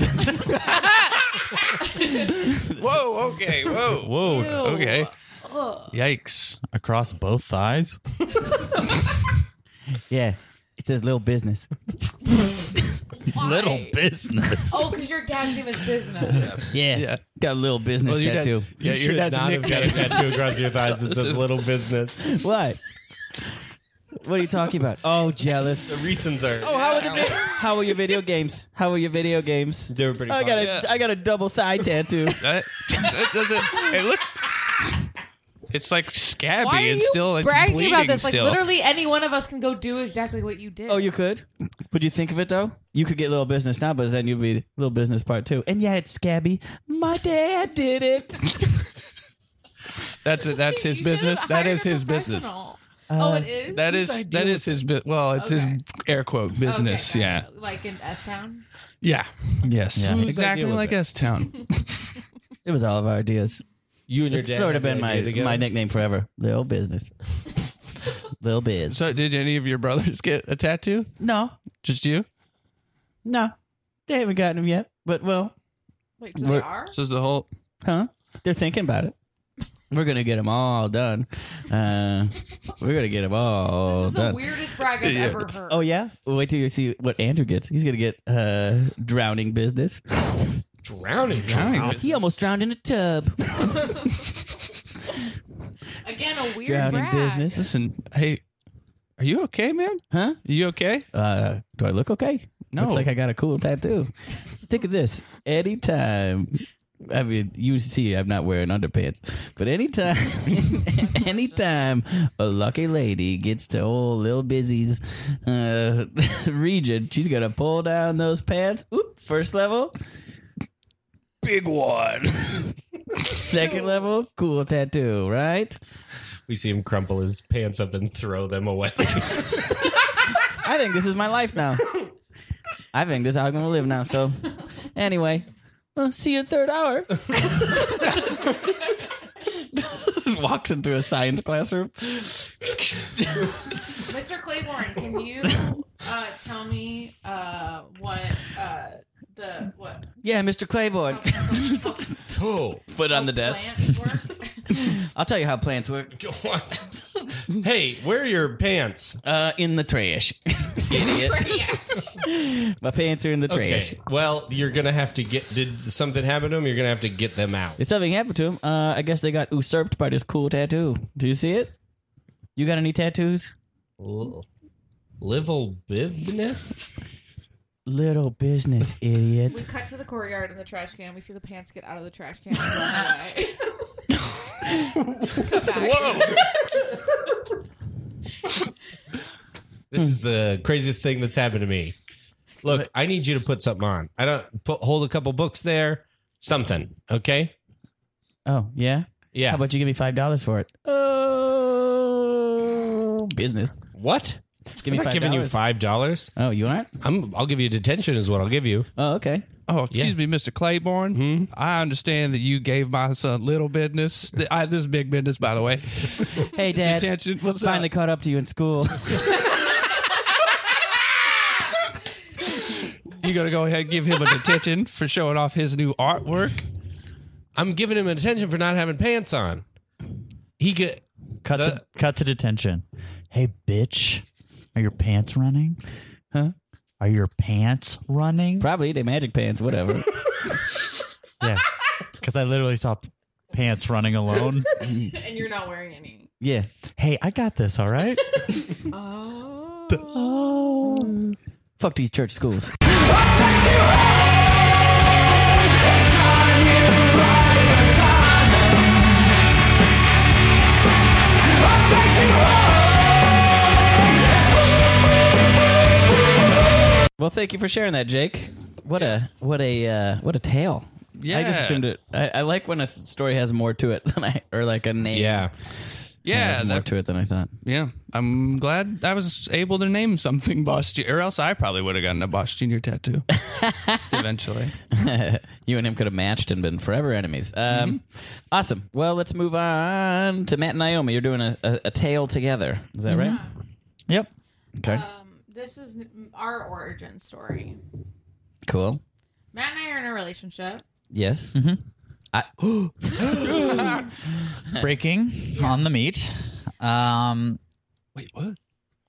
Speaker 4: Whoa. Okay. Whoa.
Speaker 6: Whoa.
Speaker 4: Okay. Yikes.
Speaker 6: Across both thighs.
Speaker 3: Yeah. It says little business.
Speaker 6: [LAUGHS] Little
Speaker 5: [LAUGHS]
Speaker 6: business.
Speaker 5: Oh, because your dad's name is business.
Speaker 3: Yeah.
Speaker 4: Yeah.
Speaker 3: Got a little business
Speaker 4: your dad-
Speaker 3: tattoo.
Speaker 4: yeah, your dad's nickname.
Speaker 7: tattoo across your [LAUGHS] thighs that says "little business."
Speaker 3: What? What are you talking about? Oh, jealous.
Speaker 7: The reasons are
Speaker 3: Oh, how are the vi- how are your video games? How are your video games?
Speaker 7: they were pretty.
Speaker 3: I got a I
Speaker 4: Yeah.
Speaker 3: got a double thigh tattoo.
Speaker 4: That, that doesn't. Hey, look. It's like scabby.
Speaker 5: Why are
Speaker 4: it's
Speaker 5: you
Speaker 4: still it's
Speaker 5: bragging
Speaker 4: bleeding
Speaker 5: about this?
Speaker 4: still.
Speaker 5: Like literally, any one of us can go do exactly what you did.
Speaker 3: Oh, you could. Would you think of it though? You could get little business now, but then you'd be little business part two. And yeah, it's scabby. My dad did it.
Speaker 4: that's it. That's his
Speaker 5: You should've
Speaker 4: business. That
Speaker 5: hired
Speaker 4: is
Speaker 5: a
Speaker 4: his business. Uh,
Speaker 5: professional. oh, it is.
Speaker 4: That is that is his bu- well, it's
Speaker 5: Okay.
Speaker 4: his air quote
Speaker 5: Okay,
Speaker 4: business.
Speaker 5: gotcha.
Speaker 4: yeah,
Speaker 5: Like in S Town.
Speaker 4: yeah, yes,
Speaker 6: Yeah.
Speaker 4: exactly like S Town.
Speaker 3: It was all of our ideas.
Speaker 7: You and your
Speaker 3: It's
Speaker 7: dad
Speaker 3: sort of
Speaker 7: had
Speaker 3: been
Speaker 7: the idea
Speaker 3: my
Speaker 7: together?
Speaker 3: my nickname forever. Little
Speaker 7: [LAUGHS]
Speaker 3: business. little biz.
Speaker 4: [LAUGHS] so, did any of your brothers get a tattoo?
Speaker 3: no,
Speaker 4: Just you?
Speaker 3: no, they haven't gotten them yet. But well,
Speaker 5: Wait, so they are?
Speaker 4: So it's the whole.
Speaker 3: huh? They're thinking about it. We're gonna get them all done. Uh, we're gonna get them all
Speaker 5: This is the
Speaker 3: done.
Speaker 5: weirdest brag
Speaker 4: [LAUGHS]
Speaker 5: I've ever heard.
Speaker 3: Oh yeah! Wait till you see what Andrew gets. He's gonna get uh, drowning business.
Speaker 7: drowning.
Speaker 3: He almost drowned in a tub.
Speaker 5: Again, a weird
Speaker 3: drowning
Speaker 5: brag.
Speaker 3: business.
Speaker 4: Listen, hey, are you okay, man?
Speaker 3: Huh?
Speaker 4: Are you okay?
Speaker 3: Uh, do I look okay?
Speaker 4: No.
Speaker 3: Looks like I got a cool tattoo. Think of this. Anytime. I mean, you see, I'm not wearing underpants, but anytime, [LAUGHS] anytime a lucky lady gets to old Lil Busy's uh, [LAUGHS] region, she's gonna pull down those pants. Oop! First level, big one. [LAUGHS] Second level, cool tattoo, right?
Speaker 7: We see him crumple his pants up and throw them [LAUGHS] away.
Speaker 3: I think this is my life now. I think this is how I'm gonna live now. So, anyway, well, see you in third hour. Just [LAUGHS] walks into a science classroom.
Speaker 5: Mr. Claiborne, can
Speaker 6: [LAUGHS]
Speaker 5: you uh, tell me uh, what uh, the what
Speaker 3: Yeah, Mr. Claiborne.
Speaker 6: [LAUGHS]
Speaker 7: oh,
Speaker 3: Put on the desk.
Speaker 5: plant works?
Speaker 3: I'll tell you how plants work.
Speaker 7: hey, where are your pants?
Speaker 3: Uh, in the trash. Idiot.
Speaker 5: yeah.
Speaker 3: [LAUGHS] My pants are in the trash.
Speaker 7: Okay. Well, you're gonna have to get. Did something happen to him? You're gonna have to get them out.
Speaker 3: If something happened to him, uh, I guess they got usurped by this cool tattoo. Do you see it? You got any tattoos?
Speaker 7: Livel bibness.
Speaker 3: Little business, idiot.
Speaker 5: We cut to the courtyard in the trash can. We see the pants get out of the trash
Speaker 6: [LAUGHS]
Speaker 5: can. and run away. Come back.
Speaker 7: [LAUGHS] This is the craziest thing that's happened to me. Look, I need you to put something on. I don't put hold a couple books there. Something, okay?
Speaker 3: Oh, yeah?
Speaker 7: Yeah.
Speaker 3: How about you give me five dollars for it? Oh, business.
Speaker 7: what?
Speaker 3: Give me
Speaker 7: I'm not
Speaker 3: five.
Speaker 7: giving you
Speaker 3: dollars.
Speaker 7: five dollars.
Speaker 3: Oh, you aren't?
Speaker 7: I'm. I'll give you detention, is what I'll give you.
Speaker 3: Oh, okay.
Speaker 4: Oh, excuse me, Mr. Claiborne. I understand that you gave my son little business. Th- I, this is big business, by the way.
Speaker 3: Hey, Dad.
Speaker 4: Detention. What's
Speaker 3: finally
Speaker 4: up?
Speaker 3: caught up to you in school.
Speaker 4: You gonna go ahead and give him a detention for showing off his new artwork?
Speaker 7: I'm giving him a detention for not having pants on. He could.
Speaker 6: Cut to cut to detention. Hey, bitch, are your pants running? Huh? Are your pants
Speaker 3: [LAUGHS]
Speaker 6: running?
Speaker 3: [LAUGHS] Probably they magic pants, whatever.
Speaker 6: Yeah, because I literally saw p- pants running alone.
Speaker 5: [LAUGHS] and you're not wearing any.
Speaker 3: yeah.
Speaker 6: hey, I got this. All right.
Speaker 3: Fuck these church schools. Well, thank you for sharing that, Jake. What a what a uh, what a tale. I just
Speaker 4: Yeah.
Speaker 3: assumed it. I, I like when a story has more to it than I, or like a name.
Speaker 7: Yeah.
Speaker 4: Yeah,
Speaker 3: has more
Speaker 4: that-
Speaker 3: to it than I thought.
Speaker 4: yeah. I'm glad I was able to name something Bosch, Jr., or else I probably would have gotten a Bosch Junior [LAUGHS] tattoo Just eventually.
Speaker 3: you and him could have matched and been forever enemies.
Speaker 4: Mm-hmm.
Speaker 3: Um, Awesome. Well, let's move on to Matt and Naomi. You're doing a, a, a tale together. Is that
Speaker 4: Mm-hmm.
Speaker 3: right?
Speaker 6: yep.
Speaker 3: Okay.
Speaker 4: Uh,
Speaker 5: Um, this is n- our origin story.
Speaker 3: cool.
Speaker 5: Matt and I are in a relationship.
Speaker 3: Yes.
Speaker 4: mm-hmm.
Speaker 6: Breaking on the meat. Um,
Speaker 7: Wait, what?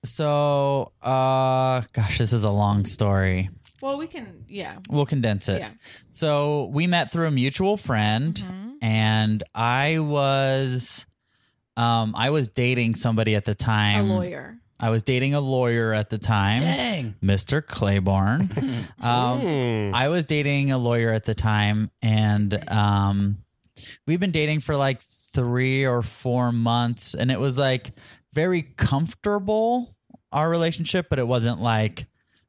Speaker 6: so, uh, gosh, this is a long story.
Speaker 5: Well, we can, yeah.
Speaker 6: We'll condense it.
Speaker 5: Yeah.
Speaker 6: So we met through a mutual friend, and I was, um, I was dating somebody at the
Speaker 5: A
Speaker 6: time.
Speaker 5: lawyer.
Speaker 6: I was dating a lawyer at the time.
Speaker 3: Dang.
Speaker 6: Mr. Claiborne. um, I was dating a lawyer at the time, and um, we've been dating for like three or four months, and it was like very comfortable our relationship, but it wasn't like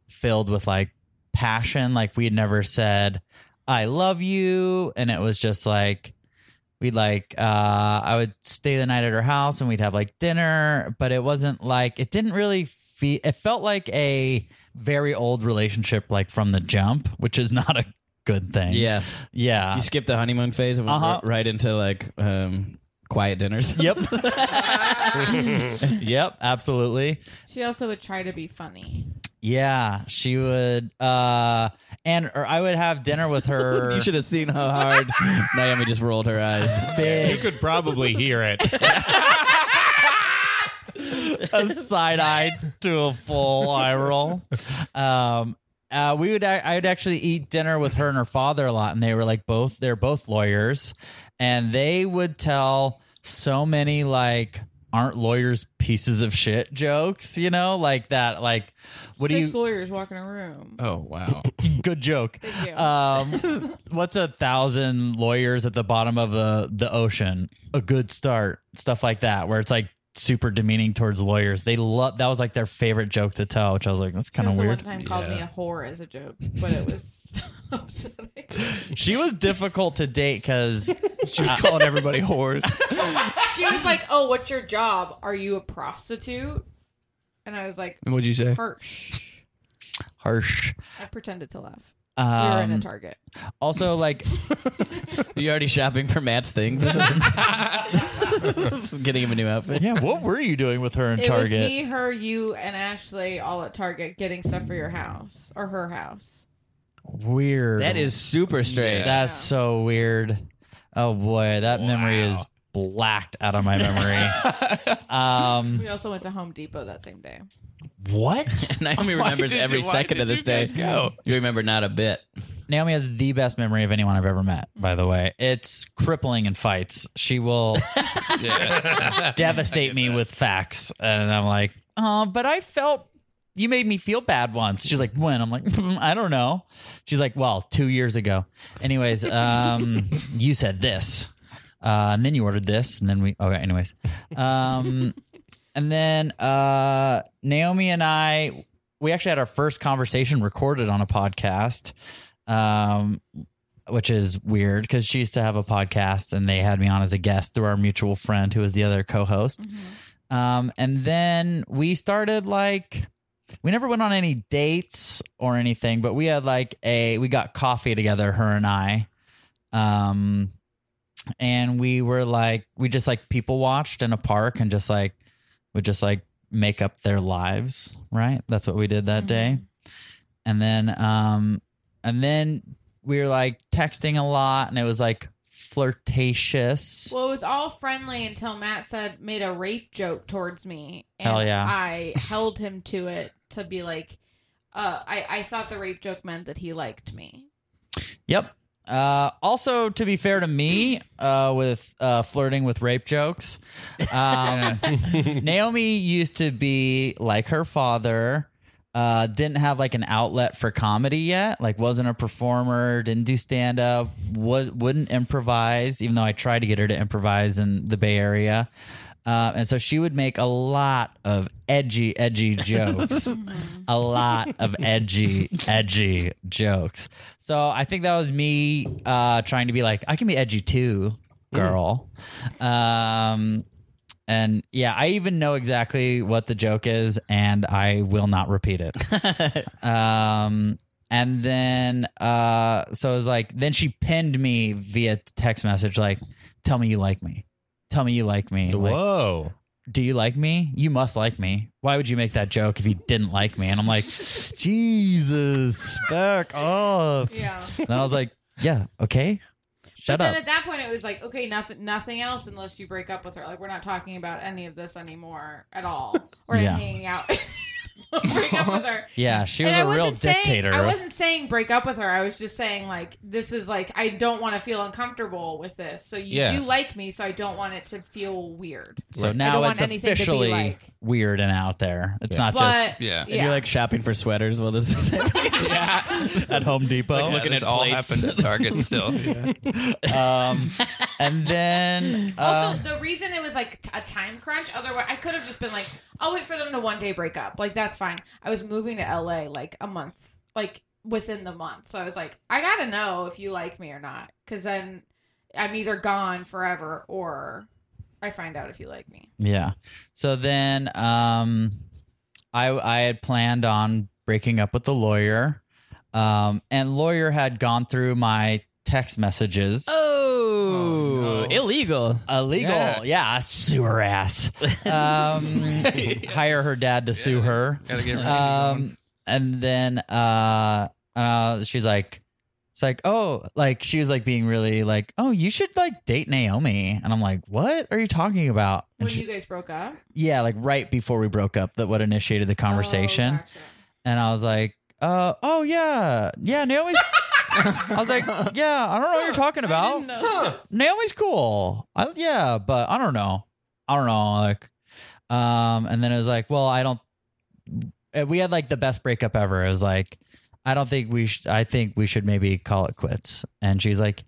Speaker 6: filled with like passion. Like we had never said "I love you," and it was just like we'd like uh i would stay the night at her house and we'd have like dinner but it wasn't like it didn't really feel it felt like a very old relationship like from the jump which is not a good thing
Speaker 3: Yeah.
Speaker 6: yeah
Speaker 4: Uh,
Speaker 3: You skipped the honeymoon phase and went
Speaker 6: Uh-huh.
Speaker 3: r- right into like um, quiet dinners.
Speaker 6: yep yep absolutely
Speaker 5: She also would try to be funny.
Speaker 6: yeah she would uh and or i would have dinner with her
Speaker 3: [LAUGHS] [LAUGHS] you should have seen how hard
Speaker 4: [LAUGHS]
Speaker 3: Naomi just rolled her eyes.
Speaker 7: You could probably hear it.
Speaker 6: [LAUGHS] a side eye to a full eye roll. Um, uh, we would I would actually eat dinner with her and her father a lot, and they were like both they're both lawyers, and they would tell so many like aren't lawyers pieces of shit jokes, you know, like that, like what do
Speaker 5: Six
Speaker 6: you Uh,
Speaker 5: lawyers walk in a room.
Speaker 4: Oh wow.
Speaker 6: good joke.
Speaker 5: you.
Speaker 6: Um, [LAUGHS] what's a thousand lawyers at the bottom of the the ocean? A good start, stuff like that, where it's like super demeaning towards lawyers. They love that was like their favorite joke to tell, which I was like, that's
Speaker 5: She
Speaker 6: kind of
Speaker 5: also
Speaker 6: weird.
Speaker 5: one time called me a whore as a joke, but it was [LAUGHS] upsetting.
Speaker 6: She was difficult to
Speaker 3: [LAUGHS]
Speaker 6: date because
Speaker 4: She was calling everybody whores.
Speaker 5: She was like, "Oh, what's your job? Are you a prostitute?" And I was like,
Speaker 4: And what'd you say?
Speaker 5: "Harsh."
Speaker 6: harsh.
Speaker 5: I pretended to laugh. We were in a
Speaker 6: Um,
Speaker 5: Target.
Speaker 6: also, like
Speaker 3: [LAUGHS] you already shopping for Matt's things or
Speaker 4: [LAUGHS]
Speaker 3: something? Getting him a new outfit.
Speaker 6: yeah, what were you doing with her in
Speaker 5: It was
Speaker 6: Target?
Speaker 5: me, her, you, and Ashley all at Target getting stuff for your house or her house.
Speaker 6: Weird.
Speaker 3: That is super strange.
Speaker 6: that's
Speaker 3: [LAUGHS]
Speaker 6: so weird. Oh boy, that memory is blacked out of
Speaker 3: [LAUGHS]
Speaker 6: my memory. um.
Speaker 5: We also went to Home Depot that same day.
Speaker 6: What?
Speaker 3: Naomi remembers
Speaker 4: did you-
Speaker 3: every
Speaker 4: [LAUGHS] why
Speaker 3: second of
Speaker 4: did
Speaker 3: this
Speaker 4: you
Speaker 3: day.
Speaker 4: guys go?
Speaker 3: You remember not a bit.
Speaker 6: Naomi has the best memory of anyone I've ever met, by the way. It's crippling in fights. She will devastate me with facts. And I'm like, oh, but I felt you made me feel bad once. She's like, when? I'm like, "Hmm, I don't know. She's like, well, two years ago. Anyways, um, you said this. Uh, and then you ordered this. And then we, okay, anyways. Um, and then uh, Naomi and I, we actually had our first conversation recorded on a podcast, um, which is weird because she used to have a podcast and they had me on as a guest through our mutual friend who was the other co host. Um, and then we started like we never went on any dates or anything, but we had like a we got coffee together, her and I. Um and we were like we just like people watched in a park and just like would just like make up their lives, right? That's what we did that day. And then um and then we were like texting a lot and it was like flirtatious.
Speaker 5: Well, it was all friendly until Matt said made a rape joke towards me. And
Speaker 6: Hell yeah.
Speaker 5: I held him to it to be like, uh, I I thought the rape joke meant that he liked me.
Speaker 6: Yep. Uh, also, to be fair to me, uh, with uh, flirting with rape jokes, um, [LAUGHS] Naomi used to be like her father. Uh, didn't have like an outlet for comedy yet. Like, wasn't a performer. Didn't do stand up. Was wouldn't improvise. Even though I tried to get her to improvise in the Bay Area. Uh, and so she would make a lot of edgy, edgy jokes. a lot of edgy, edgy jokes. So I think that was me uh, trying to be like, I can be edgy too, girl. Um, and yeah, I even know exactly what the joke is, and I will not repeat it. [LAUGHS] Um, and then uh, so it was like, then she pinned me via text message, like, tell me you like me. Tell me you like me. Like,
Speaker 8: Whoa.
Speaker 6: do you like me? You must like me. Why would you make that joke if you didn't like me? And I'm like, [LAUGHS] Jesus, back off.
Speaker 5: Yeah.
Speaker 6: And I was like, yeah, okay. Shut
Speaker 5: but
Speaker 6: up.
Speaker 5: then at that point, it was like, okay, nothing, nothing else, unless you break up with her. Like, we're not talking about any of this anymore at
Speaker 6: [LAUGHS]
Speaker 5: all, or
Speaker 6: Yeah.
Speaker 5: hanging out. [LAUGHS] break up with her.
Speaker 6: yeah, [LAUGHS] she was
Speaker 5: And I
Speaker 6: a real
Speaker 5: wasn't saying-
Speaker 6: dictator.
Speaker 5: I wasn't saying break up with her. I was just saying like this is like I don't want to feel uncomfortable with this. So you
Speaker 4: Yeah.
Speaker 5: do like me, so I don't want it to feel weird.
Speaker 6: so
Speaker 5: I
Speaker 6: now
Speaker 5: don't want
Speaker 6: it's
Speaker 5: anything to be
Speaker 6: officially
Speaker 5: like-
Speaker 6: weird and out there. It's not
Speaker 5: But
Speaker 4: Yeah.
Speaker 3: If you're like shopping for sweaters, well, this is
Speaker 5: [LAUGHS]
Speaker 6: [LAUGHS] just at Home Depot.
Speaker 4: Like, looking at all happened at Target still.
Speaker 6: um, and then uh,
Speaker 5: also the reason it was like t- a time crunch. Otherwise, I could have just been like, I'll wait for them to one day break up. Like that's fine. I was moving to LA like a month, like within the month. So I was like, I gotta know if you like me or not, because then I'm either gone forever or I find out if you like me.
Speaker 6: yeah. So then um, I I had planned on breaking up with the lawyer, um, and lawyer had gone through my text messages.
Speaker 3: oh, illegal.
Speaker 6: Illegal, yeah,
Speaker 4: Yeah.
Speaker 6: sue her ass.
Speaker 4: [LAUGHS]
Speaker 6: Um, hire her dad to sue her.
Speaker 4: Gotta get rid of
Speaker 6: um, and then uh, uh, she's like, it's like, oh, like she was like being really like, oh, you should like date Naomi, and I'm like, what are you talking about? And
Speaker 5: When
Speaker 6: she-
Speaker 5: you guys broke up,
Speaker 6: yeah, like right before we broke up, that what initiated the conversation,
Speaker 5: Oh, gotcha.
Speaker 6: and I was like, uh, oh yeah, yeah, Naomi's. I was like, yeah, I don't know what you're talking
Speaker 5: I
Speaker 6: about.
Speaker 5: didn't know [LAUGHS] this.
Speaker 6: Naomi's cool. I, yeah, but I don't know. I don't know. Like, um, and then it was like, well, I don't. eh, We had like the best breakup ever. It was like, I don't think we. Sh- I think we should maybe call it quits. And she's like,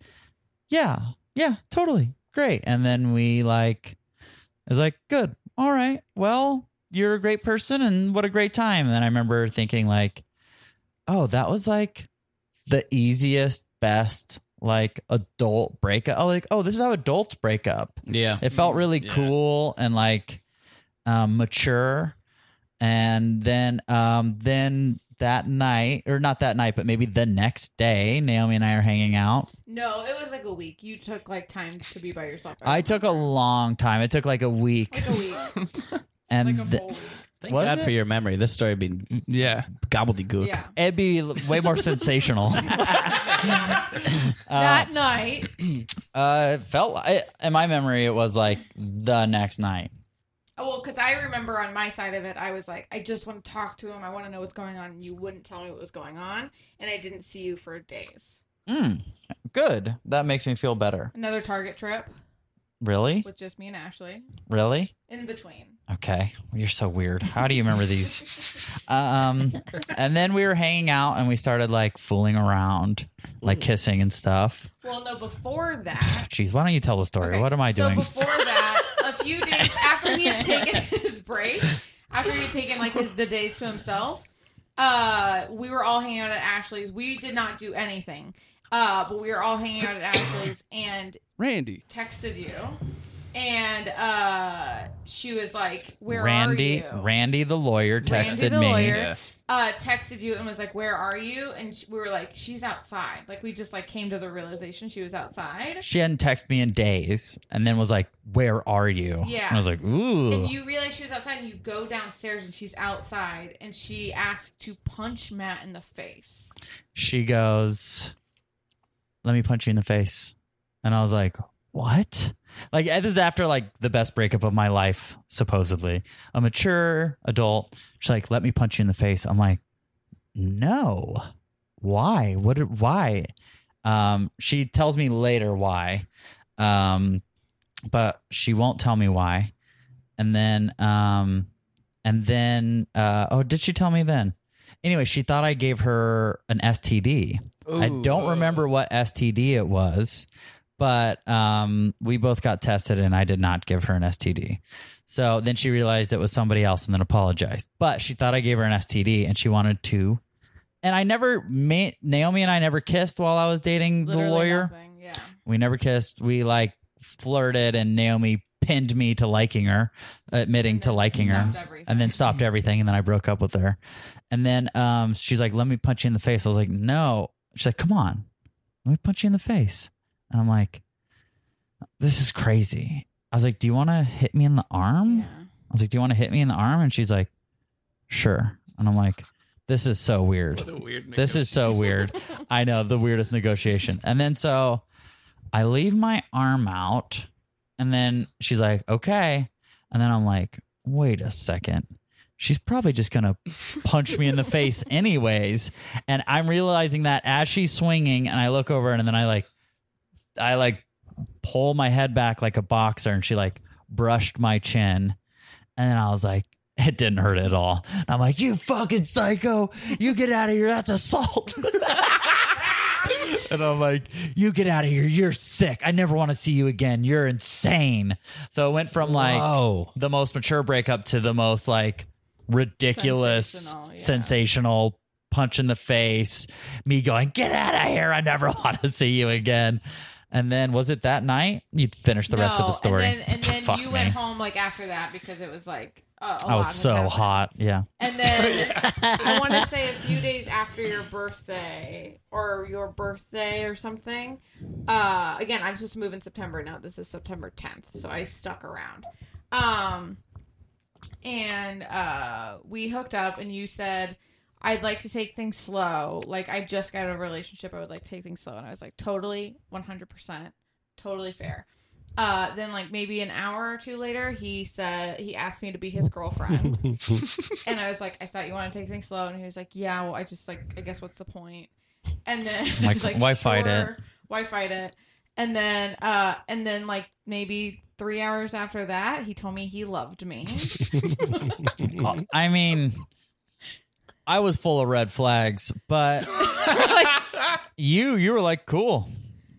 Speaker 6: yeah, yeah, totally, great. And then we like, it's like, good, all right, well, you're a great person, and what a great time. And then I remember thinking like, oh, that was like the easiest, best like adult breakup. Oh, like, oh, this is how adults break up.
Speaker 3: Yeah.
Speaker 6: It
Speaker 5: Mm,
Speaker 6: felt really
Speaker 3: Yeah.
Speaker 6: cool and like um, mature. And then, um, then that night, or not that night, but maybe the next day, Naomi and I are hanging out.
Speaker 5: No, it was like a week. You took like time to be by yourself.
Speaker 6: I took a long time. It took like a week,
Speaker 5: like a week,
Speaker 6: [LAUGHS] and
Speaker 5: like a
Speaker 6: th-
Speaker 5: whole week.
Speaker 3: Thank
Speaker 6: Was
Speaker 3: God
Speaker 6: it?
Speaker 3: for your memory. This story would be
Speaker 4: Yeah.
Speaker 3: gobbledygook.
Speaker 5: Yeah,
Speaker 6: it'd be l- way
Speaker 5: [LAUGHS]
Speaker 6: more sensational. [LAUGHS]
Speaker 5: that night.
Speaker 6: Uh, it felt like, in my memory, it was like the next night.
Speaker 5: Oh, well, because I remember on my side of it, I was like, I just want to talk to him. I want to know what's going on. And you wouldn't tell me what was going on, and I didn't see you for days.
Speaker 6: Mm, good. That makes me feel better.
Speaker 5: Another Target trip
Speaker 6: Really,
Speaker 5: with just me and Ashley
Speaker 6: really.
Speaker 5: in between.
Speaker 6: Okay. Well, you're so weird. How do you
Speaker 5: [LAUGHS]
Speaker 6: remember these? um, and then we were hanging out and we started like fooling around, like kissing and stuff.
Speaker 5: Well, no, before that.
Speaker 6: Jeez, why don't you tell the story?
Speaker 5: Okay,
Speaker 6: What am I doing?
Speaker 5: So before that, a
Speaker 6: [LAUGHS]
Speaker 5: few days after he had taken [LAUGHS] his break, after he had taken like his, the days to himself, uh, we were all hanging out at Ashley's. We did not do anything, uh, but we were all hanging out at Ashley's and
Speaker 4: Randy.
Speaker 5: texted you and uh, she was like, "Where
Speaker 6: Randy,
Speaker 5: are you?"
Speaker 6: Randy the lawyer texted
Speaker 5: Randy, the
Speaker 6: me.
Speaker 5: lawyer, uh, texted you and was like, "Where are you?" And sh- we were like, "She's outside." Like we just like came to the realization she was outside.
Speaker 6: She hadn't texted me in days, and then was like, "Where are you?"
Speaker 5: Yeah.
Speaker 6: and I was like, "Ooh."
Speaker 5: And you realize she was outside, and you go downstairs, and she's outside, and she asked to punch Matt in the face.
Speaker 6: she goes, "Let me punch you in the face," and I was like, "What?" Like this is after like the best breakup of my life, supposedly. A mature adult. She's like, "Let me punch you in the face." I'm like, "No, why? What? Why?" Um, she tells me later why, um, but she won't tell me why. And then, um, and then, uh, oh, did she tell me then? Anyway, she thought I gave her an STD. I don't remember what STD it was, but um, we both got tested and I did not give her an STD. So then she realized it was somebody else and then apologized. But she thought I gave her an STD and she wanted to. And I never, ma- Naomi and I never kissed while I was dating
Speaker 5: Literally
Speaker 6: the lawyer.
Speaker 5: nothing, Yeah.
Speaker 6: We never kissed. We like flirted, and Naomi pinned me to liking her, admitting to liking her,
Speaker 5: stopped everything.
Speaker 6: and then stopped everything. And then I broke up with her. And then um, she's like, "Let me punch you in the face." I was like, "No." She's like, "Come on, let me punch you in the face." And I'm like, "This is crazy." I was like, "Do you want to hit me in the arm?"
Speaker 5: Yeah.
Speaker 6: I was like, "Do you want to hit me in the arm?" And she's like, "Sure." And I'm like, "This is so weird."
Speaker 4: weird.
Speaker 6: this is so weird. I know the weirdest negotiation. And then so I leave my arm out, and then she's like, okay. And then I'm like, wait a second. She's probably just gonna punch me in the face, anyways. And I'm realizing that as she's swinging, and I look over, and then I like, I like pull my head back like a boxer, and she like brushed my chin. And then I was like, [LAUGHS] it didn't hurt at all. And I'm like, you fucking psycho. You get out of here. That's assault. [LAUGHS] and I'm like, you get out of here. You're sick. I never want to see you again. You're insane. So it went from like
Speaker 7: Whoa.
Speaker 6: the most mature breakup to the most like ridiculous, sensational,
Speaker 5: Sensational, yeah.
Speaker 6: punch in the face, me going, get out of here. I never [LAUGHS] want to see you again. And then was it that night? You'd finish the rest of the story.
Speaker 5: And then,
Speaker 6: [LAUGHS]
Speaker 5: and then
Speaker 6: Fuck
Speaker 5: you
Speaker 6: me.
Speaker 5: went home like after that because it was like uh, a
Speaker 6: I
Speaker 5: lot
Speaker 6: was
Speaker 5: had
Speaker 6: so
Speaker 5: happened.
Speaker 6: hot.
Speaker 3: [LAUGHS]
Speaker 6: Yeah.
Speaker 5: And then I want to say a few days after your birthday or your birthday or something. Uh, again, I'm supposed to move in September. Now this is September 10th, so I stuck around. Um, and uh, we hooked up, and you said. I'd like to take things slow. Like I just got out of a relationship. I would like to take things slow, and I was like, totally, one hundred percent, totally fair. Uh, then like maybe an hour or two later, he said he asked me to be his
Speaker 6: [LAUGHS]
Speaker 5: girlfriend, and I was like, I thought you wanted to take things slow, and he was like, Yeah, well, I just like, I guess what's the point? And then [LAUGHS] I
Speaker 6: Like,
Speaker 5: was like,
Speaker 6: why fight it?
Speaker 5: "Sure, Why fight it? And then, uh, and then like maybe three hours after that, he told me he loved me.
Speaker 6: I mean, I was full of red flags,
Speaker 5: [LAUGHS]
Speaker 6: but you you were like, cool,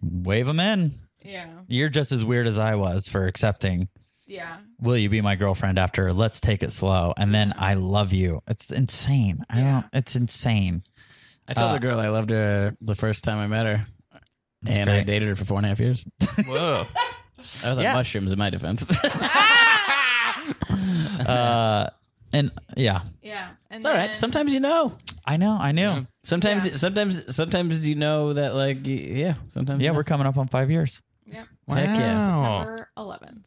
Speaker 6: wave them in.
Speaker 5: yeah,
Speaker 6: You're just as weird as I was for accepting.
Speaker 5: yeah.
Speaker 6: Will you be my girlfriend after? Let's take it slow, and then I love you. It's insane. I
Speaker 5: Yeah.
Speaker 6: don't. It's insane.
Speaker 3: I told
Speaker 6: Uh,
Speaker 3: the girl I loved her the first time I met her, and I
Speaker 6: great.
Speaker 3: dated her for four and a half years. [LAUGHS]
Speaker 4: Whoa.
Speaker 3: I was on
Speaker 6: Yeah.
Speaker 3: mushrooms in my defense. [LAUGHS]
Speaker 6: Uh, and yeah,
Speaker 5: Yeah. And
Speaker 3: it's all right. Sometimes you know.
Speaker 6: I know. I knew. Yeah,
Speaker 3: Sometimes,
Speaker 5: Yeah.
Speaker 3: sometimes, sometimes you know that. Like, y- yeah. Sometimes. you know.
Speaker 6: we're coming up on five years.
Speaker 5: Yep.
Speaker 3: Heck
Speaker 5: Oh.
Speaker 3: yeah.
Speaker 5: September 11th.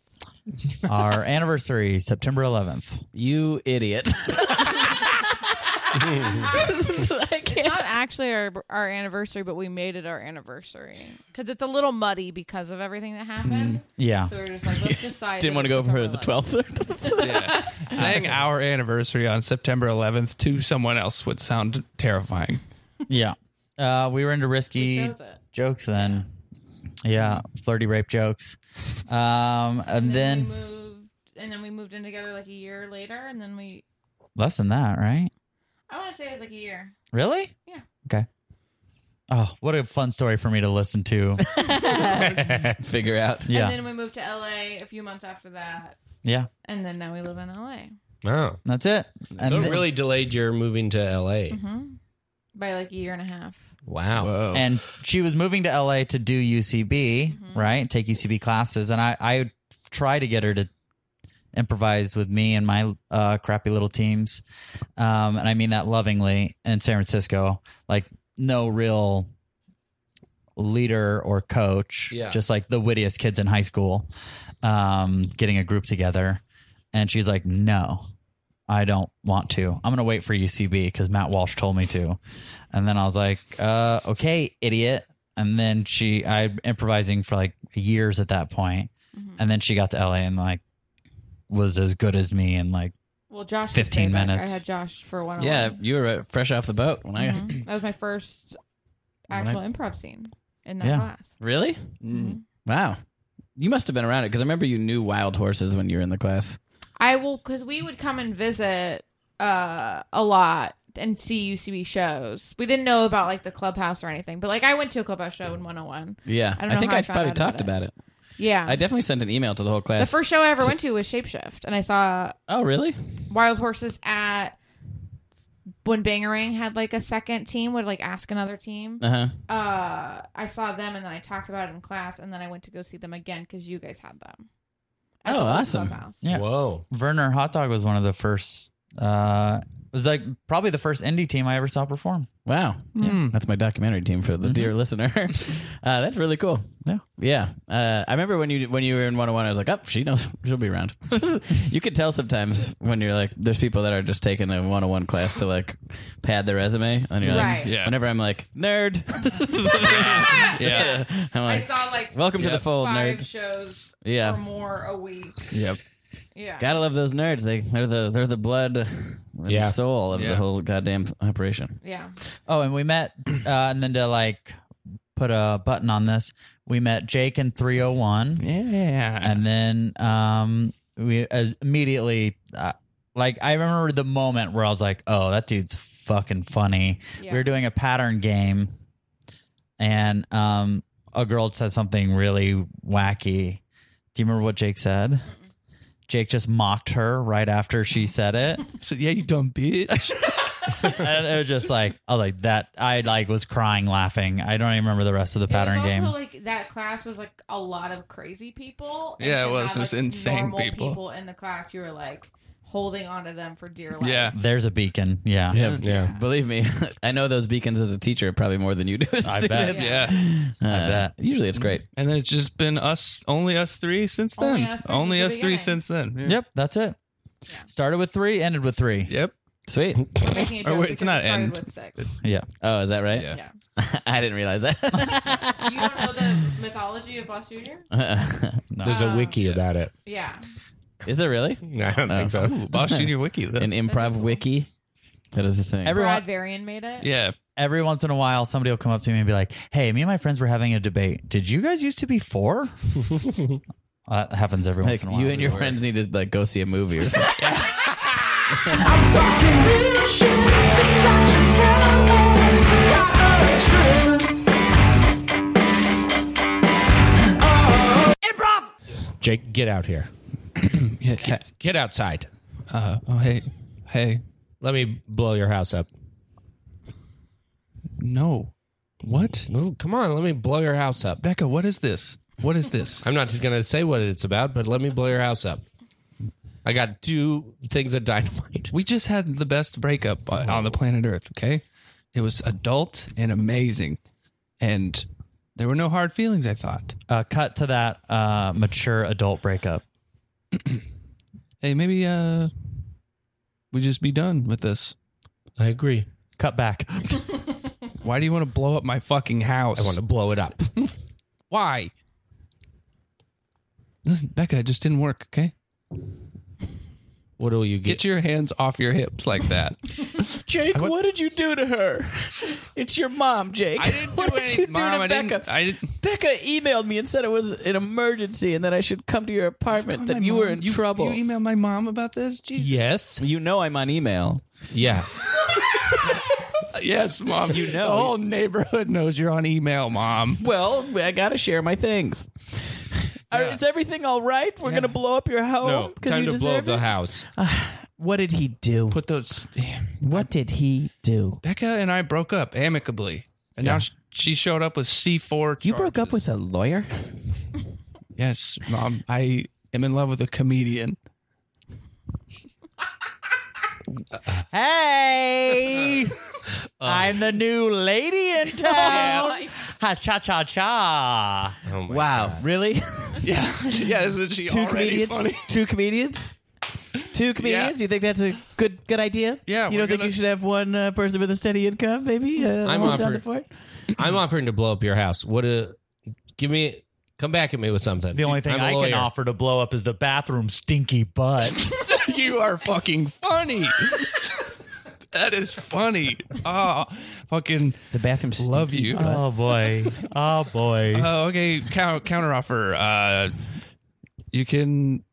Speaker 6: Our [LAUGHS] anniversary, September 11th.
Speaker 3: You idiot.
Speaker 5: It's [LAUGHS] not actually our our anniversary, but we made it our anniversary because it's a little muddy because of everything that happened.
Speaker 6: Yeah.
Speaker 5: So we were just
Speaker 3: [LAUGHS]
Speaker 5: like, let's
Speaker 3: [LAUGHS] Mm-hmm.
Speaker 5: decide.
Speaker 3: Didn't
Speaker 5: that
Speaker 3: want to
Speaker 5: it's
Speaker 3: go for the
Speaker 5: September 11th.
Speaker 3: twelfth.
Speaker 4: Yeah. [LAUGHS] Saying our anniversary on September 11th to someone else would sound terrifying.
Speaker 6: Yeah. Uh, we were into risky
Speaker 5: Chose it.
Speaker 6: jokes then. Yeah, flirty rape jokes. Um, and
Speaker 5: And then,
Speaker 6: then
Speaker 5: we moved, and then we moved in together like a year later, and then we.
Speaker 6: less than that, right?
Speaker 5: I want to say it was like a year.
Speaker 6: Really?
Speaker 5: Yeah.
Speaker 6: Okay. Oh, what a fun story for me to listen to.
Speaker 3: [LAUGHS]
Speaker 6: [LAUGHS]
Speaker 3: Figure out.
Speaker 6: Yeah.
Speaker 5: And then we moved to LA a few months after that,
Speaker 6: yeah.
Speaker 5: and then now we live in LA
Speaker 7: Oh.
Speaker 6: That's it. And
Speaker 7: so it
Speaker 6: then-
Speaker 7: really delayed your moving to LA.
Speaker 5: Mm-hmm. by like a year and a half.
Speaker 7: Wow.
Speaker 4: Whoa.
Speaker 6: and she was moving to LA to do UCB, right? Take UCB classes. And I, I
Speaker 3: try to get her to improvise with me and my uh, crappy little teams, um, and I mean that lovingly. In San Francisco, like no real leader or coach,
Speaker 7: Yeah.
Speaker 3: just like the wittiest kids in high school, um, getting a group together, and she's like, "No, I don't want to. I'm gonna wait for UCB because Matt Walsh told me to." And then I was like, uh, "Okay, idiot." And then she, I improvising for like years at that point, and then she got to LA and like was as good as me and like
Speaker 5: Well, Josh. was
Speaker 3: 15
Speaker 5: back.
Speaker 3: minutes.
Speaker 5: I had Josh for one.
Speaker 6: Yeah, you were uh, fresh off the boat when I
Speaker 5: that was my first actual improv scene in that
Speaker 3: Yeah.
Speaker 5: class.
Speaker 6: really.
Speaker 3: Mm.
Speaker 5: Mm-hmm.
Speaker 6: Wow, you must have been around it because I remember you knew wild horses when you were in the class.
Speaker 5: I will because we would come and visit uh, a lot and see UCB shows. We didn't know about like the clubhouse or anything, but like I went to a clubhouse show in 101.
Speaker 6: Yeah,
Speaker 5: I don't know
Speaker 6: think
Speaker 5: how
Speaker 6: I,
Speaker 5: I found
Speaker 6: probably
Speaker 5: out about
Speaker 6: talked
Speaker 5: it.
Speaker 6: about it.
Speaker 5: Yeah,
Speaker 6: I definitely sent an email to the whole
Speaker 5: the
Speaker 6: class.
Speaker 5: first show I ever went to was Shapeshift, and I saw
Speaker 6: oh, really?
Speaker 5: Wild Horses at when Bangerang had like a second team would like ask another team.
Speaker 6: Uh huh.
Speaker 5: Uh, I saw them and then I talked about it in class, and then I went to go see them again because you guys had them. at
Speaker 6: Oh,
Speaker 5: the old
Speaker 6: awesome.
Speaker 5: clubhouse.
Speaker 3: Yeah.
Speaker 7: Whoa.
Speaker 3: Werner Hot Dog was one of the first. Uh, was like probably the first indie team I ever saw perform. Mm-hmm.
Speaker 6: Wow.
Speaker 5: Hmm.
Speaker 6: That's my documentary team for the dear listener. [LAUGHS] Uh, that's really cool.
Speaker 3: Yeah.
Speaker 6: Yeah. Uh, I remember when you when you were in 101, I was like, oh, she knows. [LAUGHS] She'll be around. you could tell sometimes when you're like, there's people that are just taking a 101 class to like pad their resume. And you're
Speaker 5: Right.
Speaker 6: like,
Speaker 4: Yeah.
Speaker 6: whenever I'm like,
Speaker 4: [LAUGHS]
Speaker 6: nerd. yeah.
Speaker 5: I
Speaker 6: I'm like,
Speaker 5: saw like
Speaker 6: welcome to the fold,
Speaker 5: five
Speaker 6: nerd.
Speaker 5: shows
Speaker 6: Yeah.
Speaker 5: or more a week.
Speaker 4: Yep.
Speaker 5: Yeah.
Speaker 6: Gotta love those nerds. They, they're the they're the blood, and
Speaker 7: Yeah.
Speaker 6: the soul of
Speaker 4: Yeah.
Speaker 6: the whole goddamn operation.
Speaker 5: yeah.
Speaker 3: Oh, and we met, uh, and then to like put a button on this, we met Jake in 301.
Speaker 4: Yeah.
Speaker 3: and then um we uh, immediately uh, like i remember the moment where i was like oh that dude's fucking funny
Speaker 5: Yeah.
Speaker 3: we were doing a pattern game and um a girl said something really wacky do you remember what jake said Jake just mocked her right after she said it.
Speaker 4: So yeah, you dumb bitch.
Speaker 3: and it was just like I was like that I like was crying laughing. I don't even remember the rest of the pattern
Speaker 5: it was
Speaker 3: game.
Speaker 5: Also, like that class was like a lot of crazy people. and
Speaker 4: Yeah, it
Speaker 5: to
Speaker 4: was.
Speaker 5: have,
Speaker 4: It was
Speaker 5: like,
Speaker 4: insane
Speaker 5: normal
Speaker 4: people.
Speaker 5: in the class, you were like holding on to them for dear life.
Speaker 4: yeah.
Speaker 3: There's a beacon. Yeah.
Speaker 6: Yeah, Believe me, [LAUGHS] I know those beacons as a teacher probably more than you do. As a
Speaker 3: I
Speaker 6: student.
Speaker 3: bet.
Speaker 4: [LAUGHS] Yeah.
Speaker 6: Uh,
Speaker 3: bet.
Speaker 6: Usually it's great.
Speaker 4: And then it's just been us, only us three since then.
Speaker 5: Only us three
Speaker 4: Only
Speaker 5: since
Speaker 4: us
Speaker 5: the
Speaker 4: three
Speaker 5: beginning.
Speaker 4: since then.
Speaker 3: Yep, that's it. Started with 3, ended with 3.
Speaker 4: Yep.
Speaker 6: Sweet.
Speaker 5: We're making a joke
Speaker 4: [LAUGHS] Or wait,
Speaker 5: because
Speaker 4: it's not
Speaker 5: it started
Speaker 4: end.
Speaker 5: With six.
Speaker 3: Yeah.
Speaker 6: Oh, is that right?
Speaker 4: Yeah.
Speaker 5: Yeah.
Speaker 6: [LAUGHS] I didn't realize that. [LAUGHS]
Speaker 5: You don't know the mythology of Boss Junior? Uh,
Speaker 7: There's a wiki about it.
Speaker 5: Yeah.
Speaker 6: is there really
Speaker 7: No, [LAUGHS] I don't think so.
Speaker 4: Ooh, Boss Junior Wiki. Though.
Speaker 6: an improv wiki? That is the thing.
Speaker 3: Everyone-
Speaker 5: Brad Varian made it.
Speaker 4: yeah.
Speaker 3: every once in a while somebody will come up to me and be like, "Hey, me and my friends were having a debate. Did you guys used to be four? that happens every
Speaker 6: like
Speaker 3: once in a while.
Speaker 6: you and your friends need to like go see a
Speaker 3: [LAUGHS]
Speaker 6: movie or something.
Speaker 2: Improv!
Speaker 7: Jake, get out here.
Speaker 4: Yeah.
Speaker 7: Get outside.
Speaker 4: Uh, oh hey, hey.
Speaker 7: Let me blow your house up.
Speaker 4: No. What?
Speaker 7: No, come on, let me blow your house up.
Speaker 4: Becca, what is this? What
Speaker 5: [LAUGHS]
Speaker 4: is this?
Speaker 7: I'm not just gonna say what it's about, but let me blow your house up. I got two things of dynamite.
Speaker 4: we just had the best breakup on on the planet Earth, okay? It was adult and amazing. And there were no hard feelings, I thought.
Speaker 3: Uh, cut to that uh, mature adult breakup.
Speaker 4: Hey, maybe uh we just be done with this.
Speaker 7: I agree.
Speaker 3: Cut back.
Speaker 4: Why do you want to blow up my fucking house?
Speaker 7: I want to blow it up.
Speaker 4: [LAUGHS] Why? Listen, Becca, it just didn't work, okay?
Speaker 7: What will you get?
Speaker 4: Get your hands off your hips like that. [LAUGHS]
Speaker 6: Jake, what did you do to her? It's your mom, Jake. [LAUGHS] what did you do to Becca?
Speaker 4: I didn't
Speaker 6: Becca emailed me and said it was an emergency and that I should come to your apartment. That you were in trouble.
Speaker 4: You emailed my mom about this? Jesus.
Speaker 7: yes.
Speaker 6: you know I'm on email.
Speaker 7: Yeah.
Speaker 4: Yes, mom. You
Speaker 6: know.
Speaker 4: [LAUGHS] The whole neighborhood knows you're on email, mom.
Speaker 6: Well, I gotta share my things. Are-
Speaker 4: Yeah.
Speaker 6: Is everything all right? We're gonna blow up your home
Speaker 7: No. Time
Speaker 6: Oh, you
Speaker 7: to blow up
Speaker 6: deserve
Speaker 7: the
Speaker 6: it.
Speaker 7: house.
Speaker 6: What did he do?
Speaker 4: Put those. Damn.
Speaker 6: What did he do?
Speaker 4: Becca and I broke up amicably, and now sh- she showed up with C four.
Speaker 6: You broke up with a lawyer?
Speaker 4: yes, mom. I am in love with a comedian.
Speaker 6: Hey, I'm the new lady in town. Ha cha cha cha.
Speaker 7: Oh my
Speaker 3: Wow, really?
Speaker 4: Yeah, [LAUGHS] yeah, isn't
Speaker 3: [LAUGHS]
Speaker 4: she
Speaker 3: two
Speaker 4: already
Speaker 3: comedians?
Speaker 4: funny?
Speaker 3: Two comedians? Two comedians? You think that's a good good idea?
Speaker 4: Yeah,
Speaker 3: You
Speaker 4: we're
Speaker 3: don't think
Speaker 4: gonna-
Speaker 3: you should have one uh, person with a steady income, maybe? Uh,
Speaker 7: I'm
Speaker 3: hold down
Speaker 7: offer-
Speaker 3: the fort?
Speaker 7: I'm offering to blow up your house. What a give me come back at me with something.
Speaker 6: The only thing
Speaker 7: I'm a
Speaker 6: I can
Speaker 7: lawyer.
Speaker 6: offer to blow up is the bathroom
Speaker 3: [LAUGHS]
Speaker 6: stinky butt.
Speaker 4: [LAUGHS] you are fucking funny. [LAUGHS] that is funny. Oh, fucking
Speaker 3: The bathroom Uh,
Speaker 4: love you.
Speaker 6: oh boy. Oh boy.
Speaker 3: Uh-huh.
Speaker 4: Oh, okay. Counter, counter offer. Uh, you can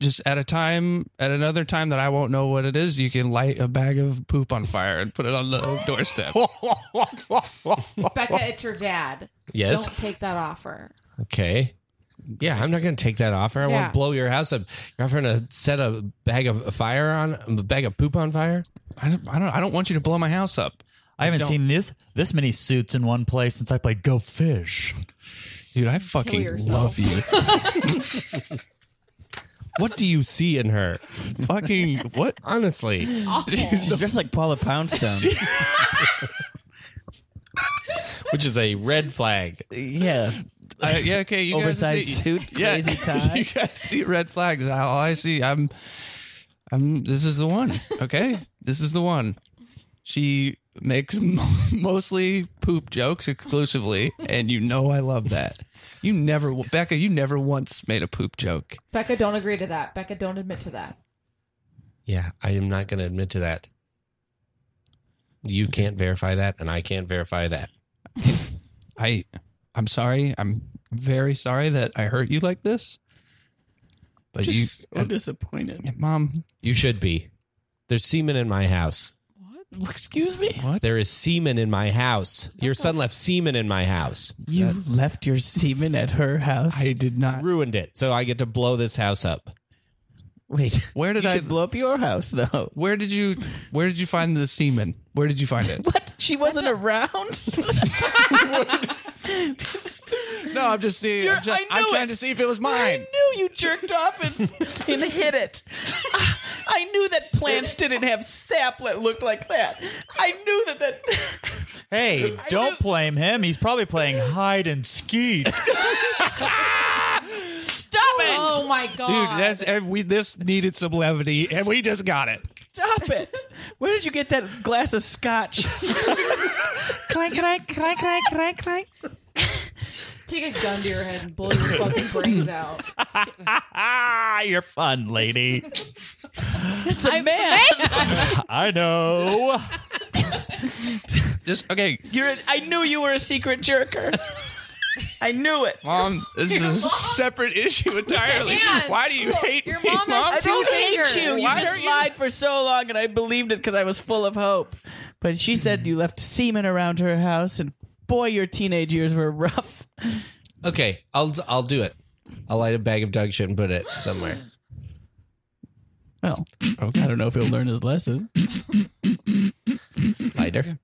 Speaker 4: just at a time, at another time that I won't know what it is, you can light a bag of poop on fire and put
Speaker 3: [LAUGHS]
Speaker 4: it on the doorstep.
Speaker 5: [LAUGHS] Becca, it's your dad.
Speaker 7: Yes.
Speaker 5: Don't take that offer.
Speaker 7: Okay. Yeah, I'm not going to take that offer. I
Speaker 5: Yeah.
Speaker 7: won't blow your house up. You're offering to set a bag of fire on a bag of poop on fire.
Speaker 4: I don't, I don't. I don't want you to blow my house up,
Speaker 6: I haven't seen this this many suits in one place since I played Go Fish.
Speaker 4: dude. I
Speaker 5: Kill
Speaker 4: fucking
Speaker 5: yourself.
Speaker 4: love you.
Speaker 3: [LAUGHS]
Speaker 4: [LAUGHS]
Speaker 7: What do you see in her?
Speaker 4: fucking what?
Speaker 7: [LAUGHS] Honestly,
Speaker 3: She's dressed like Paula Poundstone.
Speaker 7: which is a red flag.
Speaker 3: yeah.
Speaker 4: I, yeah. Okay. You guys
Speaker 3: Oversized
Speaker 4: see-
Speaker 3: suit,
Speaker 4: [LAUGHS]
Speaker 3: crazy tie.
Speaker 4: You guys see red flags. All I see, I'm, I'm. This is the one.
Speaker 3: [LAUGHS]
Speaker 4: Okay, this is the one. She makes [LAUGHS] mo- mostly poop jokes exclusively, and you know I love that. You never, Becca. You never once made a poop joke.
Speaker 5: Becca, don't agree to that. Becca, don't admit to that.
Speaker 7: Yeah, I am not going to admit to that. You can't verify that, and I can't verify that.
Speaker 4: I, I'm sorry. I'm very sorry that I hurt you like this. But
Speaker 3: Just
Speaker 4: you, uh,
Speaker 3: so disappointed.
Speaker 4: mom.
Speaker 7: You should be. There's semen in my house.
Speaker 3: Excuse me?
Speaker 4: What?
Speaker 7: There is semen in my house. Your son left semen in my house.
Speaker 3: You left your semen at her house?
Speaker 4: I did not.
Speaker 7: Ruined it. So I get to blow this house up.
Speaker 3: Wait.
Speaker 4: Where did
Speaker 3: you
Speaker 4: I?
Speaker 3: should blow up your house, though.
Speaker 4: Where did you? Where did you find the semen? Where did you find it?
Speaker 3: [LAUGHS] What? She wasn't around?
Speaker 4: No, I'm just seeing.
Speaker 3: You're-
Speaker 4: I'm, just,
Speaker 3: I
Speaker 4: I'm
Speaker 3: knew
Speaker 4: trying
Speaker 3: it.
Speaker 4: to see if it was
Speaker 3: I
Speaker 4: mine.
Speaker 3: knew you jerked off and, and hit it. I- I knew that plants didn't have sap that looked like that. I knew that that.
Speaker 6: Hey, don't blame him. He's probably playing hide and skeet.
Speaker 3: Stop it!
Speaker 5: Oh my god,
Speaker 4: Dude, that's and we. This needed some levity, and we just got it.
Speaker 3: Stop it! Where did you get that glass of scotch? clank, clank, clank, clank, clank, clank.
Speaker 5: take a gun to your head and blow your fucking brains out.
Speaker 6: ah, you're fun, lady.
Speaker 3: It's a man.
Speaker 6: [LAUGHS] I know.
Speaker 4: Just okay,
Speaker 3: You're. A, I knew you were a secret
Speaker 4: [LAUGHS]
Speaker 3: jerker. I knew it.
Speaker 4: mom. This is a separate issue entirely.
Speaker 5: hands.
Speaker 4: Why do you hate
Speaker 5: Your
Speaker 4: me,
Speaker 5: mom
Speaker 4: mom?
Speaker 3: I
Speaker 5: has
Speaker 3: don't
Speaker 5: two fingers.
Speaker 3: hate you. You
Speaker 4: Why are
Speaker 3: just
Speaker 4: you-
Speaker 3: lied for so long, and I believed it because I was full of hope. But she said you left semen around her house, and boy, your teenage years were rough.
Speaker 7: Okay, I'll I'll do it. I'll light a bag of dog shit and put it somewhere.
Speaker 3: Well, I don't know if he'll learn his lesson.
Speaker 7: Lighter.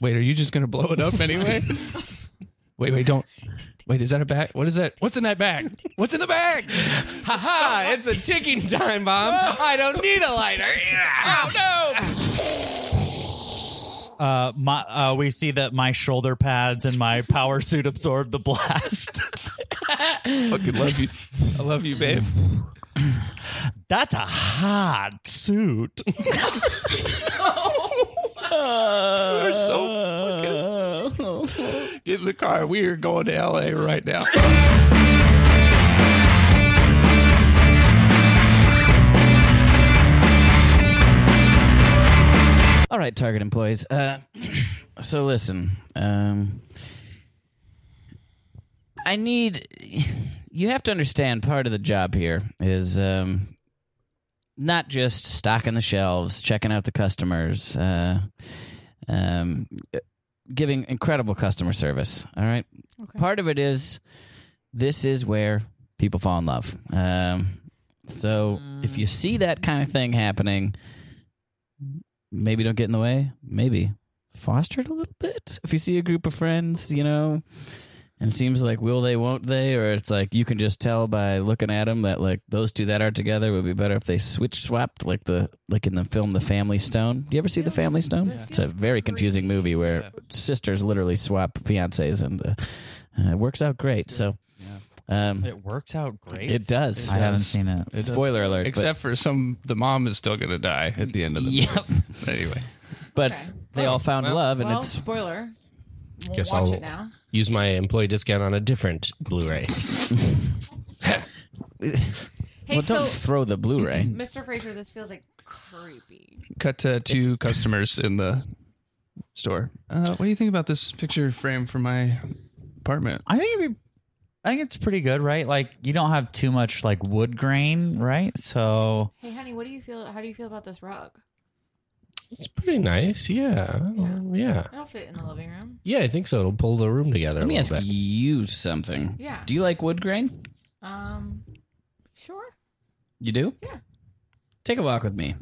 Speaker 4: Wait, are you just gonna blow it
Speaker 3: [LAUGHS]
Speaker 4: up anyway? wait, wait, don't. Wait, is that a bag? What is that? What's in that bag? What's in the bag?
Speaker 7: Haha, it's a ticking time bomb. I don't need a lighter.
Speaker 6: Uh, my, uh, we see that my shoulder pads and my power suit absorb the blast.
Speaker 4: Fucking love you. I love you, babe.
Speaker 6: That's a hot suit.
Speaker 4: [LAUGHS] You're so fucking. Get in the car. We are going to LA right now.
Speaker 3: All right, Target employees. Uh, [CLEARS THROAT] so listen, um, I need. You have to understand part of the job here is um, not just stocking the shelves, checking out the customers, uh, um, giving incredible customer service. All right. Part of it is this is where people fall in love. Um, so if you see that kind of thing happening, maybe don't get in the way. Maybe foster it a little bit. If you see a group of friends, you know,
Speaker 6: And it seems like will they, won't they, or it's like you can just tell by looking at them that like those two that are together would be better if they switch swapped, like the like in the film The Family Stone. Do you ever see The Family Stone? It's a very confusing movie where sisters literally swap fiancés, and uh, uh, it works out great. So. Um,
Speaker 3: It works out great.
Speaker 6: it does.
Speaker 3: I haven't seen it.
Speaker 4: It does.
Speaker 6: Spoiler alert.
Speaker 3: [LAUGHS]
Speaker 6: but-
Speaker 4: Except for some, the mom is still gonna die at the end of the
Speaker 6: Yep.
Speaker 4: movie. Anyway,
Speaker 6: but
Speaker 5: Okay.
Speaker 6: they all found love, and
Speaker 5: well,
Speaker 6: it's
Speaker 5: spoiler. We'll
Speaker 7: Guess
Speaker 5: watch
Speaker 7: I'll-
Speaker 5: it now.
Speaker 7: Use my employee discount on a different Blu-ray.
Speaker 5: Hey,
Speaker 6: well, don't
Speaker 5: so
Speaker 6: throw the Blu-ray.
Speaker 5: Mr. Fraser, this feels like creepy.
Speaker 4: cut to two customers in the store. Uh, what do you think about this picture frame for my apartment?
Speaker 3: I think it'd be, I think it's pretty good, right? Like you don't have too much like wood grain, right? So
Speaker 5: Hey, honey, what do you feel? How do you feel about this rug?
Speaker 7: It's pretty nice. Yeah. Yeah.
Speaker 5: It'll fit in the living room.
Speaker 7: Yeah, I think so. It'll pull the room together
Speaker 6: Let
Speaker 7: a
Speaker 6: me ask
Speaker 7: little bit.
Speaker 6: you something.
Speaker 5: Yeah.
Speaker 6: Do you like wood grain?
Speaker 5: Um, sure.
Speaker 6: You do?
Speaker 5: Yeah.
Speaker 6: Take a walk with me.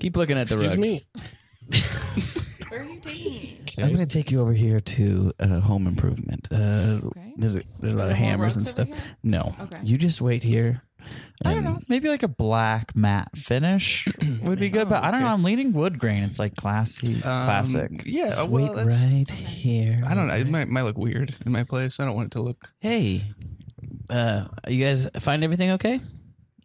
Speaker 6: Keep looking at the rugs.
Speaker 5: Where are you taking me?
Speaker 6: [COUGHS] I'm going to take you over here to uh, home improvement. Uh,
Speaker 5: Okay.
Speaker 6: There's a, there's a lot
Speaker 5: there
Speaker 6: of
Speaker 5: more
Speaker 6: hammers and
Speaker 5: rugs
Speaker 6: stuff.
Speaker 5: over here?
Speaker 6: No.
Speaker 5: Okay.
Speaker 6: You just wait here.
Speaker 3: I don't know. Maybe like a black matte finish would be good, but I don't know. I'm leaning wood grain. It's like classy, classic.
Speaker 4: Yeah.
Speaker 6: Just
Speaker 4: well,
Speaker 6: wait
Speaker 4: that's-
Speaker 6: right here.
Speaker 4: I don't know. It might, might look weird in my place. I don't want it to look.
Speaker 6: Hey. Uh, you guys find everything okay?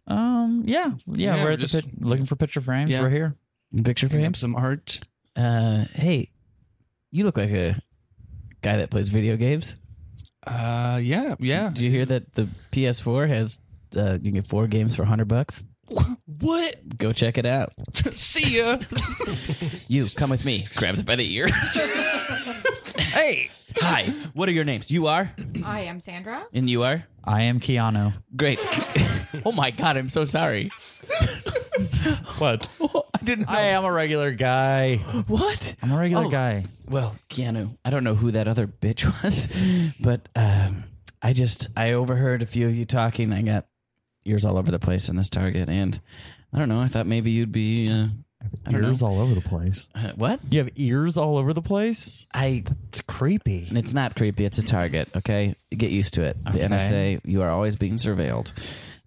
Speaker 3: Um, yeah, yeah.
Speaker 4: Yeah,
Speaker 3: we're
Speaker 4: we're
Speaker 3: at the
Speaker 4: just-
Speaker 3: pit, looking for picture frames.
Speaker 4: Yeah.
Speaker 3: We're here.
Speaker 6: Picture
Speaker 4: Frame
Speaker 6: frames?
Speaker 4: some art.
Speaker 6: Uh, hey, you look like a guy that plays video games.
Speaker 4: Uh, yeah, yeah.
Speaker 6: Did you hear that the PS4 has uh, you can get four games for hundred bucks?
Speaker 4: [LAUGHS] What?
Speaker 6: Go check it out.
Speaker 4: [LAUGHS] See ya.
Speaker 6: [LAUGHS] You come with me. Grabs by the ear.
Speaker 4: [LAUGHS]
Speaker 6: hey, hi. What are your names? You are
Speaker 5: I am Sandra.
Speaker 6: and you are
Speaker 3: I am Keanu.
Speaker 6: great. [LAUGHS] oh my god, I'm so sorry.
Speaker 3: [LAUGHS] What?
Speaker 6: [LAUGHS] I didn't.
Speaker 3: I am a regular guy.
Speaker 6: What?
Speaker 3: I'm a regular
Speaker 6: Oh,
Speaker 3: guy.
Speaker 6: Well, Keanu, I don't know who that other bitch [LAUGHS] was, but um, I just I overheard a few of you talking. I got ears all over the place in this Target, and I don't know. I thought maybe you'd be. Uh, I don't know.
Speaker 3: all over the place.
Speaker 6: Uh, what?
Speaker 3: You have ears all over the place.
Speaker 6: I.
Speaker 3: It's creepy.
Speaker 6: It's not creepy. It's a target. Okay, get used to it. The
Speaker 3: Okay.
Speaker 6: NSA. You are always being surveilled.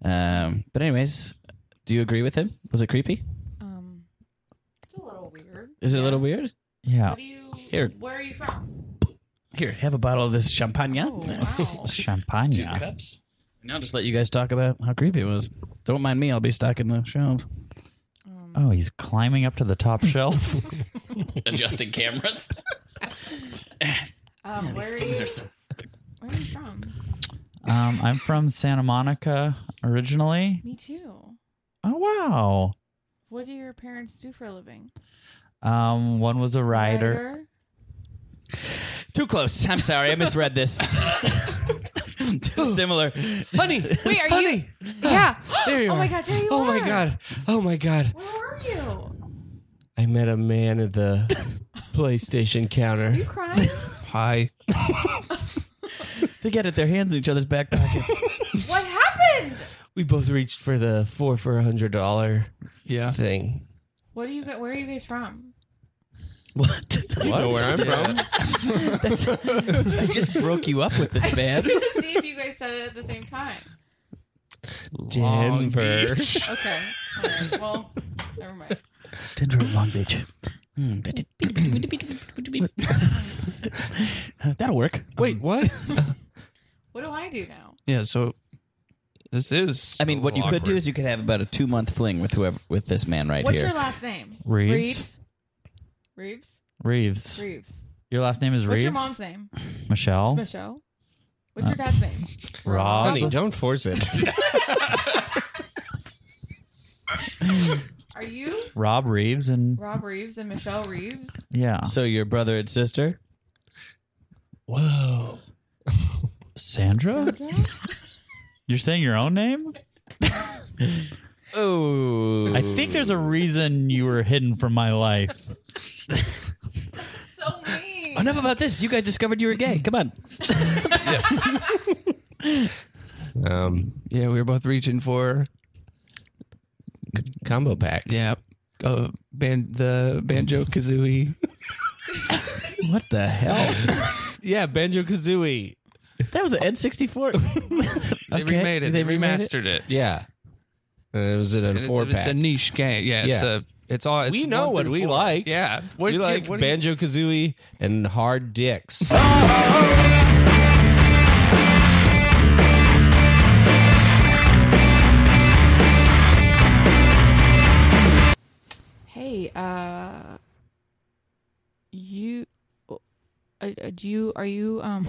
Speaker 6: Um, but anyways, do you agree with him? Was it creepy?
Speaker 5: Um, it's a little weird.
Speaker 6: Is it a little weird?
Speaker 3: Yeah.
Speaker 5: What do you?
Speaker 6: Here.
Speaker 5: Where are you from?
Speaker 6: Here, have a bottle of this champagne.
Speaker 5: Oh, wow.
Speaker 3: Champagne.
Speaker 6: cups. And I'll just let you guys talk about how creepy it was. Don't mind me. I'll be stocking the shelves.
Speaker 3: Oh, he's climbing up to the
Speaker 6: [LAUGHS]
Speaker 3: top shelf.
Speaker 6: Adjusting cameras.
Speaker 5: Um, where are you? Where are you from?
Speaker 3: Um, I'm from Santa Monica originally.
Speaker 5: Me too.
Speaker 3: Oh wow.
Speaker 5: What do your parents do for a living?
Speaker 3: Um, one was a writer.
Speaker 6: Too close. I'm sorry. I
Speaker 3: [LAUGHS]
Speaker 6: misread this. Too similar.
Speaker 7: Honey.
Speaker 5: Wait, are
Speaker 7: honey.
Speaker 5: you? Yeah.
Speaker 7: [GASPS] There you
Speaker 5: oh
Speaker 7: are.
Speaker 5: my god. There you
Speaker 7: Oh
Speaker 5: are.
Speaker 7: my god. Oh my god.
Speaker 5: Where were you?
Speaker 7: I met a man at the [LAUGHS] PlayStation
Speaker 5: You
Speaker 7: counter. [LAUGHS]
Speaker 5: crying?
Speaker 4: Hi.
Speaker 6: They get it. Their hands in each other's back pockets.
Speaker 5: what happened?
Speaker 7: We both reached for the four for a hundred dollar
Speaker 4: Yeah.
Speaker 7: thing.
Speaker 5: What do you? gu- Where are you guys from? [LAUGHS]
Speaker 6: what?
Speaker 7: You know where I'm from?
Speaker 6: I just broke you up with this man.
Speaker 5: See if you guys said it at the same time.
Speaker 7: Denver.
Speaker 5: Okay. All right. Well, never mind.
Speaker 6: Denver, Long Beach. Hmm. [LAUGHS] That'll work.
Speaker 4: Wait, what?
Speaker 5: What do I do now?
Speaker 4: yeah. So this is.
Speaker 6: I mean, what you could do
Speaker 4: awkward.
Speaker 6: is you could have about a two month fling with whoever with this man right
Speaker 5: What's
Speaker 6: here.
Speaker 5: your last name?
Speaker 3: Reeves.
Speaker 5: Reeves.
Speaker 3: Reeves.
Speaker 5: Reeves. Reeves.
Speaker 3: Your last name is
Speaker 5: What's
Speaker 3: Reeves.
Speaker 5: your mom's name?
Speaker 3: Michelle. Uh,
Speaker 5: Michelle. What's your dad's name?
Speaker 3: Rob.
Speaker 7: Honey, don't force it.
Speaker 5: Are you
Speaker 3: Rob Reeves and
Speaker 5: Rob Reeves and Michelle Reeves?
Speaker 3: yeah.
Speaker 6: so your brother and sister.
Speaker 7: Whoa.
Speaker 6: [LAUGHS]
Speaker 3: Sandra? You're saying your own name?
Speaker 6: Oh,
Speaker 3: I think there's a reason you were hidden from my life.
Speaker 5: So mean.
Speaker 6: Enough about this. You guys discovered you were gay. Come on.
Speaker 7: Um,
Speaker 4: Yeah, we were both reaching for.
Speaker 7: combo pack.
Speaker 4: Yeah. Uh, ban- the banjo kazooie.
Speaker 6: What the hell?
Speaker 7: Yeah, Banjo Kazooie.
Speaker 6: That was an N64.
Speaker 4: They remade it. They, remastered it.
Speaker 7: Yeah. Uh, it was in a
Speaker 4: And It's,
Speaker 7: four
Speaker 4: a, it's
Speaker 7: pack.
Speaker 4: a niche game. Yeah, it's
Speaker 7: Yeah.
Speaker 4: a. It's all. It's
Speaker 7: we know
Speaker 4: one
Speaker 7: what
Speaker 4: through
Speaker 7: we
Speaker 4: four.
Speaker 7: like.
Speaker 4: Yeah,
Speaker 7: we like
Speaker 4: what do you-
Speaker 7: Banjo Kazooie and hard
Speaker 4: [LAUGHS]
Speaker 7: dicks.
Speaker 5: Hey, uh, you, uh, uh, do you, are you, um,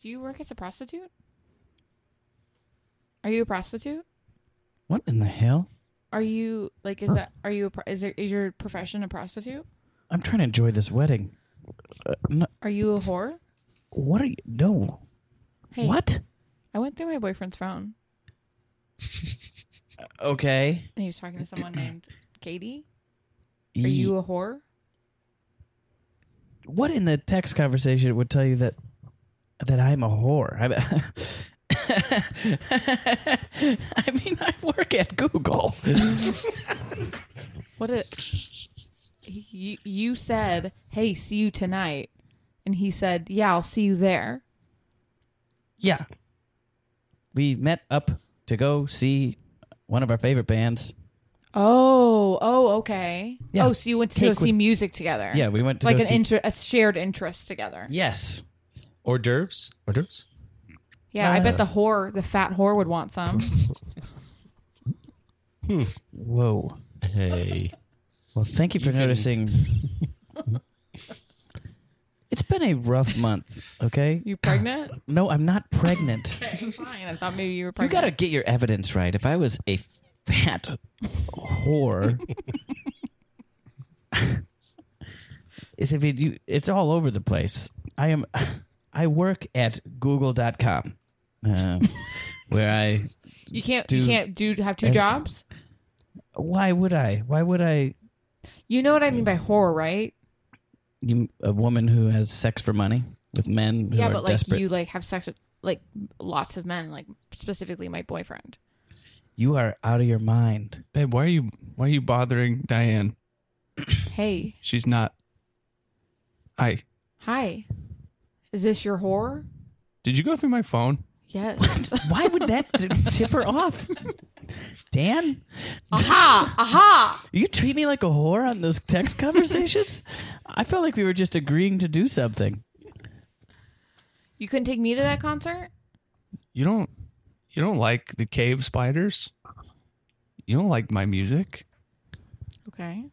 Speaker 5: do you work as a prostitute? Are you a prostitute?
Speaker 6: What in the hell?
Speaker 5: Are you like is that are you a, pro- is there is your profession a prostitute?
Speaker 6: I'm trying to enjoy this wedding. Uh, no,
Speaker 5: Are you a whore?
Speaker 6: what are you? No.
Speaker 5: Hey,
Speaker 6: What?
Speaker 5: I went through my boyfriend's phone
Speaker 6: Okay.
Speaker 5: and he was talking to
Speaker 6: [CLEARS THROAT]
Speaker 5: someone named Katie. Are you a whore?
Speaker 6: what in the text conversation would tell you that that I'm a whore? I mean, I, mean, [LAUGHS] I work at Google.
Speaker 5: What a you, you said, "Hey, see you tonight." And he said, "Yeah, I'll see you there."
Speaker 6: yeah. We met up to go see one of our favorite bands.
Speaker 5: Oh, oh, okay.
Speaker 6: Yeah.
Speaker 5: Oh, so you went to
Speaker 6: Cake
Speaker 5: go
Speaker 6: was-
Speaker 5: see music together.
Speaker 6: Yeah, we went to
Speaker 5: like
Speaker 6: go
Speaker 5: an
Speaker 6: see-
Speaker 5: inter- a shared interest together. Yeah,
Speaker 6: Yes.
Speaker 7: Hors d'oeuvres? Hors d'oeuvres?
Speaker 5: I
Speaker 6: Uh.
Speaker 5: bet the whore, the fat whore, would want
Speaker 6: [LAUGHS]
Speaker 5: some.
Speaker 6: Whoa.
Speaker 7: Hey.
Speaker 6: Well, thank you for noticing. [LAUGHS] it's been a rough month, okay?
Speaker 5: you pregnant?
Speaker 6: No, I'm not pregnant.
Speaker 5: okay, fine. I thought maybe you were
Speaker 6: [LAUGHS] You
Speaker 5: pregnant.
Speaker 6: gotta get your evidence right. If I was a fat whore, [LAUGHS] if if it, you, it's all over the place. I am. [SIGHS] I work at Google.com, uh, where I.
Speaker 5: You can't.
Speaker 6: do-
Speaker 5: you can't do have two
Speaker 6: as-
Speaker 5: jobs.
Speaker 6: Why would I? Why would I?
Speaker 5: You know what I mean by whore, right?
Speaker 6: You, a woman who has sex for money with men who
Speaker 5: yeah,
Speaker 6: are
Speaker 5: but like
Speaker 6: desperate.
Speaker 5: you like have sex with like lots of men, like specifically my boyfriend.
Speaker 6: you are out of your mind.
Speaker 4: babe? Why are you? Why are you bothering Diane?
Speaker 5: Hey,
Speaker 4: She's not. Hi.
Speaker 5: hi. Is this your whore?
Speaker 4: Did you go through my phone?
Speaker 5: Yes.
Speaker 6: Why would that t- tip her off? Dan,
Speaker 5: [LAUGHS] aha! Aha!
Speaker 6: You treat me like a whore on those text conversations? I felt like we were just agreeing to do something.
Speaker 5: You couldn't take me to that concert?
Speaker 4: You don't. You don't like the cave spiders. You don't like my music.
Speaker 5: Okay.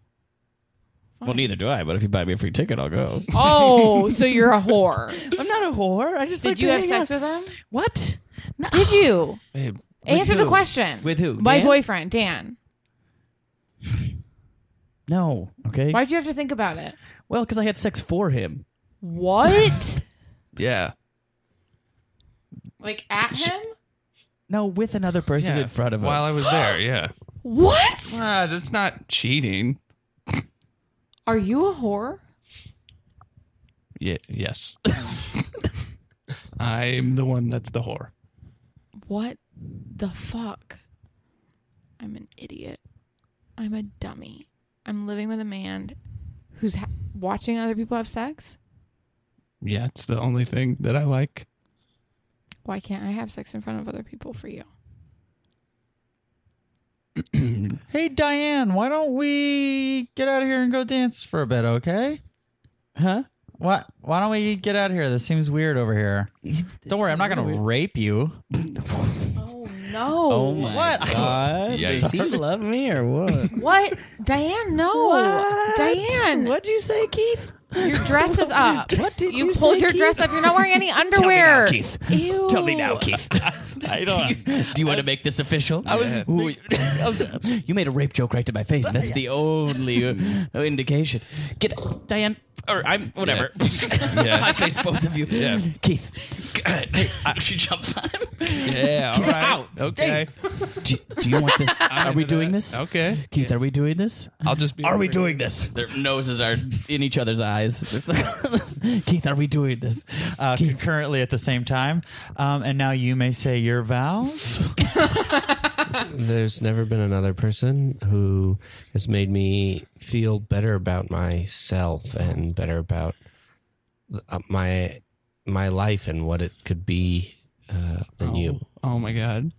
Speaker 6: Well, neither do I, but if you buy me a free ticket, I'll go.
Speaker 5: Oh, so you're a whore.
Speaker 6: [LAUGHS] I'm not a whore. I just
Speaker 5: Did
Speaker 6: like
Speaker 5: you
Speaker 6: to
Speaker 5: have
Speaker 6: hang
Speaker 5: sex
Speaker 6: out.
Speaker 5: with him?
Speaker 6: What? No.
Speaker 5: Did you?
Speaker 4: Babe,
Speaker 5: Answer the question.
Speaker 6: With who?
Speaker 5: My
Speaker 6: Dan?
Speaker 5: boyfriend, Dan.
Speaker 6: No. Okay.
Speaker 5: Why'd you have to think about it?
Speaker 6: Well, because I had sex for him. [LAUGHS]
Speaker 5: What?
Speaker 4: yeah.
Speaker 5: like at him?
Speaker 6: No, with another person
Speaker 4: yeah.
Speaker 6: in front of him.
Speaker 4: While I was there, yeah.
Speaker 5: What?
Speaker 4: Ah, that's not cheating.
Speaker 5: Are you a whore?
Speaker 4: Yeah. Yes. I'm the one that's the whore.
Speaker 5: What the fuck? I'm an idiot. I'm a dummy. I'm living with a man who's ha- watching other people have sex.
Speaker 4: Yeah, it's the only thing that I like.
Speaker 5: Why can't I have sex in front of other people for you?
Speaker 3: Hey Diane, why don't we get out of here and go dance for a bit, okay?
Speaker 6: huh?
Speaker 3: What? Why don't we get out of here? This seems weird over here. Don't worry, I'm not gonna rape you.
Speaker 5: Oh no.
Speaker 6: what? God.
Speaker 4: Yikes.
Speaker 6: Does he love me or what?
Speaker 5: What? Diane, no.
Speaker 6: What?
Speaker 5: Diane,
Speaker 6: What'd you say, Keith?
Speaker 5: your dress is up.
Speaker 6: What did
Speaker 5: you,
Speaker 6: you
Speaker 5: pulled
Speaker 6: say,
Speaker 5: your
Speaker 6: Keith?
Speaker 5: dress up. You're not wearing
Speaker 6: [LAUGHS]
Speaker 5: any underwear.
Speaker 6: Keith.
Speaker 5: Ew.
Speaker 6: Tell me now, [LAUGHS] Keith. I don't. Do you, want [LAUGHS] to make this official? I was. [LAUGHS] you made a rape joke right to my face. That's the only [LAUGHS] uh, indication. Get Diane or I'm whatever. [LAUGHS] I face both of you. Keith. Hey, uh, [LAUGHS] she jumps on him.
Speaker 4: Yeah, all right. Okay.
Speaker 6: Do, do you want this? [LAUGHS] Are we doing this?
Speaker 4: Okay.
Speaker 6: Keith, are we doing this?
Speaker 4: I'll just be
Speaker 6: Are we
Speaker 4: over
Speaker 6: doing this? Their noses are in each other's eyes. [LAUGHS] Keith, are we doing this?
Speaker 3: Uh, concurrently at the same time, um, and now you may say your vows.
Speaker 7: There's never been another person who has made me feel better about myself and better about uh, my my life and what it could be uh, than you.
Speaker 4: Oh my god.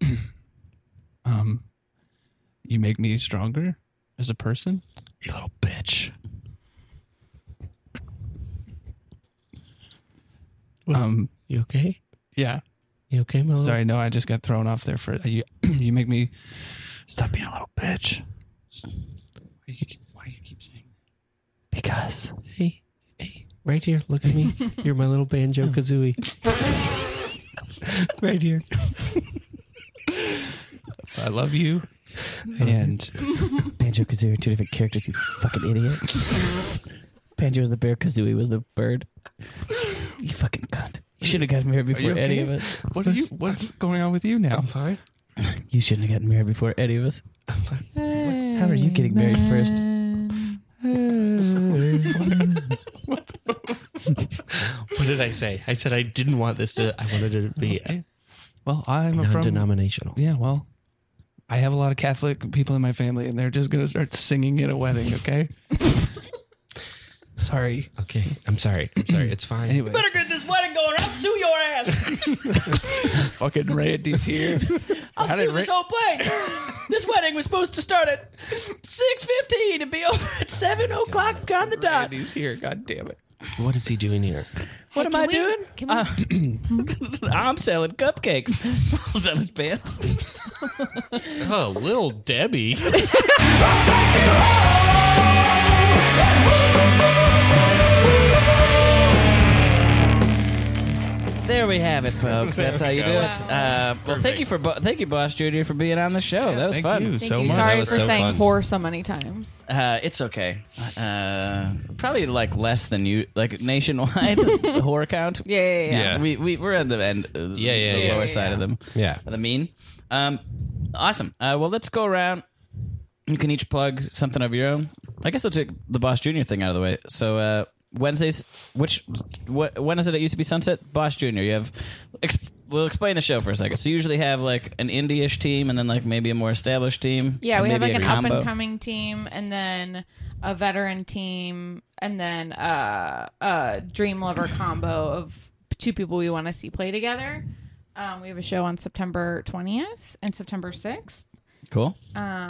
Speaker 4: [CLEARS THROAT] um, you make me stronger as a person. You little bitch. Um.
Speaker 7: You okay?
Speaker 4: Yeah.
Speaker 7: You okay, my love?
Speaker 4: Sorry. No, I just got thrown off there for you. [CLEARS THROAT] You make me stop being a little bitch. Why do you keep, why do you keep saying?
Speaker 7: Because hey, hey, right here, look at me. [LAUGHS] You're my little
Speaker 4: Oh.
Speaker 7: banjo kazooie. right here.
Speaker 4: [LAUGHS] I love you. And
Speaker 6: Banjo Kazooie are two different characters, you fucking idiot. Banjo was the bear, Kazooie was the bird. You fucking cunt. You shouldn't have gotten married before
Speaker 4: you
Speaker 6: any of
Speaker 4: okay?
Speaker 6: us.
Speaker 4: what are you? What's going on with you now?
Speaker 7: fine.
Speaker 6: You shouldn't have gotten married before any of us. How are you getting married first?
Speaker 7: What did I say? I said I didn't want this to. I wanted it to be
Speaker 4: Well, I'm from
Speaker 7: non-denominational.
Speaker 4: Yeah, well, I have a lot of Catholic people in my family, and they're just going to start singing at a wedding, okay? Sorry.
Speaker 7: Okay, I'm sorry. I'm sorry. It's fine.
Speaker 4: Anyway,
Speaker 9: get this wedding going. I'll sue your ass.
Speaker 4: fucking Randy's here.
Speaker 9: I'll
Speaker 4: How did
Speaker 9: sue this
Speaker 4: Ra-
Speaker 9: whole place. this wedding was supposed to start at six fifteen and be over at seven o'clock on the dot.
Speaker 4: Randy's here. God damn it.
Speaker 7: What is he doing here?
Speaker 6: What am
Speaker 5: Can
Speaker 6: I
Speaker 5: we-
Speaker 6: doing? Uh,
Speaker 5: Can we,
Speaker 6: I'm selling cupcakes. [LAUGHS] Falls down his pants.
Speaker 7: Oh, little Debbie.
Speaker 6: There we have it, folks. That's how you do it. Uh, well, thank you for bo- thank you, Boss Junior, for being on the show. that was
Speaker 4: Thank
Speaker 6: fun.
Speaker 4: you
Speaker 5: thank
Speaker 4: so
Speaker 5: you.
Speaker 4: much.
Speaker 7: That
Speaker 5: Sorry for
Speaker 7: was so
Speaker 5: saying
Speaker 7: fun.
Speaker 5: whore so many times.
Speaker 6: Uh, it's okay. Uh, probably like less than you, like nationwide [LAUGHS] the whore count.
Speaker 5: Yeah, yeah, yeah.
Speaker 7: Yeah.
Speaker 6: We we we're at the end, uh,
Speaker 7: Yeah, yeah,
Speaker 6: the
Speaker 7: yeah.
Speaker 6: lower
Speaker 7: Yeah,
Speaker 6: side
Speaker 5: yeah.
Speaker 6: of them.
Speaker 7: Yeah.
Speaker 6: of the mean. Um, awesome. Uh, well, let's go around. You can each plug something of your own. I guess I'll take the Boss Junior thing out of the way. So uh, Wednesdays, which what when is it? It used to be Sunset Boss Junior. You have. Exp- We'll explain the show for a second. So you usually have like an indie-ish team, and then like maybe a more established team.
Speaker 5: Yeah, we have
Speaker 6: maybe
Speaker 5: like
Speaker 6: a
Speaker 5: an up
Speaker 6: combo.
Speaker 5: and coming team, and then a veteran team, and then uh, a dream lover combo of two people we want to see play together. Um, we have a show on September 20th and September 6th.
Speaker 6: Cool.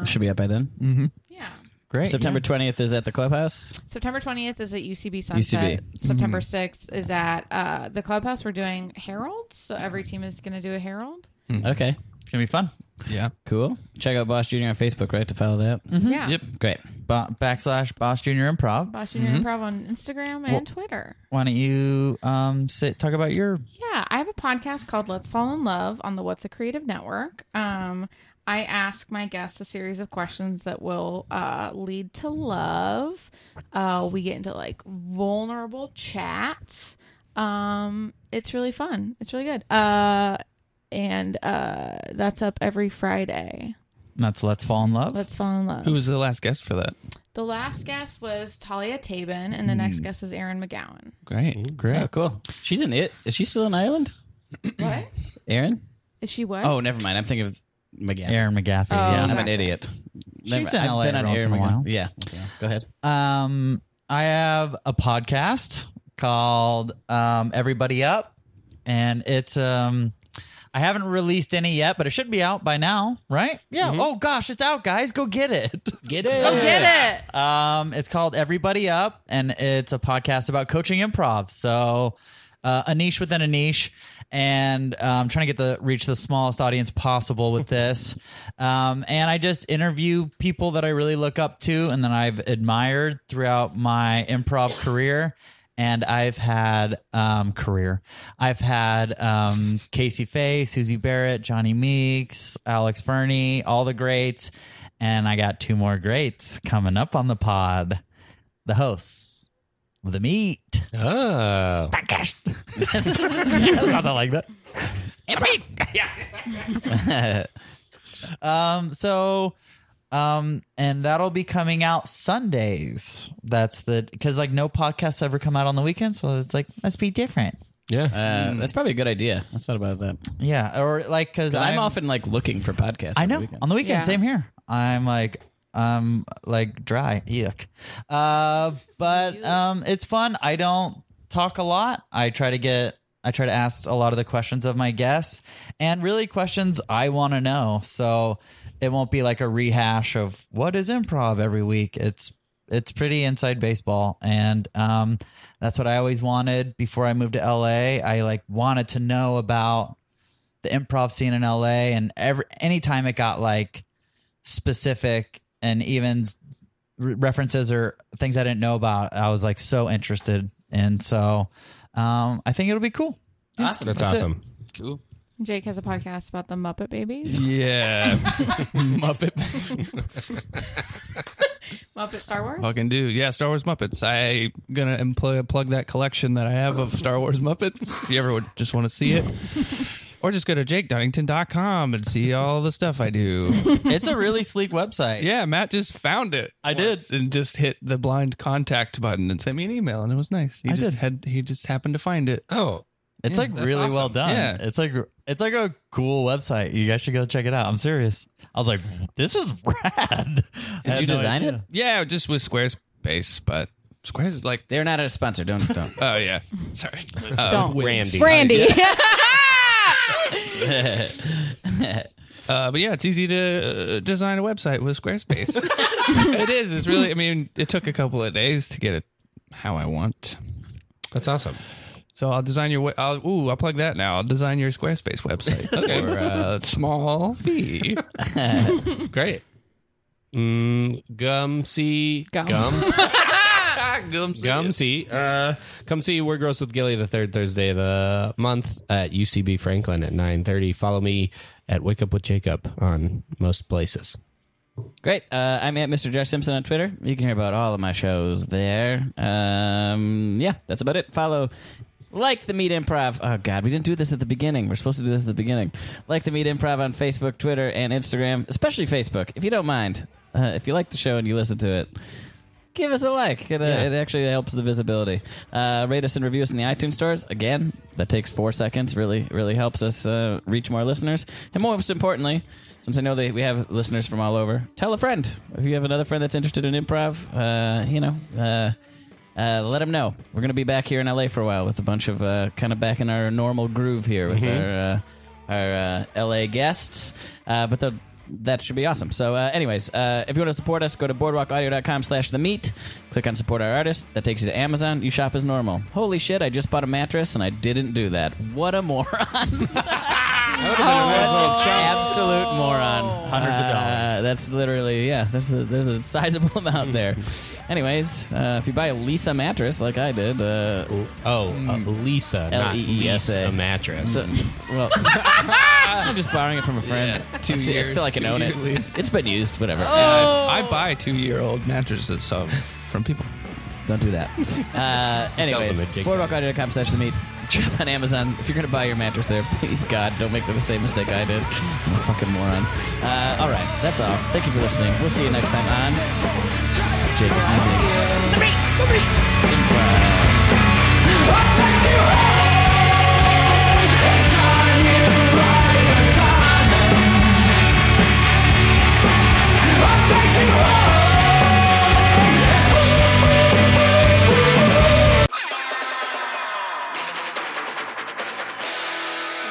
Speaker 6: Should be up by then.
Speaker 5: Yeah.
Speaker 6: Great. September twentieth is at the clubhouse.
Speaker 5: September 20th is at UCB Sunset.
Speaker 6: Mm-hmm.
Speaker 5: September 6th is at uh, the clubhouse. We're doing heralds. So every team is going to do a herald.
Speaker 6: Okay.
Speaker 3: Mm-hmm. It's gonna be fun.
Speaker 4: [LAUGHS] Yeah.
Speaker 6: Cool. Check out Boss Junior on Facebook, right? To follow that.
Speaker 5: Yeah. Yep.
Speaker 6: Great.
Speaker 3: Bo- backslash Boss Junior Improv.
Speaker 5: Boston
Speaker 6: Mm-hmm.
Speaker 5: Improv on Instagram and Twitter.
Speaker 3: Why don't you um sit talk about your
Speaker 5: Yeah, I have a podcast called Let's Fall in Love on the What's a Creative Network. Um, I ask my guests a series of questions that will uh, lead to love. Uh, we get into like vulnerable chats. Um, it's really fun. It's really good. Uh, and uh, that's up every Friday.
Speaker 3: that's Let's Fall in Love.
Speaker 5: Let's Fall in Love.
Speaker 4: Who was the last guest for that?
Speaker 5: the last guest was Talia Tabin, and the next guest is Aaron McGowan.
Speaker 4: Great.
Speaker 6: Oh,
Speaker 4: Great.
Speaker 6: cool. She's in it. Is she still in Ireland?
Speaker 5: What?
Speaker 6: Aaron?
Speaker 5: Is she what?
Speaker 6: Oh, never mind. I'm thinking of McGann.
Speaker 3: Aaron McGaffey.
Speaker 5: Oh,
Speaker 3: yeah.
Speaker 6: I'm an
Speaker 5: Gotcha.
Speaker 6: idiot.
Speaker 3: Um, She's in LA once in a
Speaker 6: McGann.
Speaker 3: while.
Speaker 6: Yeah. So,
Speaker 3: [LAUGHS]
Speaker 6: go ahead.
Speaker 3: Um, I have a podcast called um, Everybody Up, and it's um, I haven't released any yet, but it should be out by now, right? Yeah. Oh gosh, it's out, guys. Go get it.
Speaker 6: Get it.
Speaker 5: Get it.
Speaker 3: Um, it's called Everybody Up, and it's a podcast about coaching improv. So, uh, a niche within a niche, and uh, I'm trying to get the reach the smallest audience possible with this. um, and I just interview people that I really look up to, and that I've admired throughout my improv career. And I've had um, career. I've had um, Casey Faye, Susie Barrett, Johnny Meeks, Alex Fernie, all the greats and I got two more greats coming up on the pod. The hosts of the meat.
Speaker 7: Oh,
Speaker 3: Something like that. Uh, Um, so um and that'll be coming out Sundays. That's the cause like no podcasts ever come out on the weekend, so it's like, let's be different.
Speaker 7: yeah.
Speaker 6: Uh, that's probably a good idea. I thought about that. 'Cause
Speaker 3: Yeah. Or like because
Speaker 6: I'm, often like looking for podcasts.
Speaker 3: I
Speaker 6: on the
Speaker 3: know.
Speaker 6: weekend.
Speaker 3: On the weekend,
Speaker 5: Yeah.
Speaker 3: same here. I'm like, I'm like dry. Yuck. Uh, but um, it's fun. I don't talk a lot. I try to get I try to ask a lot of the questions of my guests and really questions I want to know. So it won't be like a rehash of what is improv every week. It's it's pretty inside baseball and um that's what I always wanted before I moved to LA. I like wanted to know about the improv scene in LA and every anytime it got like specific and even re- references or things I didn't know about, I was like so interested. And so um, I think it'll be cool.
Speaker 6: Awesome.
Speaker 7: That's,
Speaker 3: That's it.
Speaker 7: awesome.
Speaker 4: Cool.
Speaker 5: Jake has a podcast about the Muppet Babies,
Speaker 4: Yeah. Muppet.
Speaker 5: Muppet Star Wars.
Speaker 4: Fucking do. Yeah, Star Wars Muppets. I gonna employ, plug that collection that I have of Star Wars Muppets. If you ever would just want to see it. Or just go to jakeduntington.com and see all the stuff I do.
Speaker 3: It's a really sleek website.
Speaker 4: Yeah, Matt just found it. I did. And just hit the blind contact button and sent me an email and it was nice. He
Speaker 3: I
Speaker 4: just
Speaker 3: did.
Speaker 4: had he just happened to find it.
Speaker 7: Oh,
Speaker 3: It's
Speaker 4: Yeah,
Speaker 3: like
Speaker 4: that's
Speaker 3: really well
Speaker 4: awesome.
Speaker 3: done.
Speaker 4: Yeah.
Speaker 3: It's like it's like a cool website. You guys should go check it out. I'm serious. I was like, this is [LAUGHS] rad.
Speaker 6: Did you design it?
Speaker 4: Yeah, just with Squarespace, but Squares like
Speaker 6: They're not a sponsor. Don't don't.
Speaker 3: [LAUGHS] Uh,
Speaker 4: oh yeah. Sorry. Uh,
Speaker 5: Don't.
Speaker 7: Randy.
Speaker 5: Brandy. [LAUGHS]
Speaker 4: Uh, but yeah, it's easy to uh, design a website with Squarespace. [LAUGHS] it is. It's really. I mean, it took a couple of days to get it how I want.
Speaker 7: That's awesome.
Speaker 4: So I'll design your. we- I'll, ooh, I'll plug that now. I'll design your Squarespace website for a small fee. Great.
Speaker 7: Mm, gum see [LAUGHS]
Speaker 5: Gum.
Speaker 7: gum
Speaker 4: Gum.
Speaker 7: gum see. Uh, come see We're Gross with Gilly the third Thursday of the month at UCB Franklin at nine thirty. Follow me at Wake Up with Jacob on most places.
Speaker 6: Great. Uh, I'm at Mr. Josh Simpson on Twitter. You can hear about all of my shows there. Um, yeah, that's about it. Follow. Like the Meat Improv. Oh, God, we didn't do this at the beginning. We're supposed to do this at the beginning. Like the Meat Improv on Facebook, Twitter, and Instagram, especially Facebook. If you don't mind, uh, if you like the show and you listen to it, give us a like. It, uh,
Speaker 7: Yeah.
Speaker 6: it actually helps the visibility. Uh, rate us and review us in the iTunes stores. Again, that takes four seconds. Really, really helps us uh, reach more listeners. And most importantly, since I know that we have listeners from all over, tell a friend. If you have another friend that's interested in improv, uh, you know. Uh, uh, let them know. We're going to be back here in LA for a while with a bunch of uh, kind of back in our normal groove here with our uh, our uh, LA guests. Uh, but the, that should be awesome. So, uh, anyways, uh, if you want to support us, go to boardwalkaudio.com slash the meet. Click on support our artist. That takes you to Amazon. You shop as normal. Holy shit, I just bought a mattress and I didn't do that. What a [LAUGHS] moron. Oh, Absolute moron.
Speaker 3: Hundreds of dollars.
Speaker 6: Uh, that's literally yeah. There's a there's a sizable [LAUGHS] amount there. Anyways, uh, if you buy a Lisa mattress like I did, uh,
Speaker 7: Oh, uh, Lisa, not
Speaker 6: L-E-E-S-A.
Speaker 7: Lisa mattress.
Speaker 6: so- well, [LAUGHS] I'm just borrowing it from a friend.
Speaker 4: two
Speaker 6: It's-
Speaker 4: years.
Speaker 6: it's still I can own it. It's been used. Whatever.
Speaker 4: I, I buy two-year-old mattresses so, from people.
Speaker 6: Don't do that. Uh, anyways,
Speaker 7: Sounds legit.
Speaker 6: boardwalkaudio.com slash the meet. Shop on Amazon. If you're going to buy your mattress there, please, God, don't make the same mistake I did. I'm a fucking moron. Uh, all right, that's all. Thank you for listening. We'll see you next time on Jake is Sneezy.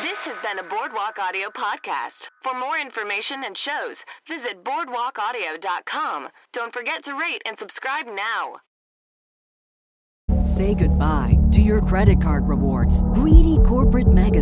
Speaker 1: This has been a Boardwalk Audio podcast. For more information and shows, visit boardwalkaudio.com. Don't forget to rate and subscribe now.
Speaker 10: Say goodbye to your credit card rewards. Greedy corporate mega